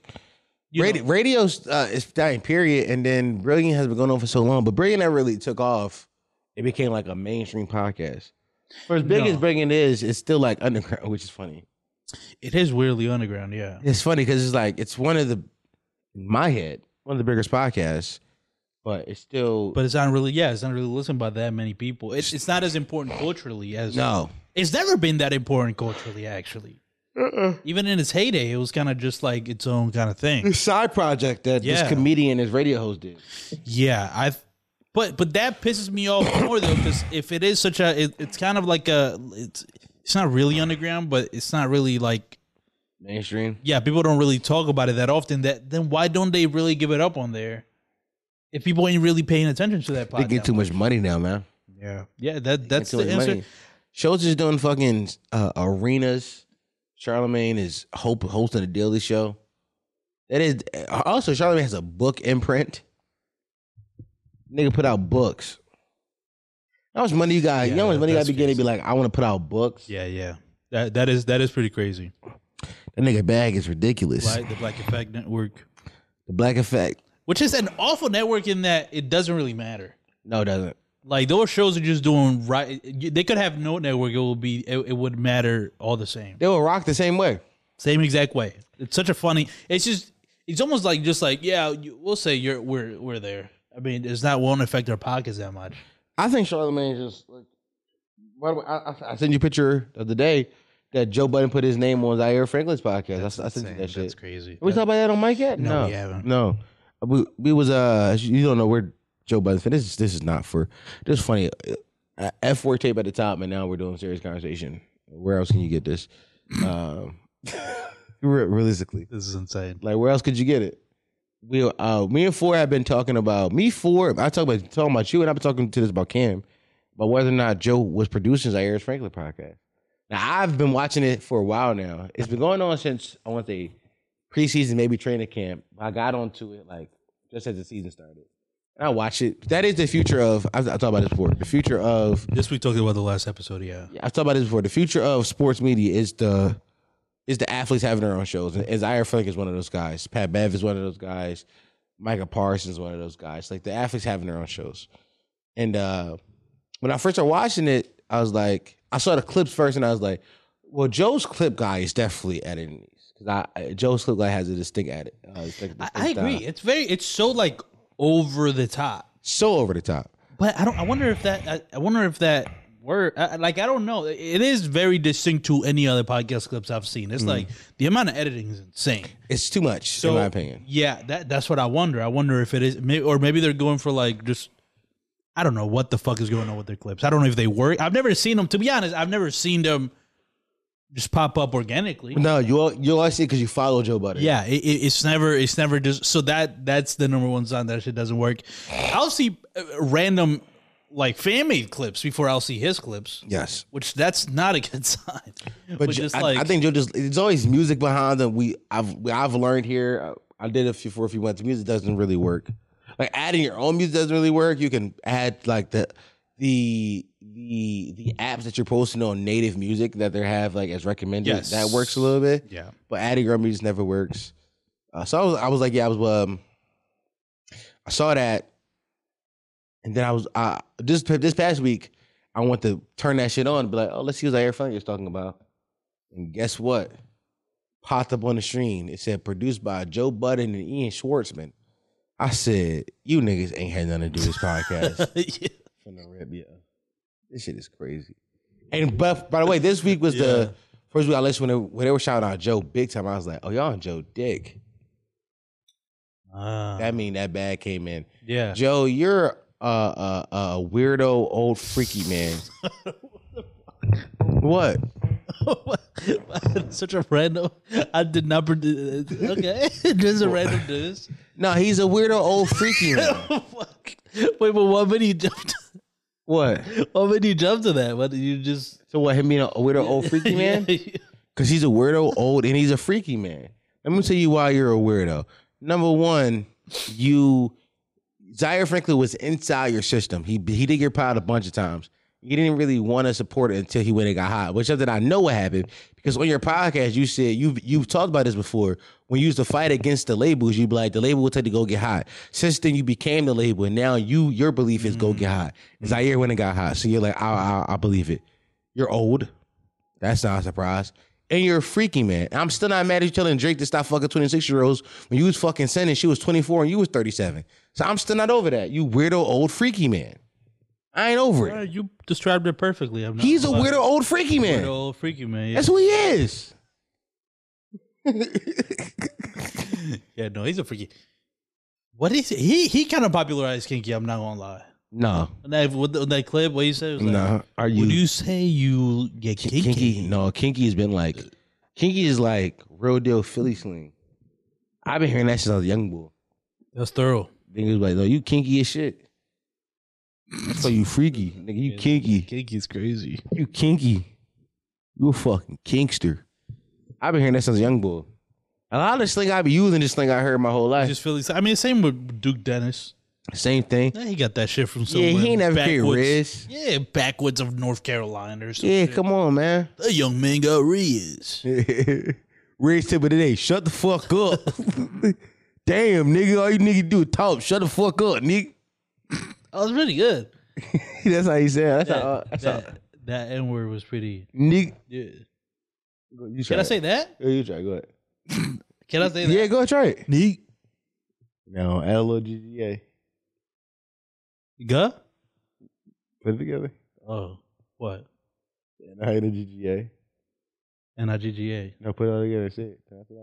Speaker 2: You
Speaker 4: Radio,
Speaker 2: know?
Speaker 4: radio's uh, is dying, period. And then Brilliant has been going on for so long, but Brilliant never really took off. It became like a mainstream podcast. For as big
Speaker 2: No.
Speaker 4: as Brilliant is, it's still like underground, which is funny.
Speaker 2: It is weirdly underground. Yeah,
Speaker 4: It's funny because it's like it's one of the, in my head, one of the biggest podcasts, but it's still
Speaker 2: but it's not really. Yeah, it's not really listened by that many people. It's it's not as important culturally as
Speaker 4: no.
Speaker 2: It's never been that important culturally. Actually, even in its heyday, it was kind of just like its own kind of thing.
Speaker 4: This side project that
Speaker 2: Yeah.
Speaker 4: this comedian, this radio host did.
Speaker 2: Yeah, I. But but that pisses me off more though, because if it is such a, it, it's kind of like a, it's it's not really underground, but it's not really like
Speaker 4: Mainstream.
Speaker 2: yeah, people don't really talk about it that often. That then why don't they really give it up on there? If people ain't really paying attention to that podcast,
Speaker 4: They get too much money now, man.
Speaker 2: yeah, yeah, that that's
Speaker 4: too
Speaker 2: the
Speaker 4: much
Speaker 2: answer.
Speaker 4: money. Schultz is doing fucking uh, arenas. Charlemagne is hope, hosting a daily show.
Speaker 1: That is also Charlamagne has a book imprint. Nigga put out books. How much money you got? you know how much
Speaker 2: that-
Speaker 1: money you got
Speaker 2: that's
Speaker 1: to begin to be like, I want to put out books.
Speaker 2: Yeah, yeah. That that is that is pretty crazy.
Speaker 1: That nigga bag is ridiculous.
Speaker 2: Black, the Black Effect Network,
Speaker 1: the black effect.
Speaker 2: which is an awful network in that it doesn't really matter.
Speaker 1: No, it doesn't.
Speaker 2: Like those shows are just doing right. They could have no network; it will be it, it would matter all the same.
Speaker 1: They will rock the same way.
Speaker 2: Same exact way. It's such a funny. It's just. It's almost like just like yeah. You, we'll say you're we're we're there. I mean, it's not won't affect our pockets that much.
Speaker 1: I think Charlamagne just like. By the way, I, I- I sent you a picture of the day that Joe Budden put his name on Zaire Franklin's podcast. I s- I, sent you that shit.
Speaker 2: That's crazy.
Speaker 1: Have we talked about that on mic yet?
Speaker 2: No, we haven't.
Speaker 1: No, we we was uh you don't know where Joe Budden. This is this is not for this is funny. Uh, F word tape at the top, and now we're doing serious conversation. Where else can you get this? um, re- realistically,
Speaker 2: this is insane.
Speaker 1: like where else could you get it? We uh me and four have been talking about me four. I talk about talking about you and I've been talking to this about Cam, about whether or not Joe was producing Zaire's Franklin podcast. Now I've been watching it for a while now. It's been going on since I want to say preseason, maybe training camp. I got onto it like just as the season started. And I watch it. That is the future of I've, I've talked about this before. The future of
Speaker 2: This we talked about the last episode. Yeah,
Speaker 1: I've talked about this before. The future of sports media is the is the athletes having their own shows. And as Ira Frank is one of those guys. Pat Bev is one of those guys. Micah Parsons is one of those guys. Like the athletes having their own shows. And uh when I first started watching it, I was like, I saw the clips first, and I was like, well, Joe's clip guy is definitely editing these because I, I- Joe's clip guy has a distinct edit. Uh, distinct,
Speaker 2: I, I
Speaker 1: distinct
Speaker 2: agree.
Speaker 1: style.
Speaker 2: It's very. It's so like over the top.
Speaker 1: So over the top.
Speaker 2: But I don't. I wonder if that. I, I wonder if that word. I, I- like I don't know. It is very distinct to any other podcast clips I've seen. It's like the amount of editing is insane.
Speaker 1: It's too much, in my opinion.
Speaker 2: Yeah, that that's what I wonder. I wonder if it is, may- or maybe they're going for like just. I don't know what the fuck is going on with their clips. I don't know if they work. I've never seen them. To be honest, I've never seen them just pop up organically.
Speaker 1: No, you all, you always see because you follow Joe Butter.
Speaker 2: Yeah, it, it- it's never, it's never just. So that that's the number one sign that shit doesn't work. I'll see uh, random like fan made clips before I'll see his clips,
Speaker 1: Yes.
Speaker 2: which that's not a good sign. But,
Speaker 1: Ju-
Speaker 2: just
Speaker 1: I,
Speaker 2: like
Speaker 1: I think Joe just it's always music behind them. We I've we, I've learned here. I, I did a few for a few months. Music doesn't really work. Like adding your own music doesn't really work. You can add like the the the the apps that you're posting on native music that they have like as recommended.
Speaker 2: Yes.
Speaker 1: That works a little bit.
Speaker 2: yeah,
Speaker 1: But adding your own music never works. Uh, so I was I was like, yeah, I was um I saw that and then I was uh this this past week I want to turn that shit on and be like, oh, let's see what Zaire Frank is talking about. And guess what? Popped up on the screen. It said produced by Joe Budden and Ian Schwartzman. I said, you niggas ain't had nothing to do with this podcast.
Speaker 2: yeah.
Speaker 1: From the rip, yeah. This shit is crazy. And but by the way, this week was the first week I listened when they, when they were shouting out Joe big time. I was like, oh y'all on Joe Dick.
Speaker 2: Ah,
Speaker 1: That mean that bad came in.
Speaker 2: yeah.
Speaker 1: Joe, you're a, a, a weirdo old freaky man. what?
Speaker 2: Such a random. I did not. produ- Okay, just a random dude.
Speaker 1: No, he's a weirdo old freaky man.
Speaker 2: Fuck. Wait, but why would he jump? To,
Speaker 1: what?
Speaker 2: why would he jump to that? Why did you just?
Speaker 1: So what? Him being a weirdo old freaky man? Because he's a weirdo old and he's a freaky man. Let me tell you why you're a weirdo. Number one, you Zaire Franklin was inside your system. He he did get piled a bunch of times. You didn't really want to support it until he went and got hot, which is something I know what happened because on your podcast you said you've you've talked about this before. When you used to fight against the labels, you'd be like, the label will tell you to go get hot. Since then you became the label, and now you your belief is go get hot. Zaire went and got hot. So you're like, I I, I believe it. You're old. That's not a surprise. And you're a freaky man. I'm still not mad at you telling Drake to stop fucking 26 year olds when you was fucking sending she was 24 and you was 37. So I'm still not over that. You weirdo old freaky man. I ain't over it.
Speaker 2: Uh, you described it perfectly. I'm not
Speaker 1: He's a weirdo old freaky
Speaker 2: Weirdo
Speaker 1: man.
Speaker 2: old freaky man. Yeah.
Speaker 1: That's who he is.
Speaker 2: yeah, no, he's a freaky. What is he? He kind of popularized kinky. I'm not gonna lie.
Speaker 1: No,
Speaker 2: And that with, the- that clip, what you said was like,
Speaker 1: no. Are you,
Speaker 2: would you say you get kinky?
Speaker 1: kinky? No, kinky has been like, kinky is like real deal Philly sling. I've been hearing that since I was a young boy.
Speaker 2: That's thorough.
Speaker 1: Niggas like, no, you kinky as shit. So you freaky, nigga. You kinky.
Speaker 2: Kinky's crazy.
Speaker 1: You kinky. You a fucking kinkster. I've been hearing that since a young boy. A lot of the sling I be using is sling I heard my whole life.
Speaker 2: Just Philly. I mean, same with Duke Dennis.
Speaker 1: Same thing.
Speaker 2: Yeah, he got that shit from
Speaker 1: Yeah,
Speaker 2: somewhere.
Speaker 1: he ain't never carried
Speaker 2: backwoods-
Speaker 1: Riz.
Speaker 2: Yeah, backwoods of North Carolina or something.
Speaker 1: Yeah, come on, man.
Speaker 2: That young man got Riz.
Speaker 1: Riz tip of the day. Shut the fuck up. Damn, nigga. All you nigga do is talk. Shut the fuck up, nigga.
Speaker 2: That was pretty good.
Speaker 1: That's how he said. it. That's
Speaker 2: That,
Speaker 1: how. Uh, that's how.
Speaker 2: that, that N word was pretty.
Speaker 1: Nigga.
Speaker 2: Yeah.
Speaker 1: You try
Speaker 2: Can I
Speaker 1: it.
Speaker 2: say that?
Speaker 1: Yeah, Oh, You try. Go ahead.
Speaker 2: Can I say that?
Speaker 1: Yeah, go ahead, try it.
Speaker 2: Neat.
Speaker 1: No, L O G G A.
Speaker 2: Guh?
Speaker 1: Put it together.
Speaker 2: Oh, what?
Speaker 1: N I N O G G A.
Speaker 2: N I G G A.
Speaker 1: No, put it all together. Say it. Pass it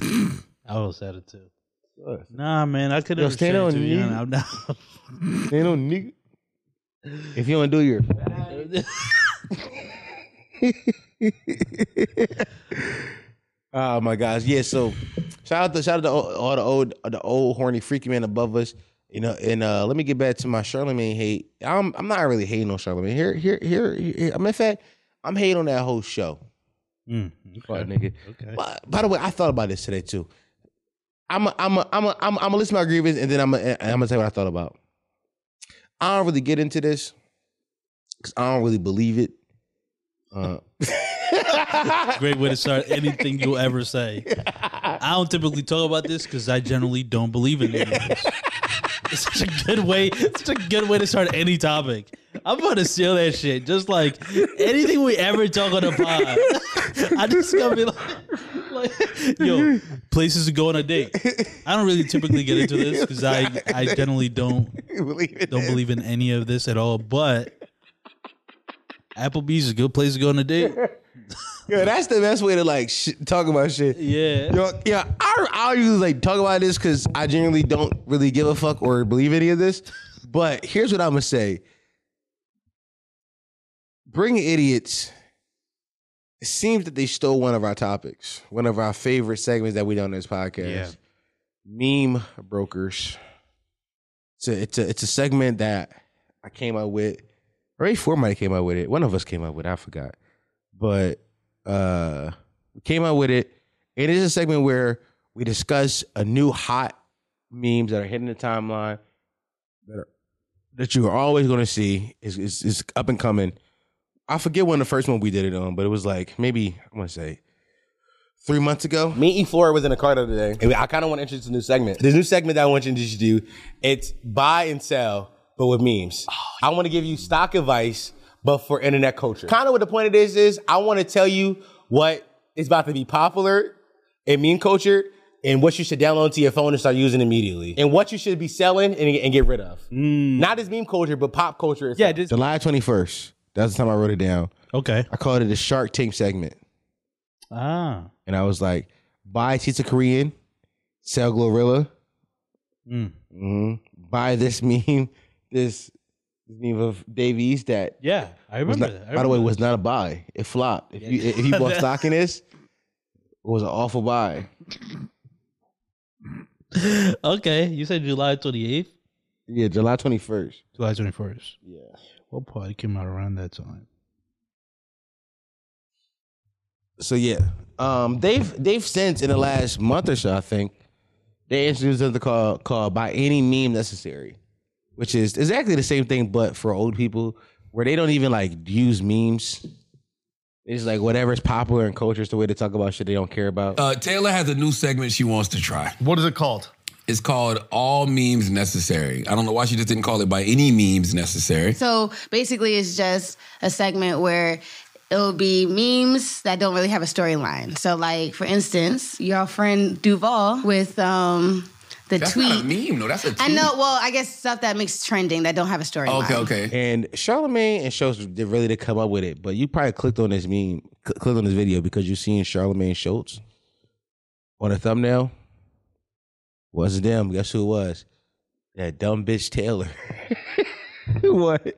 Speaker 1: out.
Speaker 2: I was at it too.
Speaker 1: Go ahead.
Speaker 2: Nah, man, I could
Speaker 1: Yo,
Speaker 2: have
Speaker 1: stand
Speaker 2: stayed
Speaker 1: on
Speaker 2: on you.
Speaker 1: knee.
Speaker 2: I'm not.
Speaker 1: Ain't no nigga. If you don't do your Oh my gosh. Yeah, so shout out to shout out to all, all the old the old horny freaky man above us. You know, and uh let me get back to my Charlemagne hate. I'm I'm not really hating on Charlemagne. Here, here, here, here. I mean, in fact, I'm hating on that whole show.
Speaker 2: Mm,
Speaker 1: Fuck, nigga.
Speaker 2: okay.
Speaker 1: By, by the way, I thought about this today too. I'm a, I'm a, I'm a, I'm a, I'm gonna list my grievances and then I'm i I'm gonna tell you what I thought about. I don't really get into this because I don't really believe it. Uh,
Speaker 2: Great way to start anything you'll ever say. I don't typically talk about this because I generally don't believe in any of this. It's such a good way. It's such a good way to start any topic. I'm about to steal that shit. Just like anything we ever talk on the pod, I just gotta be like, like, yo, places to go on a date. I don't really typically get into this because I, I generally don't
Speaker 1: believe it.
Speaker 2: don't believe in any of this at all. But Applebee's is a good place to go on a date.
Speaker 1: Yo, that's the best way to like sh- talk about shit.
Speaker 2: Yeah.
Speaker 1: Yo, yeah, I I usually like talk about this because I generally don't really give a fuck or believe any of this. But here's what I'm gonna say: Bring idiots. It seems that they stole one of our topics, one of our favorite segments that we do on this podcast. Meme brokers. It's a it's a it's a segment that I came up with. Ray Foreman came up with it. One of us came up with. it. I forgot, but uh we came up with it. It is a segment where we discuss a new hot memes that are hitting the timeline that are, that you are always going to see is is is up and coming. I forget when the first one we did it on, but it was like maybe I want to say three months ago.
Speaker 4: Me and Flora was in the car the other day. And I kind of want to introduce a new segment. This new segment that I want you to do, it's buy and sell, but with
Speaker 1: Oh,
Speaker 4: memes. I want to give you stock advice, but for internet culture. Kind of what the point of this is, I want to tell you what is about to be popular in meme culture and what you should download to your phone and start using immediately. And what you should be selling and, and get rid of.
Speaker 2: Mm.
Speaker 4: Not as meme culture, but pop culture. Itself. Yeah,
Speaker 1: July twenty first. That's the time I wrote it down.
Speaker 2: Okay.
Speaker 1: I called it the Shark Tank segment,
Speaker 2: Ah.
Speaker 1: and I was like, buy Tita Korean, sell Glorilla.
Speaker 2: Mm.
Speaker 1: Mhm. buy this meme, this meme of Dave East that
Speaker 2: Yeah, I
Speaker 1: was
Speaker 2: remember
Speaker 1: not,
Speaker 2: that. I
Speaker 1: by the way
Speaker 2: remember
Speaker 1: was not a buy. It flopped. If you if you bought stock in this, it was an awful buy.
Speaker 2: that. okay, you said July twenty eighth,
Speaker 1: Yeah, July twenty first.
Speaker 2: July twenty first.
Speaker 1: Yeah.
Speaker 2: What pod came out around that time?
Speaker 1: So yeah, um, they've they've since in the last month or so, I think, they introduced something called called by any meme necessary, which is exactly the same thing but for old people where they don't even like use memes. It's like whatever's popular in culture is the way to talk about shit they don't care about.
Speaker 8: Uh, Taylor has a new segment she wants to try.
Speaker 9: What is it called?
Speaker 8: It's called All Memes Necessary. I don't know why she just didn't call it by any memes necessary.
Speaker 10: So basically, it's just a segment where it'll be memes that don't really have a storyline. So, like for instance, your friend Duval with um, the
Speaker 8: That's
Speaker 10: tweet.
Speaker 8: not a meme, no. That's a tweet.
Speaker 10: I know. Well, I guess stuff that makes trending that don't have a storyline.
Speaker 8: Okay, okay.
Speaker 1: And Charlemagne and Schultz did really to come up with it, but you probably clicked on this meme, cl- clicked on this video because you're seeing Charlemagne Schultz on a thumbnail. Wasn't them? Guess who it was? That dumb bitch Taylor. what?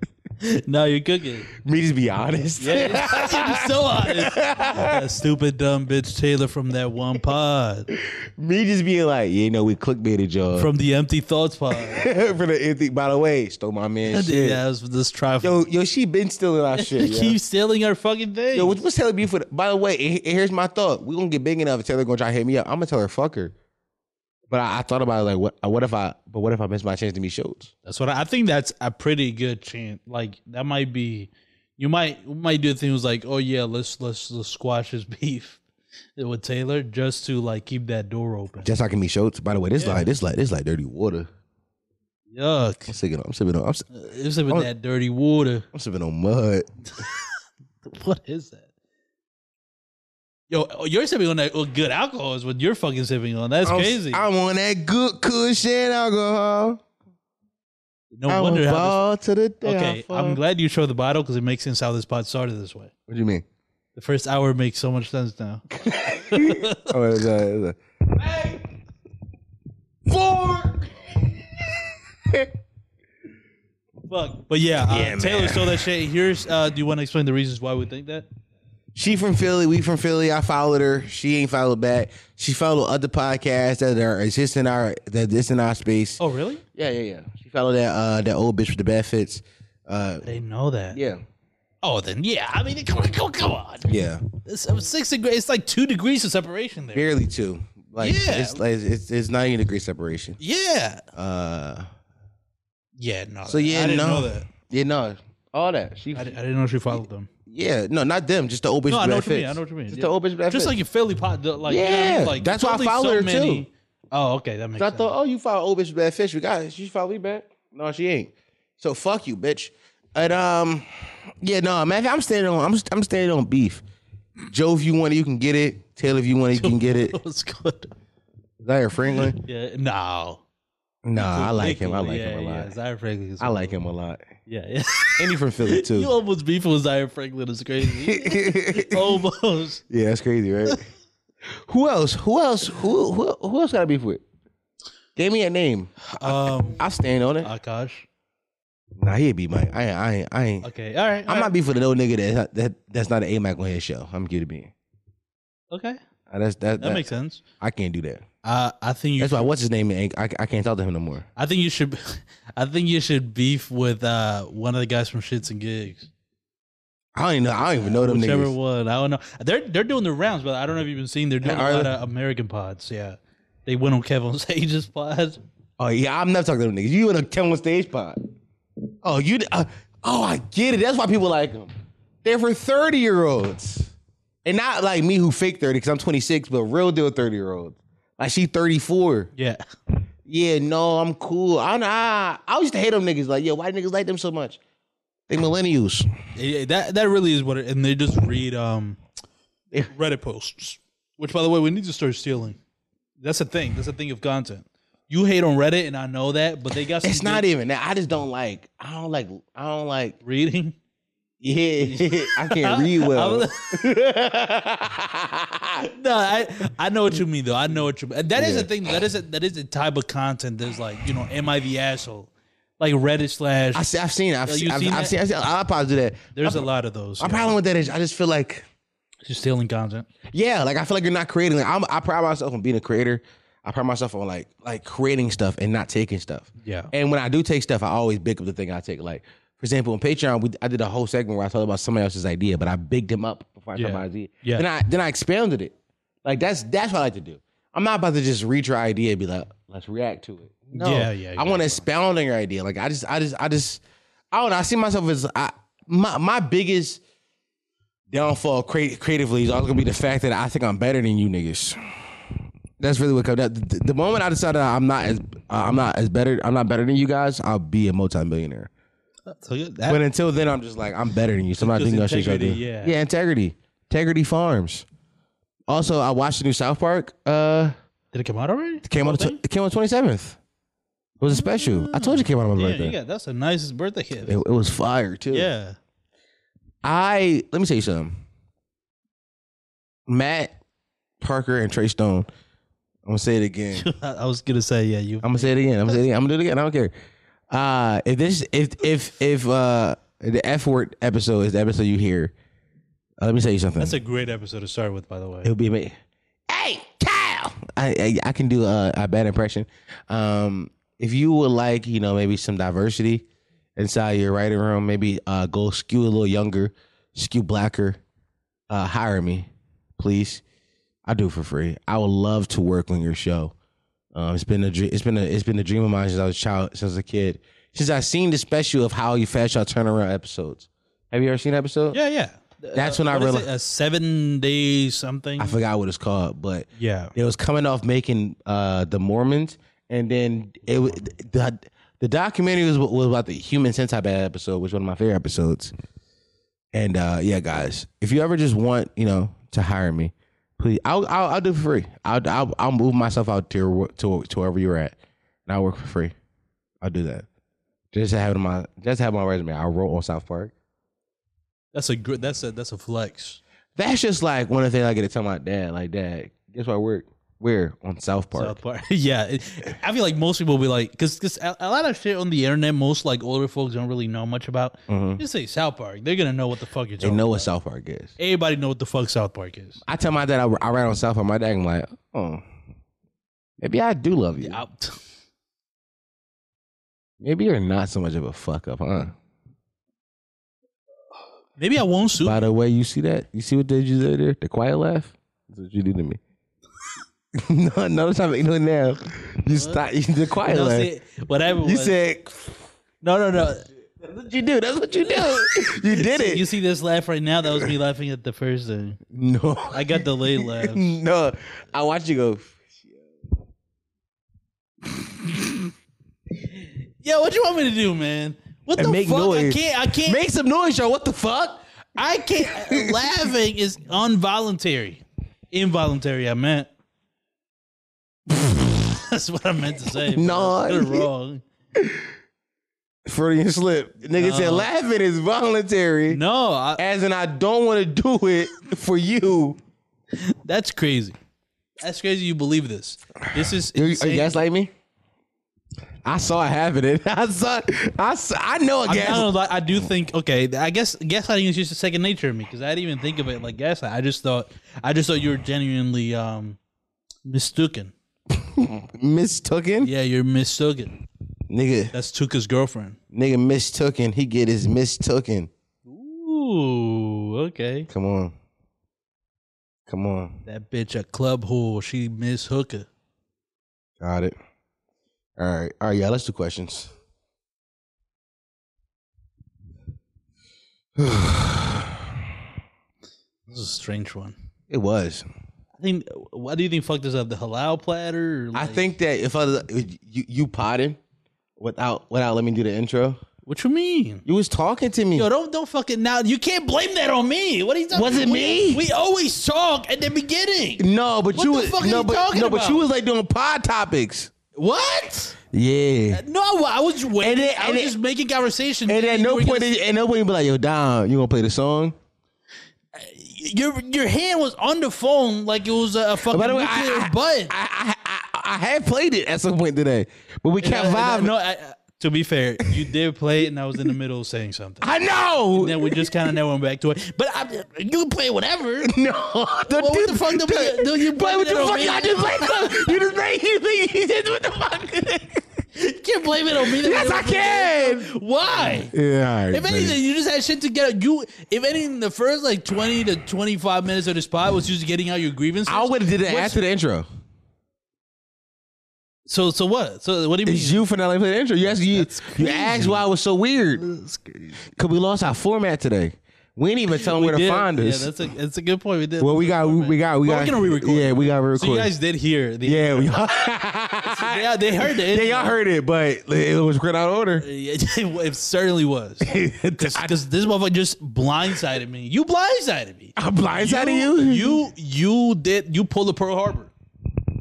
Speaker 2: no, you're cooking.
Speaker 1: Me just be honest.
Speaker 2: Yeah, that shit is so honest. That stupid dumb bitch Taylor from that one pod,
Speaker 1: Me just being like, you know, we clickbaited y'all
Speaker 2: from the Empty Thoughts pod.
Speaker 1: for the empty. By the way, stole my man shit.
Speaker 2: Yeah, that was this trifle.
Speaker 1: Yo, yo, she been stealing our shit. yo.
Speaker 2: keep stealing our fucking thing.
Speaker 1: Yo, what's, what's Taylor Buford? By the way, he- here's my thought. We gonna get big enough. Taylor gonna try to hit me up. I'm gonna tell her fuck her. But I, I thought about it, like, what? What if I? But what if I miss my chance to meet Schultz?
Speaker 2: That's what I, I think. That's a pretty good chance. Like that might be, you might you might do things like, oh yeah, let's let's let's squash his beef with Taylor just to like keep that door open.
Speaker 1: Just so I can meet Schultz. By the way, this like this like this like dirty water. I'm
Speaker 2: Yuck!
Speaker 1: sipping on. I'm sipping on. I'm, si-
Speaker 2: It's like with
Speaker 1: Oh.
Speaker 2: that dirty water.
Speaker 1: I'm sipping on mud.
Speaker 2: What is that? Yo, oh, you're sipping on that oh, good alcohol is what you're fucking sipping on. That's
Speaker 1: I'm,
Speaker 2: crazy.
Speaker 1: I'm on that good cushion alcohol.
Speaker 2: no
Speaker 1: I
Speaker 2: wonder
Speaker 1: will
Speaker 2: how.
Speaker 1: fall to the
Speaker 2: This,
Speaker 1: day.
Speaker 2: okay,
Speaker 1: I
Speaker 2: I'm glad you showed the bottle because it makes sense how this pod started this way.
Speaker 1: What do you mean?
Speaker 2: The first hour makes so much sense now.
Speaker 1: Oh, it was, uh, it was, uh,
Speaker 2: Fuck. But yeah, uh, Taylor stole that shit. Here's uh, do you want to explain the reasons why we think that?
Speaker 1: She from Philly, we from Philly. I followed her. She ain't followed back. She followed other podcasts that are exist in our that is in our space.
Speaker 2: Oh, really?
Speaker 1: Yeah, yeah, yeah. She followed that uh that old bitch with the bad fits. Uh
Speaker 2: They know that.
Speaker 1: yeah.
Speaker 2: Oh, then yeah. I mean, come on, come, come on.
Speaker 1: Yeah.
Speaker 2: It's uh, six degrees. It's like two degrees of separation there.
Speaker 1: Barely two. Like
Speaker 2: Yeah.
Speaker 1: it's like it's it's ninety degree separation.
Speaker 2: Yeah.
Speaker 1: Uh
Speaker 2: Yeah. No.
Speaker 1: so yeah,
Speaker 2: I didn't
Speaker 1: no.
Speaker 2: know that.
Speaker 1: Yeah, no. All that. She
Speaker 2: I, di- I didn't know she followed them.
Speaker 1: Yeah, no, not them, just the old bitch
Speaker 2: No, I
Speaker 1: with
Speaker 2: know
Speaker 1: bad
Speaker 2: what you mean. I
Speaker 1: fits.
Speaker 2: know what you mean.
Speaker 1: Just
Speaker 2: Yeah.
Speaker 1: the old bitch with bad
Speaker 2: Just
Speaker 1: fits.
Speaker 2: like your Philly pot, the- like you know,
Speaker 1: Yeah,
Speaker 2: like
Speaker 1: that's why I
Speaker 2: there's only
Speaker 1: followed her, too.
Speaker 2: Oh, okay, that makes
Speaker 1: So I
Speaker 2: sense.
Speaker 1: thought, oh, you follow old bitch with bad fish. We got it. She follow me back. No, she ain't. So fuck you, bitch. And um, yeah, no, man. I'm standing on. I'm I'm standing on beef. Joe, if you want it, you can get it. Taylor, if you want it, you can get it.
Speaker 2: That was good.
Speaker 1: Zaire Franklin.
Speaker 2: Yeah, no.
Speaker 1: Nah, I like him. I like
Speaker 2: yeah,
Speaker 1: him a
Speaker 2: Yeah,
Speaker 1: lot.
Speaker 2: Zaire Franklin. Is
Speaker 1: I like him a lot.
Speaker 2: Yeah, yeah.
Speaker 1: And he from Philly
Speaker 2: you
Speaker 1: too.
Speaker 2: almost beef with Zaire Franklin. It's crazy.
Speaker 1: yeah,
Speaker 2: almost.
Speaker 1: that's crazy, right? who else? Who else? Who who who else got to beef with? Give me a name.
Speaker 2: Um,
Speaker 1: I stand on it.
Speaker 2: Akash.
Speaker 1: Nah, he'd be my. I ain't. I ain't. I ain't.
Speaker 2: Okay, all right.
Speaker 1: I'm not beefing with no nigga that, that that's not an AMAC on his show. I'm good to be.
Speaker 2: okay.
Speaker 1: Uh, That's that,
Speaker 2: That makes sense.
Speaker 1: I can't do that.
Speaker 2: Uh, I think you.
Speaker 1: That's why what's his name? ain't- I, I can't talk to him no more.
Speaker 2: I think you should. I think you should beef with uh, one of the guys from Shits and Gigs.
Speaker 1: I don't even know. I don't even know them
Speaker 2: Whichever
Speaker 1: niggas.
Speaker 2: one. I don't know. They're they're doing the rounds, but I don't know if you've been seeing. They're doing a
Speaker 1: Are
Speaker 2: lot
Speaker 1: they?
Speaker 2: of American pods. Yeah, they went on Kevin Sage's pod.
Speaker 1: Oh yeah, I'm never talking to them niggas. You in a Kevin stage pod. Oh you. Uh, oh I get it. That's why people like him. They're for thirty year olds, and not like me who fake thirty because I'm 26, but real deal thirty year olds. Like she 34.
Speaker 2: Yeah,
Speaker 1: Yeah, no, I'm cool. I I, I used to hate them niggas. Like yo, why niggas like them so much? They millennials.
Speaker 2: Yeah, that that really is what. It, and they just read um, Reddit posts, which by the way, we need to start stealing. That's a thing. That's a thing of content. You hate on Reddit, and I know that, but they got some
Speaker 1: It's
Speaker 2: good
Speaker 1: not e- even that. I just don't like. I don't like. I don't like.
Speaker 2: reading.
Speaker 1: Yeah, I can't read well.
Speaker 2: I'm- No, I, I know what you mean though. I know what you mean. That is a thing. That is a, that is the type of content that's like you know, am I the asshole? Like Reddit slash.
Speaker 1: I see, I've seen. it. I've,
Speaker 2: Yo,
Speaker 1: seen,
Speaker 2: you
Speaker 1: I've,
Speaker 2: seen
Speaker 1: I've
Speaker 2: that?
Speaker 1: seen. I've seen. I'll probably do that.
Speaker 2: there's a lot of those.
Speaker 1: My
Speaker 2: yeah.
Speaker 1: problem with that is I just feel like.
Speaker 2: You're stealing content.
Speaker 1: Yeah, like I feel like you're not creating. Like, I'm, I pride myself on being a creator. I pride myself on like like creating stuff and not taking stuff.
Speaker 2: Yeah.
Speaker 1: And when I do take stuff, I always big up the thing I take. Like for example, on Patreon, we, I did a whole segment where I talked about somebody else's idea, but I bigged him up before I
Speaker 2: Yeah.
Speaker 1: talked about my idea.
Speaker 2: Yeah.
Speaker 1: Then I then I expounded it. Like that's that's what I like to do. I'm not about to just read your idea and be like, let's react to it. No.
Speaker 2: Yeah, yeah,
Speaker 1: I want to expound on your idea. Like I just I just I just I don't know. I see myself as I my my biggest downfall cre- creatively is always gonna be the fact that I think I'm better than you niggas. That's really what comes. That, the, the moment I decide that I'm not as I'm not as better I'm not better than you guys, I'll be a multimillionaire.
Speaker 2: So yeah, that,
Speaker 1: But until then, I'm just like I'm better than you. So I'm not
Speaker 2: Just
Speaker 1: thinking I should go do.
Speaker 2: integrity,
Speaker 1: Yeah.
Speaker 2: yeah.
Speaker 1: yeah, integrity, integrity farms. Also, I watched the new South Park. Uh,
Speaker 2: did it come out already?
Speaker 1: came
Speaker 2: Whole
Speaker 1: out.
Speaker 2: thing?
Speaker 1: It came out twenty seventh. It was a special. I told you it came out on my
Speaker 2: Yeah,
Speaker 1: birthday.
Speaker 2: you got, that's a nice birthday gift.
Speaker 1: it, it was fire too.
Speaker 2: yeah.
Speaker 1: I let me tell you something. Matt Parker and Trey Stone. I'm gonna say it again.
Speaker 2: I, I was gonna say yeah. You
Speaker 1: I'm gonna say it again. I'm gonna say it again. I'm gonna do it again. I don't care. Uh if this if if if uh The F word episode is the episode you hear. Uh, let me tell you something.
Speaker 2: That's a great episode to start with, by the way.
Speaker 1: It'll be me. Hey, Kyle. I, I I can do a, a bad impression. Um, if you would like, you know, maybe some diversity inside your writing room, maybe uh, go skew a little younger, skew blacker. Uh, hire me, please. I do it for free. I would love to work on your show. Um, it's been a dr- it's been a it's been a dream of mine since I was a child, since I was a kid. Since I seen the special of how you fast y'all turn around episodes. Have you ever seen that episode?
Speaker 2: Yeah, yeah.
Speaker 1: That's when I
Speaker 2: What is it,
Speaker 1: realized
Speaker 2: a seven day something.
Speaker 1: I forgot what it's called, but
Speaker 2: Yeah.
Speaker 1: it was coming off making uh the Mormons, and then it w- the the documentary was was about the human centipede episode, which is one of my favorite episodes. And uh yeah, guys, if you ever just want you know to hire me, please, I'll I'll, I'll do it for free. I'll, I'll I'll move myself out to your wo- to to wherever you're at, and I'll work for free. I'll do that. Just to have my just to have my resume. I wrote on South Park.
Speaker 2: That's a gr- that's a that's a flex.
Speaker 1: That's just like one of the things I get to tell my dad. Like, dad, guess where I work? Where on South Park?
Speaker 2: South Park. yeah, it- I feel like most people will be like, because a, a lot of shit on the internet, most like older folks don't really know much about. Just say South Park, they're gonna know what the fuck you're
Speaker 1: Mm-hmm. They
Speaker 2: talking.
Speaker 1: know what South Park is.
Speaker 2: Everybody know what the fuck South Park is.
Speaker 1: I tell my dad I, I ride on South Park. My dad, I'm like, oh, maybe I do love you.
Speaker 2: Out.
Speaker 1: Maybe you're not so much of a fuck up, huh?
Speaker 2: Maybe I won't sue.
Speaker 1: By the way, you see that? You see what did you did there? The quiet laugh. That's what you did to me. no, no, stop it. No, now you stop. You, the quiet
Speaker 2: No,
Speaker 1: laugh.
Speaker 2: see, whatever.
Speaker 1: you
Speaker 2: was-
Speaker 1: said
Speaker 2: no, no, no.
Speaker 1: that's what you do. That's what you do. you did it.
Speaker 2: You see this laugh right now? That was me laughing at the first thing.
Speaker 1: no,
Speaker 2: I got delayed laugh.
Speaker 1: no. I watched you go.
Speaker 2: Yeah, what you want me to do, man? What the
Speaker 1: make
Speaker 2: fuck?
Speaker 1: noise.
Speaker 2: I can't. I can't.
Speaker 1: Make some noise, yo. What the fuck?
Speaker 2: I can't. laughing is involuntary. Involuntary, I meant. That's what I meant to say.
Speaker 1: No.
Speaker 2: you're wrong.
Speaker 1: Freudian slip. Nigga said laughing is voluntary.
Speaker 2: No, I,
Speaker 1: as in I don't want to do it for you.
Speaker 2: that's crazy. That's crazy. You believe this? This is
Speaker 1: Are you,
Speaker 2: insane.
Speaker 1: gaslighting me? I saw it happening. I saw. I saw, I know a
Speaker 2: I, mean, I
Speaker 1: gas.
Speaker 2: don't know, I do think okay. I guess gaslighting is just a second nature of me because I didn't even think of it like gaslight. I just thought I just thought you were genuinely um mistooken.
Speaker 1: Mistooken.
Speaker 2: Yeah, you're mistooken.
Speaker 1: Nigga,
Speaker 2: That's Tuka's girlfriend.
Speaker 1: nigga mistooken. He get his mistooken.
Speaker 2: Ooh, okay.
Speaker 1: Come on. Come on.
Speaker 2: That bitch a club whore. She miss hooker.
Speaker 1: Got it. All right. All right. Yeah. Let's do questions.
Speaker 2: This is a strange one.
Speaker 1: It was.
Speaker 2: I think. Why do you think fucked this up? The halal platter? Or
Speaker 1: I
Speaker 2: like-
Speaker 1: think that if I you you potted without without letting me do the intro,
Speaker 2: What you mean?
Speaker 1: you was talking to me.
Speaker 2: Yo, don't don't fucking now. You can't blame that on me. What are you talking?
Speaker 1: Was it
Speaker 2: we-
Speaker 1: me?
Speaker 2: We always talk at the beginning.
Speaker 1: No, but
Speaker 2: What
Speaker 1: you
Speaker 2: the
Speaker 1: was
Speaker 2: fuck are
Speaker 1: no,
Speaker 2: you
Speaker 1: but
Speaker 2: talking
Speaker 1: no, but
Speaker 2: about?
Speaker 1: you was like doing pod topics.
Speaker 2: What?
Speaker 1: Yeah,
Speaker 2: No, I was waiting.
Speaker 1: And then-
Speaker 2: I
Speaker 1: and
Speaker 2: was
Speaker 1: then-
Speaker 2: just making conversation.
Speaker 1: and at
Speaker 2: You
Speaker 1: no
Speaker 2: were
Speaker 1: point,
Speaker 2: gonna-
Speaker 1: at no point, you be like, "Yo, Dom, you gonna play the song?"
Speaker 2: your your hand was on the phone like it was a, a fucking
Speaker 1: By the way,
Speaker 2: nuclear
Speaker 1: I, I,
Speaker 2: button.
Speaker 1: I, I, I, I had played it at some point today, but we kept
Speaker 2: No,
Speaker 1: vibing.
Speaker 2: Uh, No, I, I- to be fair, you did play it, and I was in the middle of saying something.
Speaker 1: I know.
Speaker 2: then we just kind of never went back to it. But I, you can play whatever.
Speaker 1: No, don't
Speaker 2: what
Speaker 1: do
Speaker 2: the fuck do we- do you
Speaker 1: play
Speaker 2: blame
Speaker 1: with the
Speaker 2: it on
Speaker 1: fuck?
Speaker 2: me?
Speaker 1: I just like you just made you think you did what the fuck?
Speaker 2: You can't blame it on me. that
Speaker 1: yes,
Speaker 2: we
Speaker 1: I
Speaker 2: never
Speaker 1: can.
Speaker 2: played. Why?
Speaker 1: Yeah, all right,
Speaker 2: If anything, you just had shit together. You, if anything, the first like twenty to twenty-five minutes of the spot was just getting out your grievances.
Speaker 1: I would have did it
Speaker 2: What's-
Speaker 1: after the intro.
Speaker 2: So, so what? So, what do you mean?
Speaker 1: It's you for not letting me play the intro. You asked, you, you asked why it was so weird. Because we lost our format today. We ain't even telling where to
Speaker 2: Yeah,
Speaker 1: find us.
Speaker 2: Yeah, that's a that's a good point. We did.
Speaker 1: well, we got, we, we got, we
Speaker 2: But
Speaker 1: got.
Speaker 2: we're gonna re-record.
Speaker 1: Yeah, we got re-record.
Speaker 2: So you guys did hear the
Speaker 1: yeah, we,
Speaker 2: yeah they heard it.
Speaker 1: yeah, y'all heard it, but it was grid out of order.
Speaker 2: Yeah, it certainly was. Because this motherfucker just blindsided me. You blindsided me.
Speaker 1: I'm blindsided you.
Speaker 2: You you did you pulled a Pearl Harbor.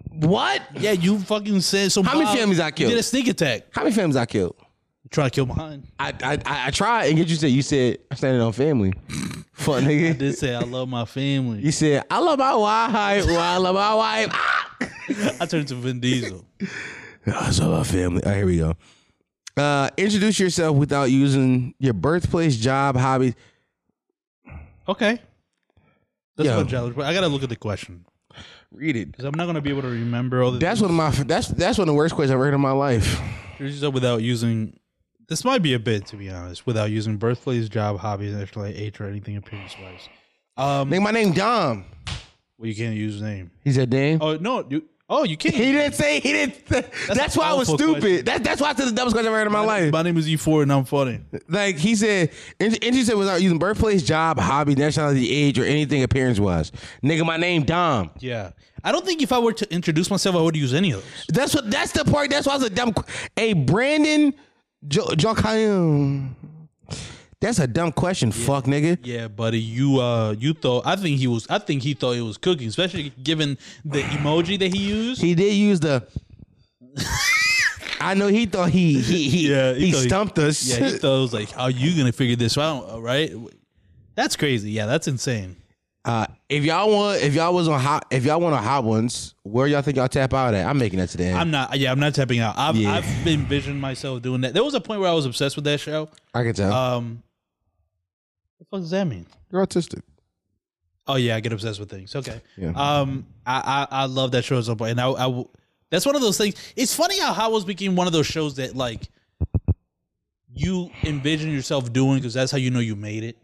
Speaker 1: what?
Speaker 2: Yeah, you fucking said some.
Speaker 1: How many
Speaker 2: wild-
Speaker 1: families I
Speaker 2: you
Speaker 1: killed?
Speaker 2: Did a sneak attack.
Speaker 1: How many families I killed?
Speaker 2: Trying to kill mine.
Speaker 1: I I I, I tried and get you said you said I'm standing on family. Fuck nigga.
Speaker 2: Did say I love my
Speaker 1: You
Speaker 2: family.
Speaker 1: said I love my wife. well, I love my wife. Ah!
Speaker 2: I turned to Vin Diesel.
Speaker 1: I love my family. All right, here Ah, we go. Uh, introduce yourself without using your birthplace, job, hobby.
Speaker 2: Okay. That's
Speaker 1: Yo.
Speaker 2: what Jolly. I gotta look at the question
Speaker 1: Read it.
Speaker 2: because I'm not gonna be able to remember all the.
Speaker 1: That's one of my. That's that's one of the worst questions I've heard in my life.
Speaker 2: Introduce yourself without using. This might be a bit, to be honest, without using birthplace, job, hobbies, actual age, or anything appearance wise. Um,
Speaker 1: Nigga, my name Dom.
Speaker 2: well, you can't use name.
Speaker 1: He said, "Dame."
Speaker 2: Oh no, you. Oh, you can't.
Speaker 1: He didn't say. He didn't. That's, why I was
Speaker 2: awful question.
Speaker 1: stupid. That, that's why I said the dumbest question I've heard in my life.
Speaker 2: My name is E4, and I'm funny.
Speaker 1: Like he said, int- interested without using birthplace, job, hobby, nationality, age, or anything appearance wise. Nigga, my name Dom.
Speaker 2: Yeah, I don't think if I were to introduce myself, I would use any of those.
Speaker 1: That's what. That's the part. That's why I was a dumb. qu- Hey, Brandon, jo- Jokiam. That's a dumb question. Fuck, nigga.
Speaker 2: Yeah, buddy, you uh, you thought I think he was. I think he thought it was cooking, especially given the emoji that he used.
Speaker 1: He did use the. I know he thought he he he
Speaker 2: Yeah, he
Speaker 1: he,
Speaker 2: thought he-
Speaker 1: stumped us.
Speaker 2: Yeah, he thought it was like, how you gonna figure this out, uh, right? That's crazy. Yeah, that's insane.
Speaker 1: Uh, if y'all want, if y'all was on hot, if y'all want on hot ones, where y'all think y'all tap out at? I'm making that today.
Speaker 2: I'm not. Yeah, I'm not tapping out. I've
Speaker 1: Yeah.
Speaker 2: I've envisioned myself doing that. There was a point where I was obsessed with that show.
Speaker 1: I can tell.
Speaker 2: Um, what the fuck does that mean?
Speaker 1: You're autistic.
Speaker 2: Oh yeah, I get obsessed with things. Okay.
Speaker 1: Yeah.
Speaker 2: Um, I, I I love that show as well, and I, I w- that's one of those things. It's funny how Howells became one of those shows that like you envision yourself doing because that's how you know you made it.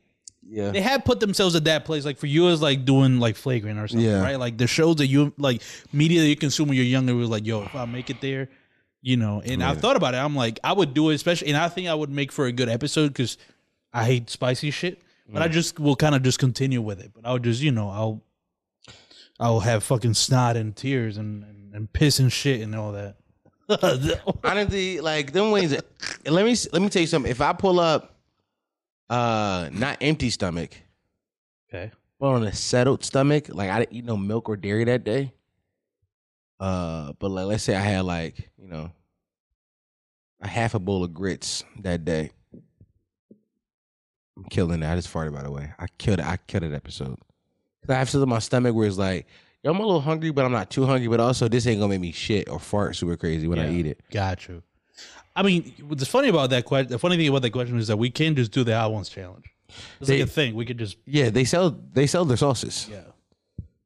Speaker 1: Yeah.
Speaker 2: They have put themselves at that place. Like for you, it's like doing like flagrant or something,
Speaker 1: Yeah.
Speaker 2: right? Like the shows that you like media that you consume when you're younger was like, yo, if I make it there, you know. And I've thought about it. I'm like, I would do it, especially, and I think I would make for a good episode because I hate spicy shit. But
Speaker 1: Mm.
Speaker 2: I just will kind of just continue with it. But I'll just, you know, I'll I'll have fucking snot and tears and and, and piss and shit and all that.
Speaker 1: Honestly, like them wings. let me let me tell you something. If I pull up, uh, not empty stomach,
Speaker 2: okay.
Speaker 1: but on a settled stomach, like I didn't eat no milk or dairy that day. Uh, but like let's say I had like you know a half a bowl of grits that day. I'm killing it. I just farted by the way. I killed it. I killed that episode. 'Cause I have something in my stomach where it's like, yo, I'm a little hungry, but I'm not too hungry. But also, this ain't gonna make me shit or fart super crazy when I
Speaker 2: Yeah.
Speaker 1: eat it.
Speaker 2: Got you. I mean, what's funny about that question? The funny thing about that question is that we can just do the hot ones challenge. It's
Speaker 1: They-
Speaker 2: like a thing we could just
Speaker 1: Yeah, they sell they sell their sauces.
Speaker 2: yeah.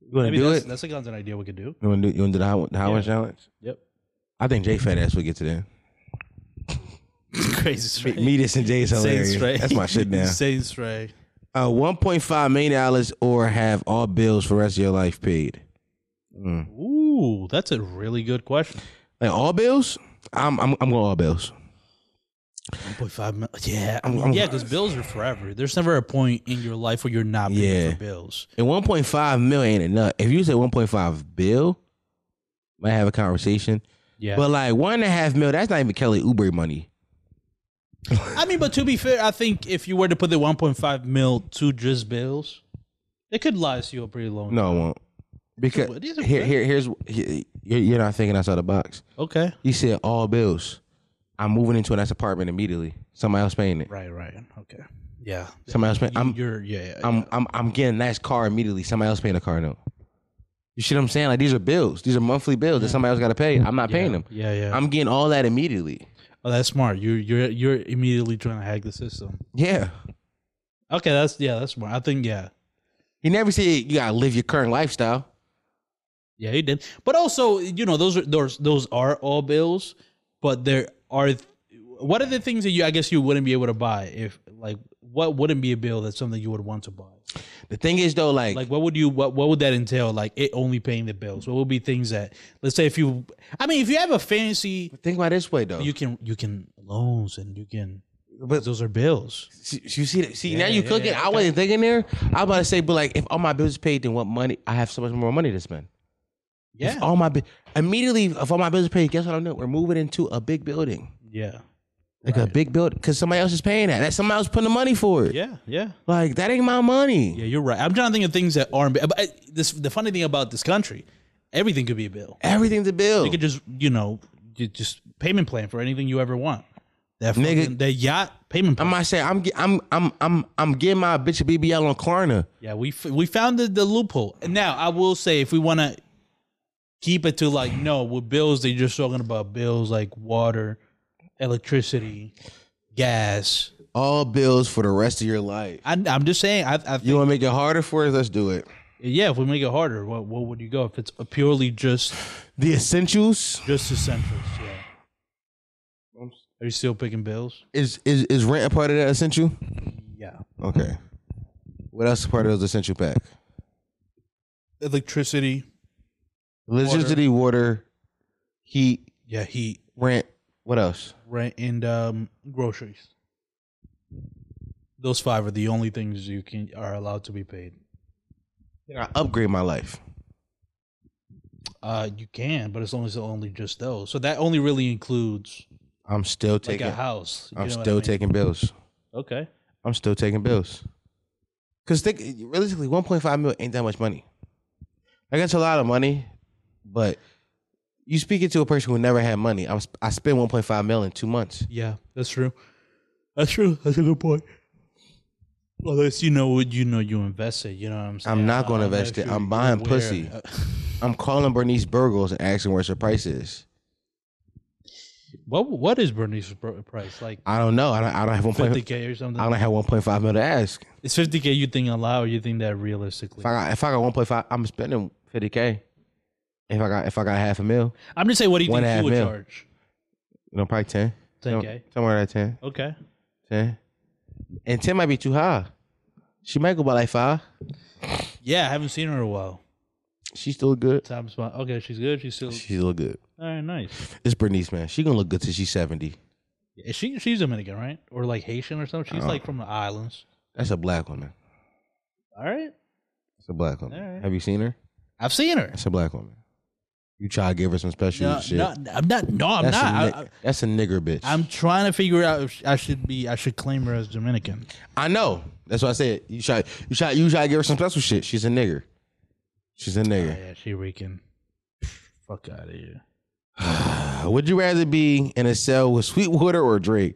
Speaker 1: You wanna
Speaker 2: Maybe
Speaker 1: do
Speaker 2: that's,
Speaker 1: it?
Speaker 2: that's a content idea we could do.
Speaker 1: You wanna do you wanna do the hot, the hot
Speaker 2: Yeah.
Speaker 1: one challenge?
Speaker 2: Yep.
Speaker 1: I think Jay fat ass will get to that.
Speaker 2: Crazy stray.
Speaker 1: Me, this and Jay's hilarious.
Speaker 2: Insane stray.
Speaker 1: That's my shit now.
Speaker 2: Insane stray.
Speaker 1: Uh, one point five million dollars or have all bills for the rest of your life paid.
Speaker 2: Ooh, that's a really good question.
Speaker 1: Like all bills? I'm I'm I'm going all bills.
Speaker 2: 1.5 mil. Yeah.
Speaker 1: I'm- I'm-
Speaker 2: yeah, because bills are forever. There's never a point in your life where you're not paying
Speaker 1: Yeah.
Speaker 2: for bills.
Speaker 1: And one point five million ain't enough. If you say one point five bill, might have a conversation.
Speaker 2: Yeah.
Speaker 1: But like one and a half mil, that's not even Kelly Uber money.
Speaker 2: I mean, but to be fair, I think if you were to put the 1.5 mil to just bills, it could last you a pretty long
Speaker 1: No, it won't. Because
Speaker 2: What is it,
Speaker 1: here,
Speaker 2: bro?
Speaker 1: here here's here, you're you're not thinking outside the box.
Speaker 2: Okay.
Speaker 1: You said all bills. I'm moving into a nice apartment immediately. Somebody else paying it.
Speaker 2: Right, right. Okay. Yeah.
Speaker 1: Somebody else paying.
Speaker 2: You-
Speaker 1: I'm
Speaker 2: you're yeah, yeah.
Speaker 1: I'm I'm I'm getting a nice car immediately. Somebody else paying a car note. You see what I'm saying? Like these are bills. These are monthly bills that somebody else got to pay. I'm not paying them.
Speaker 2: yeah, yeah.
Speaker 1: I'm getting all that immediately.
Speaker 2: oh, that's smart. You you're you're immediately trying to hack the system.
Speaker 1: Yeah.
Speaker 2: Okay, that's yeah, that's smart. I think yeah.
Speaker 1: You never see you gotta live your current lifestyle.
Speaker 2: Yeah, he did. But also, you know, those are those those are all bills, but there are what are the things that you I guess you wouldn't be able to buy if like what wouldn't be a bill that's something you would want to buy?
Speaker 1: The thing is though, like,
Speaker 2: Like what would you what what would that entail? Like it only paying the bills. What would be things that let's say if you I mean if you have a fancy
Speaker 1: think about it this way though.
Speaker 2: you
Speaker 1: You,
Speaker 2: can you can loans and you can
Speaker 1: but
Speaker 2: those are bills.
Speaker 1: see, you see, that- see now
Speaker 2: Yeah,
Speaker 1: you
Speaker 2: yeah,
Speaker 1: cooking.
Speaker 2: yeah,
Speaker 1: I wasn't thinking there. I was about to say, but like, if all my bills is paid, then what money? I have so much more money to spend. If
Speaker 2: Yeah.
Speaker 1: all my bi- immediately, if all my bills are paid, guess what I'm doing? We're moving into a big building,
Speaker 2: Yeah.
Speaker 1: like a big building, because somebody else is paying that. That somebody else putting the money for it.
Speaker 2: Yeah. Yeah.
Speaker 1: Like that ain't my money.
Speaker 2: Yeah, you're right. I'm trying to think of things that aren't but I, this the funny thing about this country, everything could be a bill.
Speaker 1: Everything's a bill.
Speaker 2: You could just, you know, you just payment plan for anything you ever want. That
Speaker 1: Nigga.
Speaker 2: fucking, that yacht payment
Speaker 1: I
Speaker 2: plan.
Speaker 1: might say I'm ge- I'm I'm I'm I'm getting my bitch a BBL on Klarna.
Speaker 2: yeah, we f- we found the, the loophole. And now I will say if we want to keep it to like no, with bills they're just talking about bills like water, electricity, gas.
Speaker 1: All bills for the rest of your life.
Speaker 2: I, I'm just saying. I, I
Speaker 1: You want to make it harder for us? Let's do it.
Speaker 2: yeah, if we make it harder, what what would you go if it's purely just
Speaker 1: The essentials
Speaker 2: just essentials? Yeah. Are you still picking bills?
Speaker 1: is is is rent a part of that essential?
Speaker 2: Yeah.
Speaker 1: Okay. What else is part of those essential pack?
Speaker 2: Electricity.
Speaker 1: Electricity, water, heat,
Speaker 2: Yeah, heat,
Speaker 1: rent. What else?
Speaker 2: rent, and um, groceries. Those five are the only things you can are allowed to be paid.
Speaker 1: Can I upgrade my life?
Speaker 2: Uh, you can, but as long as it's only just those. So that only really includes
Speaker 1: I'm still
Speaker 2: like
Speaker 1: taking.
Speaker 2: a house. you
Speaker 1: I'm
Speaker 2: know what I
Speaker 1: still
Speaker 2: mean?
Speaker 1: taking bills.
Speaker 2: Okay.
Speaker 1: I'm still taking bills. Cause think realistically, 1.5 mil ain't that much money. Like that's a lot of money, but you speaking to a person who never had money. I'm sp- I spent 1.5 mil in two months.
Speaker 2: Yeah, that's true. That's true. That's a good point. Unless you know what you know, you invested. You know what I'm saying.
Speaker 1: I'm not gonna
Speaker 2: Uh,
Speaker 1: invest
Speaker 2: if
Speaker 1: it.
Speaker 2: you-
Speaker 1: I'm
Speaker 2: you're
Speaker 1: buying
Speaker 2: aware-
Speaker 1: pussy.
Speaker 2: uh,
Speaker 1: I'm calling Bernice Burgos and asking where's her price is.
Speaker 2: What What is Bernie's pr- price? Like
Speaker 1: I don't know. I don't, I don't have 1.5.
Speaker 2: 50k or something?
Speaker 1: I don't have 1.5 mil to ask.
Speaker 2: Is 50k you think allowed, or you think that realistically?
Speaker 1: If I got if I got 1.5, I'm spending 50k. If I got if I got half a mil,
Speaker 2: I'm just saying, what do you
Speaker 1: One
Speaker 2: think
Speaker 1: and a
Speaker 2: you would
Speaker 1: half mil.
Speaker 2: charge?
Speaker 1: you know, probably 10.
Speaker 2: 10K.
Speaker 1: Somewhere at 10.
Speaker 2: Okay.
Speaker 1: 10. And 10 might be too high. She might go by like five.
Speaker 2: Yeah, I haven't seen her in a while.
Speaker 1: She's still good.
Speaker 2: Time spot. Okay, she's good. She's still
Speaker 1: She's look good.
Speaker 2: all right. Nice.
Speaker 1: It's Bernice, man. She gonna look good till she's 70.
Speaker 2: Is she she's Dominican, right? Or like Haitian or something?
Speaker 1: Oh.
Speaker 2: She's like from the islands.
Speaker 1: That's a black woman.
Speaker 2: All right.
Speaker 1: That's a black woman.
Speaker 2: Alright.
Speaker 1: Have you seen her?
Speaker 2: I've seen her.
Speaker 1: That's a black woman. You try to give her some special
Speaker 2: No,
Speaker 1: shit.
Speaker 2: no, I'm not. No, I'm
Speaker 1: that's,
Speaker 2: not.
Speaker 1: a
Speaker 2: I-
Speaker 1: ni-
Speaker 2: I-
Speaker 1: that's a nigger bitch.
Speaker 2: I'm trying to figure out if sh- I should be I should claim her as Dominican.
Speaker 1: I know. That's why I said you try you try you try to give her some special shit. She's a nigger. She's a
Speaker 2: Yeah,
Speaker 1: nigger.
Speaker 2: yeah she Rican. Fuck out of here.
Speaker 1: Uh, Would you rather be in a cell with Sweetwater or Drake?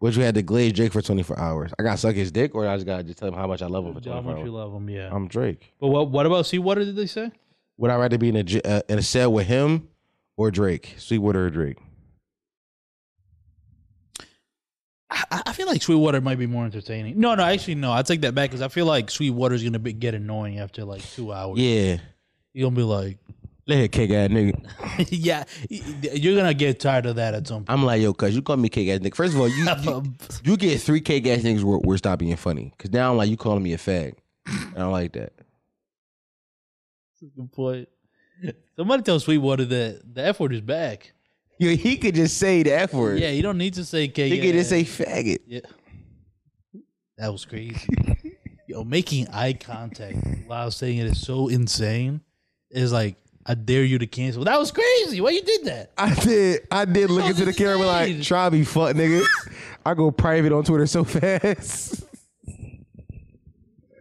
Speaker 1: Would you had to glaze Drake for 24 hours? I gotta suck his dick or I just gotta just tell him how much I love him for
Speaker 2: How
Speaker 1: 24
Speaker 2: much
Speaker 1: hours? Um,
Speaker 2: you love him, yeah.
Speaker 1: I'm Drake.
Speaker 2: but what what about see what did they say?
Speaker 1: Would I rather be in a j- uh, in a cell with him or Drake? Sweetwater or Drake?
Speaker 2: I, I feel like Sweetwater might be more entertaining. No, no, actually no. I take that back because I feel like Sweetwater's gonna be, get annoying after like two hours.
Speaker 1: Yeah.
Speaker 2: You're gonna be like,
Speaker 1: Let her kick ass nigga.
Speaker 2: yeah, y- y- you're gonna get tired of that at some point. Um,
Speaker 1: I'm like, yo, cuz you call me kick ass nigga. First of all, you you, you get three kick ass niggas where we're stopping being funny. Cause now I'm like, you calling me a fag. And I don't like that.
Speaker 2: Good point. Somebody tell Sweetwater that the F word is back.
Speaker 1: Yo, he could just say the F word.
Speaker 2: Yeah, you don't need to say K.
Speaker 1: He could just say faggot.
Speaker 2: Yeah. That was crazy. Yo, making eye contact while saying it is so insane. It's like, I dare you to cancel. That was crazy. Why you did that?
Speaker 1: I did. I did look
Speaker 2: That was
Speaker 1: into the camera like,
Speaker 2: insane.
Speaker 1: try me, fuck nigga. I go private on Twitter so fast.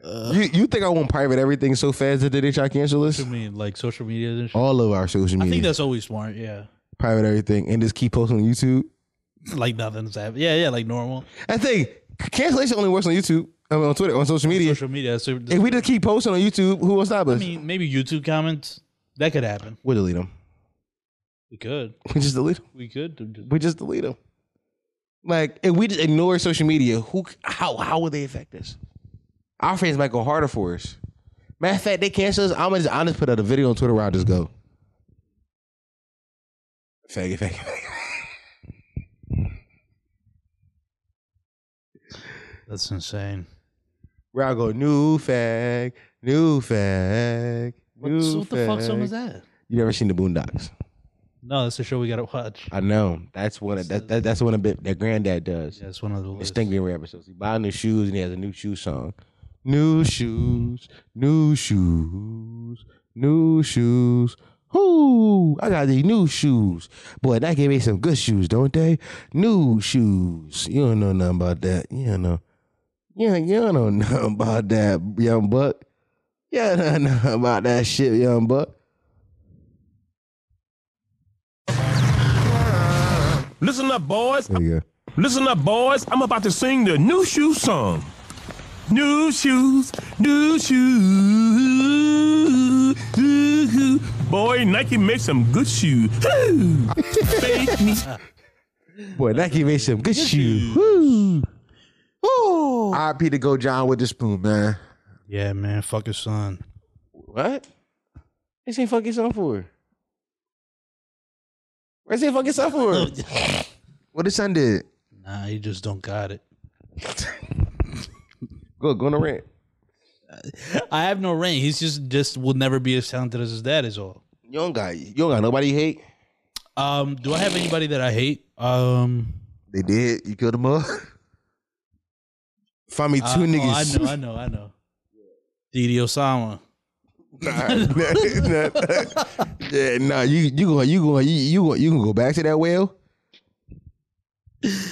Speaker 1: you you think I won't private everything so fast that they try to cancel us?
Speaker 2: I mean, like social media and shit.
Speaker 1: All of our social
Speaker 2: I
Speaker 1: media,
Speaker 2: think that's always smart. Yeah.
Speaker 1: private everything, and just keep posting on YouTube.
Speaker 2: Like nothing's happening. Yeah, yeah, like normal.
Speaker 1: I think cancellation only works on YouTube. I mean, on Twitter, on social media.
Speaker 2: Social media. So,
Speaker 1: If we just keep posting on YouTube, who will stop us?
Speaker 2: I mean, maybe YouTube comments. That could happen.
Speaker 1: we delete them.
Speaker 2: We could.
Speaker 1: We just delete them.
Speaker 2: We could. do- do-
Speaker 1: We just delete them. Like if we just ignore social media, who how how would they affect us? Our fans might go harder for us. Matter of fact, they cancel us. I'm gonna just, I'm just put out a video on Twitter where I just go. Faggot, faggot, faggot.
Speaker 2: That's insane.
Speaker 1: Where I go, new fag, new fag,
Speaker 2: What,
Speaker 1: new
Speaker 2: so what the fuck song
Speaker 1: fag."
Speaker 2: is that?
Speaker 1: You never seen the Boondocks?
Speaker 2: No, that's a show we got to watch.
Speaker 1: I know. That's one. Of, that, that, that's one of bit that granddad does.
Speaker 2: Yeah, it's one of the
Speaker 1: It's
Speaker 2: lists.
Speaker 1: Stinking Ray episodes. He buys new shoes and he has a new shoe song. New shoes, new shoes, new shoes. Whoo! I got these new shoes. Boy, that gave me some good shoes, don't they? New shoes. You don't know nothing about that. You don't know. Yeah, you don't know nothing about that, young buck. Yeah, don't know nothing about that shit, young buck.
Speaker 9: Listen up, boys.
Speaker 1: There you go.
Speaker 9: Listen up, boys. I'm about to sing the new shoe song. New shoes, new shoes. Boy, Nike makes some good shoes. Fake me.
Speaker 1: Boy, Nike made some good shoes. Woo. Woo. RP to go John Witherspoon, man.
Speaker 2: Yeah, man. Fuck his son.
Speaker 1: What? This ain't fucking song for. Where's he fucking son for? what his son did?
Speaker 2: Nah, he just don't got it.
Speaker 1: Go go on the rant.
Speaker 2: I have no rank. He's just just will never be as talented as his dad is all.
Speaker 1: You don't got you don't got nobody you hate.
Speaker 2: Um, do I have anybody that I hate? Um,
Speaker 1: They did. You killed them all. Find me two
Speaker 2: uh, oh,
Speaker 1: niggas.
Speaker 2: I know, I know, I know. Didi Osama.
Speaker 1: nah, nah, nah. yeah, nah, you you going you going you you going you can go back to that well.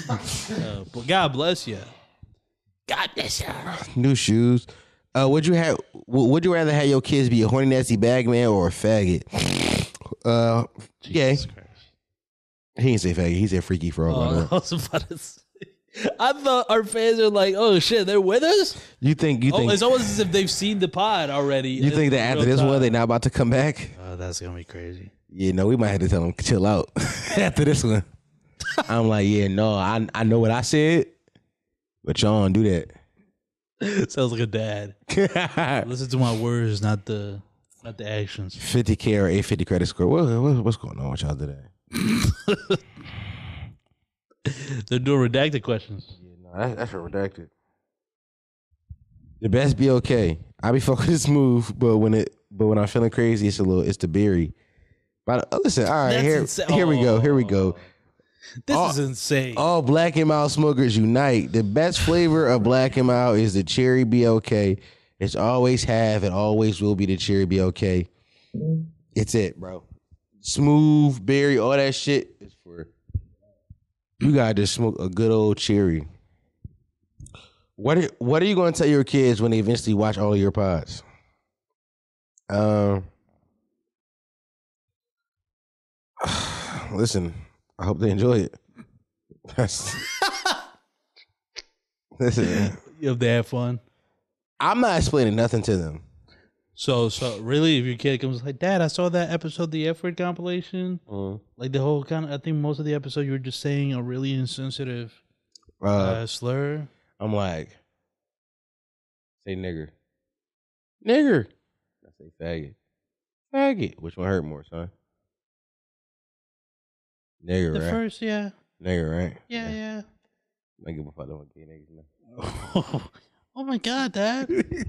Speaker 2: Uh, but God bless you.
Speaker 1: God bless you. New shoes. Uh, would you have? w- Would you rather have your kids be a horny nasty bag man or a faggot? Uh, yeah. He didn't say faggot. He said freaky for all.
Speaker 2: Oh, I was about to say. I thought our fans are like, oh shit, they're with us.
Speaker 1: You think you
Speaker 2: oh,
Speaker 1: think
Speaker 2: it's almost as if they've seen the pod already.
Speaker 1: you think that after this one they not about to come back?
Speaker 2: Oh, that's gonna be crazy.
Speaker 1: Yeah, no, we might have to tell them chill out after this one. I'm like, yeah, no, I I know what I said, but y'all don't do that.
Speaker 2: Sounds like a dad. Listen to my words, not the not the actions.
Speaker 1: 50k or 850 credit score. What, what- what's going on with y'all today?
Speaker 2: They're doing redacted questions.
Speaker 1: that's, redacted. The best be okay. I be fucking this move, but when it but when I'm feeling crazy, it's a little it's the beery. But uh, listen, all right,
Speaker 2: That's
Speaker 1: here
Speaker 2: insa-
Speaker 1: here we go, here we go.
Speaker 2: This is
Speaker 1: Oh.
Speaker 2: insane.
Speaker 1: All black and mild smokers unite. The best flavor of black and mild is the cherry BLK. It's always have and always will be the cherry BLK. It's it, bro. Smooth, berry, all that shit is for you gotta just smoke a good old cherry. What are, what are you gonna tell your kids when they eventually watch all of your pods? Um listen, I hope they enjoy it. That's- listen,
Speaker 2: If they have fun.
Speaker 1: I'm not explaining nothing to them.
Speaker 2: So so really, if your kid comes like, Dad, I saw that episode, the F word compilation,
Speaker 1: Mm-hmm.
Speaker 2: like the whole kind of. I think most of the episode you were just saying a really insensitive
Speaker 1: Uh,
Speaker 2: uh, slur.
Speaker 1: I'm like, say nigger. Nigger. I say faggot. Faggot. Which one hurt more, son? Nigger,
Speaker 2: The
Speaker 1: right?
Speaker 2: first, yeah,
Speaker 1: nigger, right?
Speaker 2: yeah, yeah.
Speaker 1: I give a fuck about gay niggas. man.
Speaker 2: Oh my god, Dad! Didn't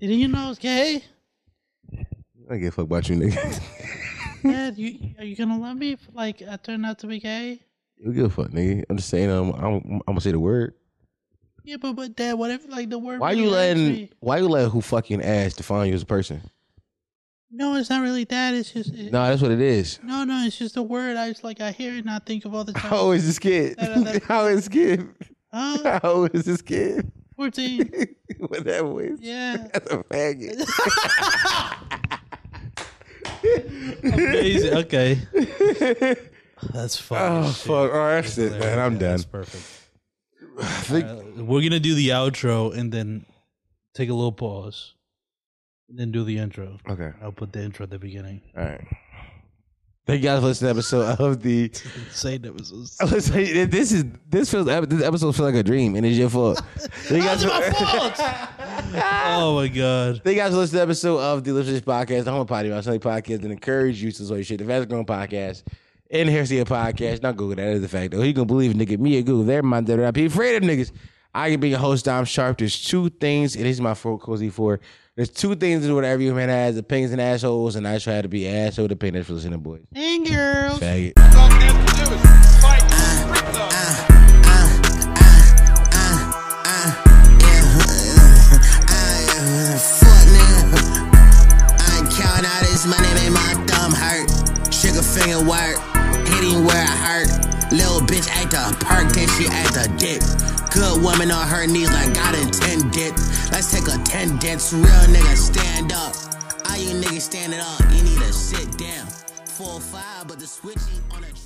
Speaker 2: you know I was gay?
Speaker 1: I don't give a fuck about you niggas.
Speaker 2: Dad, you are you gonna love me if like I turn out to be gay?
Speaker 1: you give a fuck, nigga. I'm just saying, um, I'm, I'm gonna say the word.
Speaker 2: Yeah, but but Dad, what if like the word?
Speaker 1: Why you
Speaker 2: really hurts
Speaker 1: letting?
Speaker 2: me?
Speaker 1: Why you letting who fucking ass define you as a person?
Speaker 2: No, it's not really that. It's just it,
Speaker 1: No, that's what it is.
Speaker 2: no, no. It's just a word. I just like I hear it and I think of all the time.
Speaker 1: How is this kid?
Speaker 2: No, no, no.
Speaker 1: How is this kid?
Speaker 2: Huh?
Speaker 1: How old is this kid?
Speaker 2: Oh, Fourteen.
Speaker 1: Whatever. way.
Speaker 2: Yeah.
Speaker 1: That's a faggot.
Speaker 2: Amazing. Okay. That's fine.
Speaker 1: Oh fuck! All right, that's it, man. I'm done.
Speaker 2: That's perfect. Uh, we're gonna do the outro and then take a little pause, and then do the intro.
Speaker 1: Okay.
Speaker 2: I'll put the intro at the beginning.
Speaker 1: All right. Thank you guys for listening to the episode of the.
Speaker 2: Insane episodes.
Speaker 1: I was saying, this is this feels this episode feels like a dream, and it's your fault. Thank you guys for,
Speaker 2: Oh my god.
Speaker 1: thank you guys for listening to the episode of the Lipstick Podcast, the Home Potty Mouth Sunday Podcast, and encourage you to slow your shit. The fast growing podcast. And here's the podcast. Not Google that is the fact though. You gonna believe nigga me or Google. They're my dead. I be afraid of niggas. I can be your host, Dom Sharp. There's two things, and this is my four cozy four. There's two things in whatever you man has opinions and assholes, and I try to be asshole to paint for listening to boys.
Speaker 2: Hey girl.
Speaker 1: Faggot.
Speaker 3: Fuck nigga. I ain't counting all this money, made my thumb hurt. Sugar finger work, hitting where I hurt. Little bitch at the park, then she at the dick. Good woman on her knees like God intended. Let's take attendance, real nigga stand up. All you niggas standing up, you need to sit down. Four or five, but the switchy on a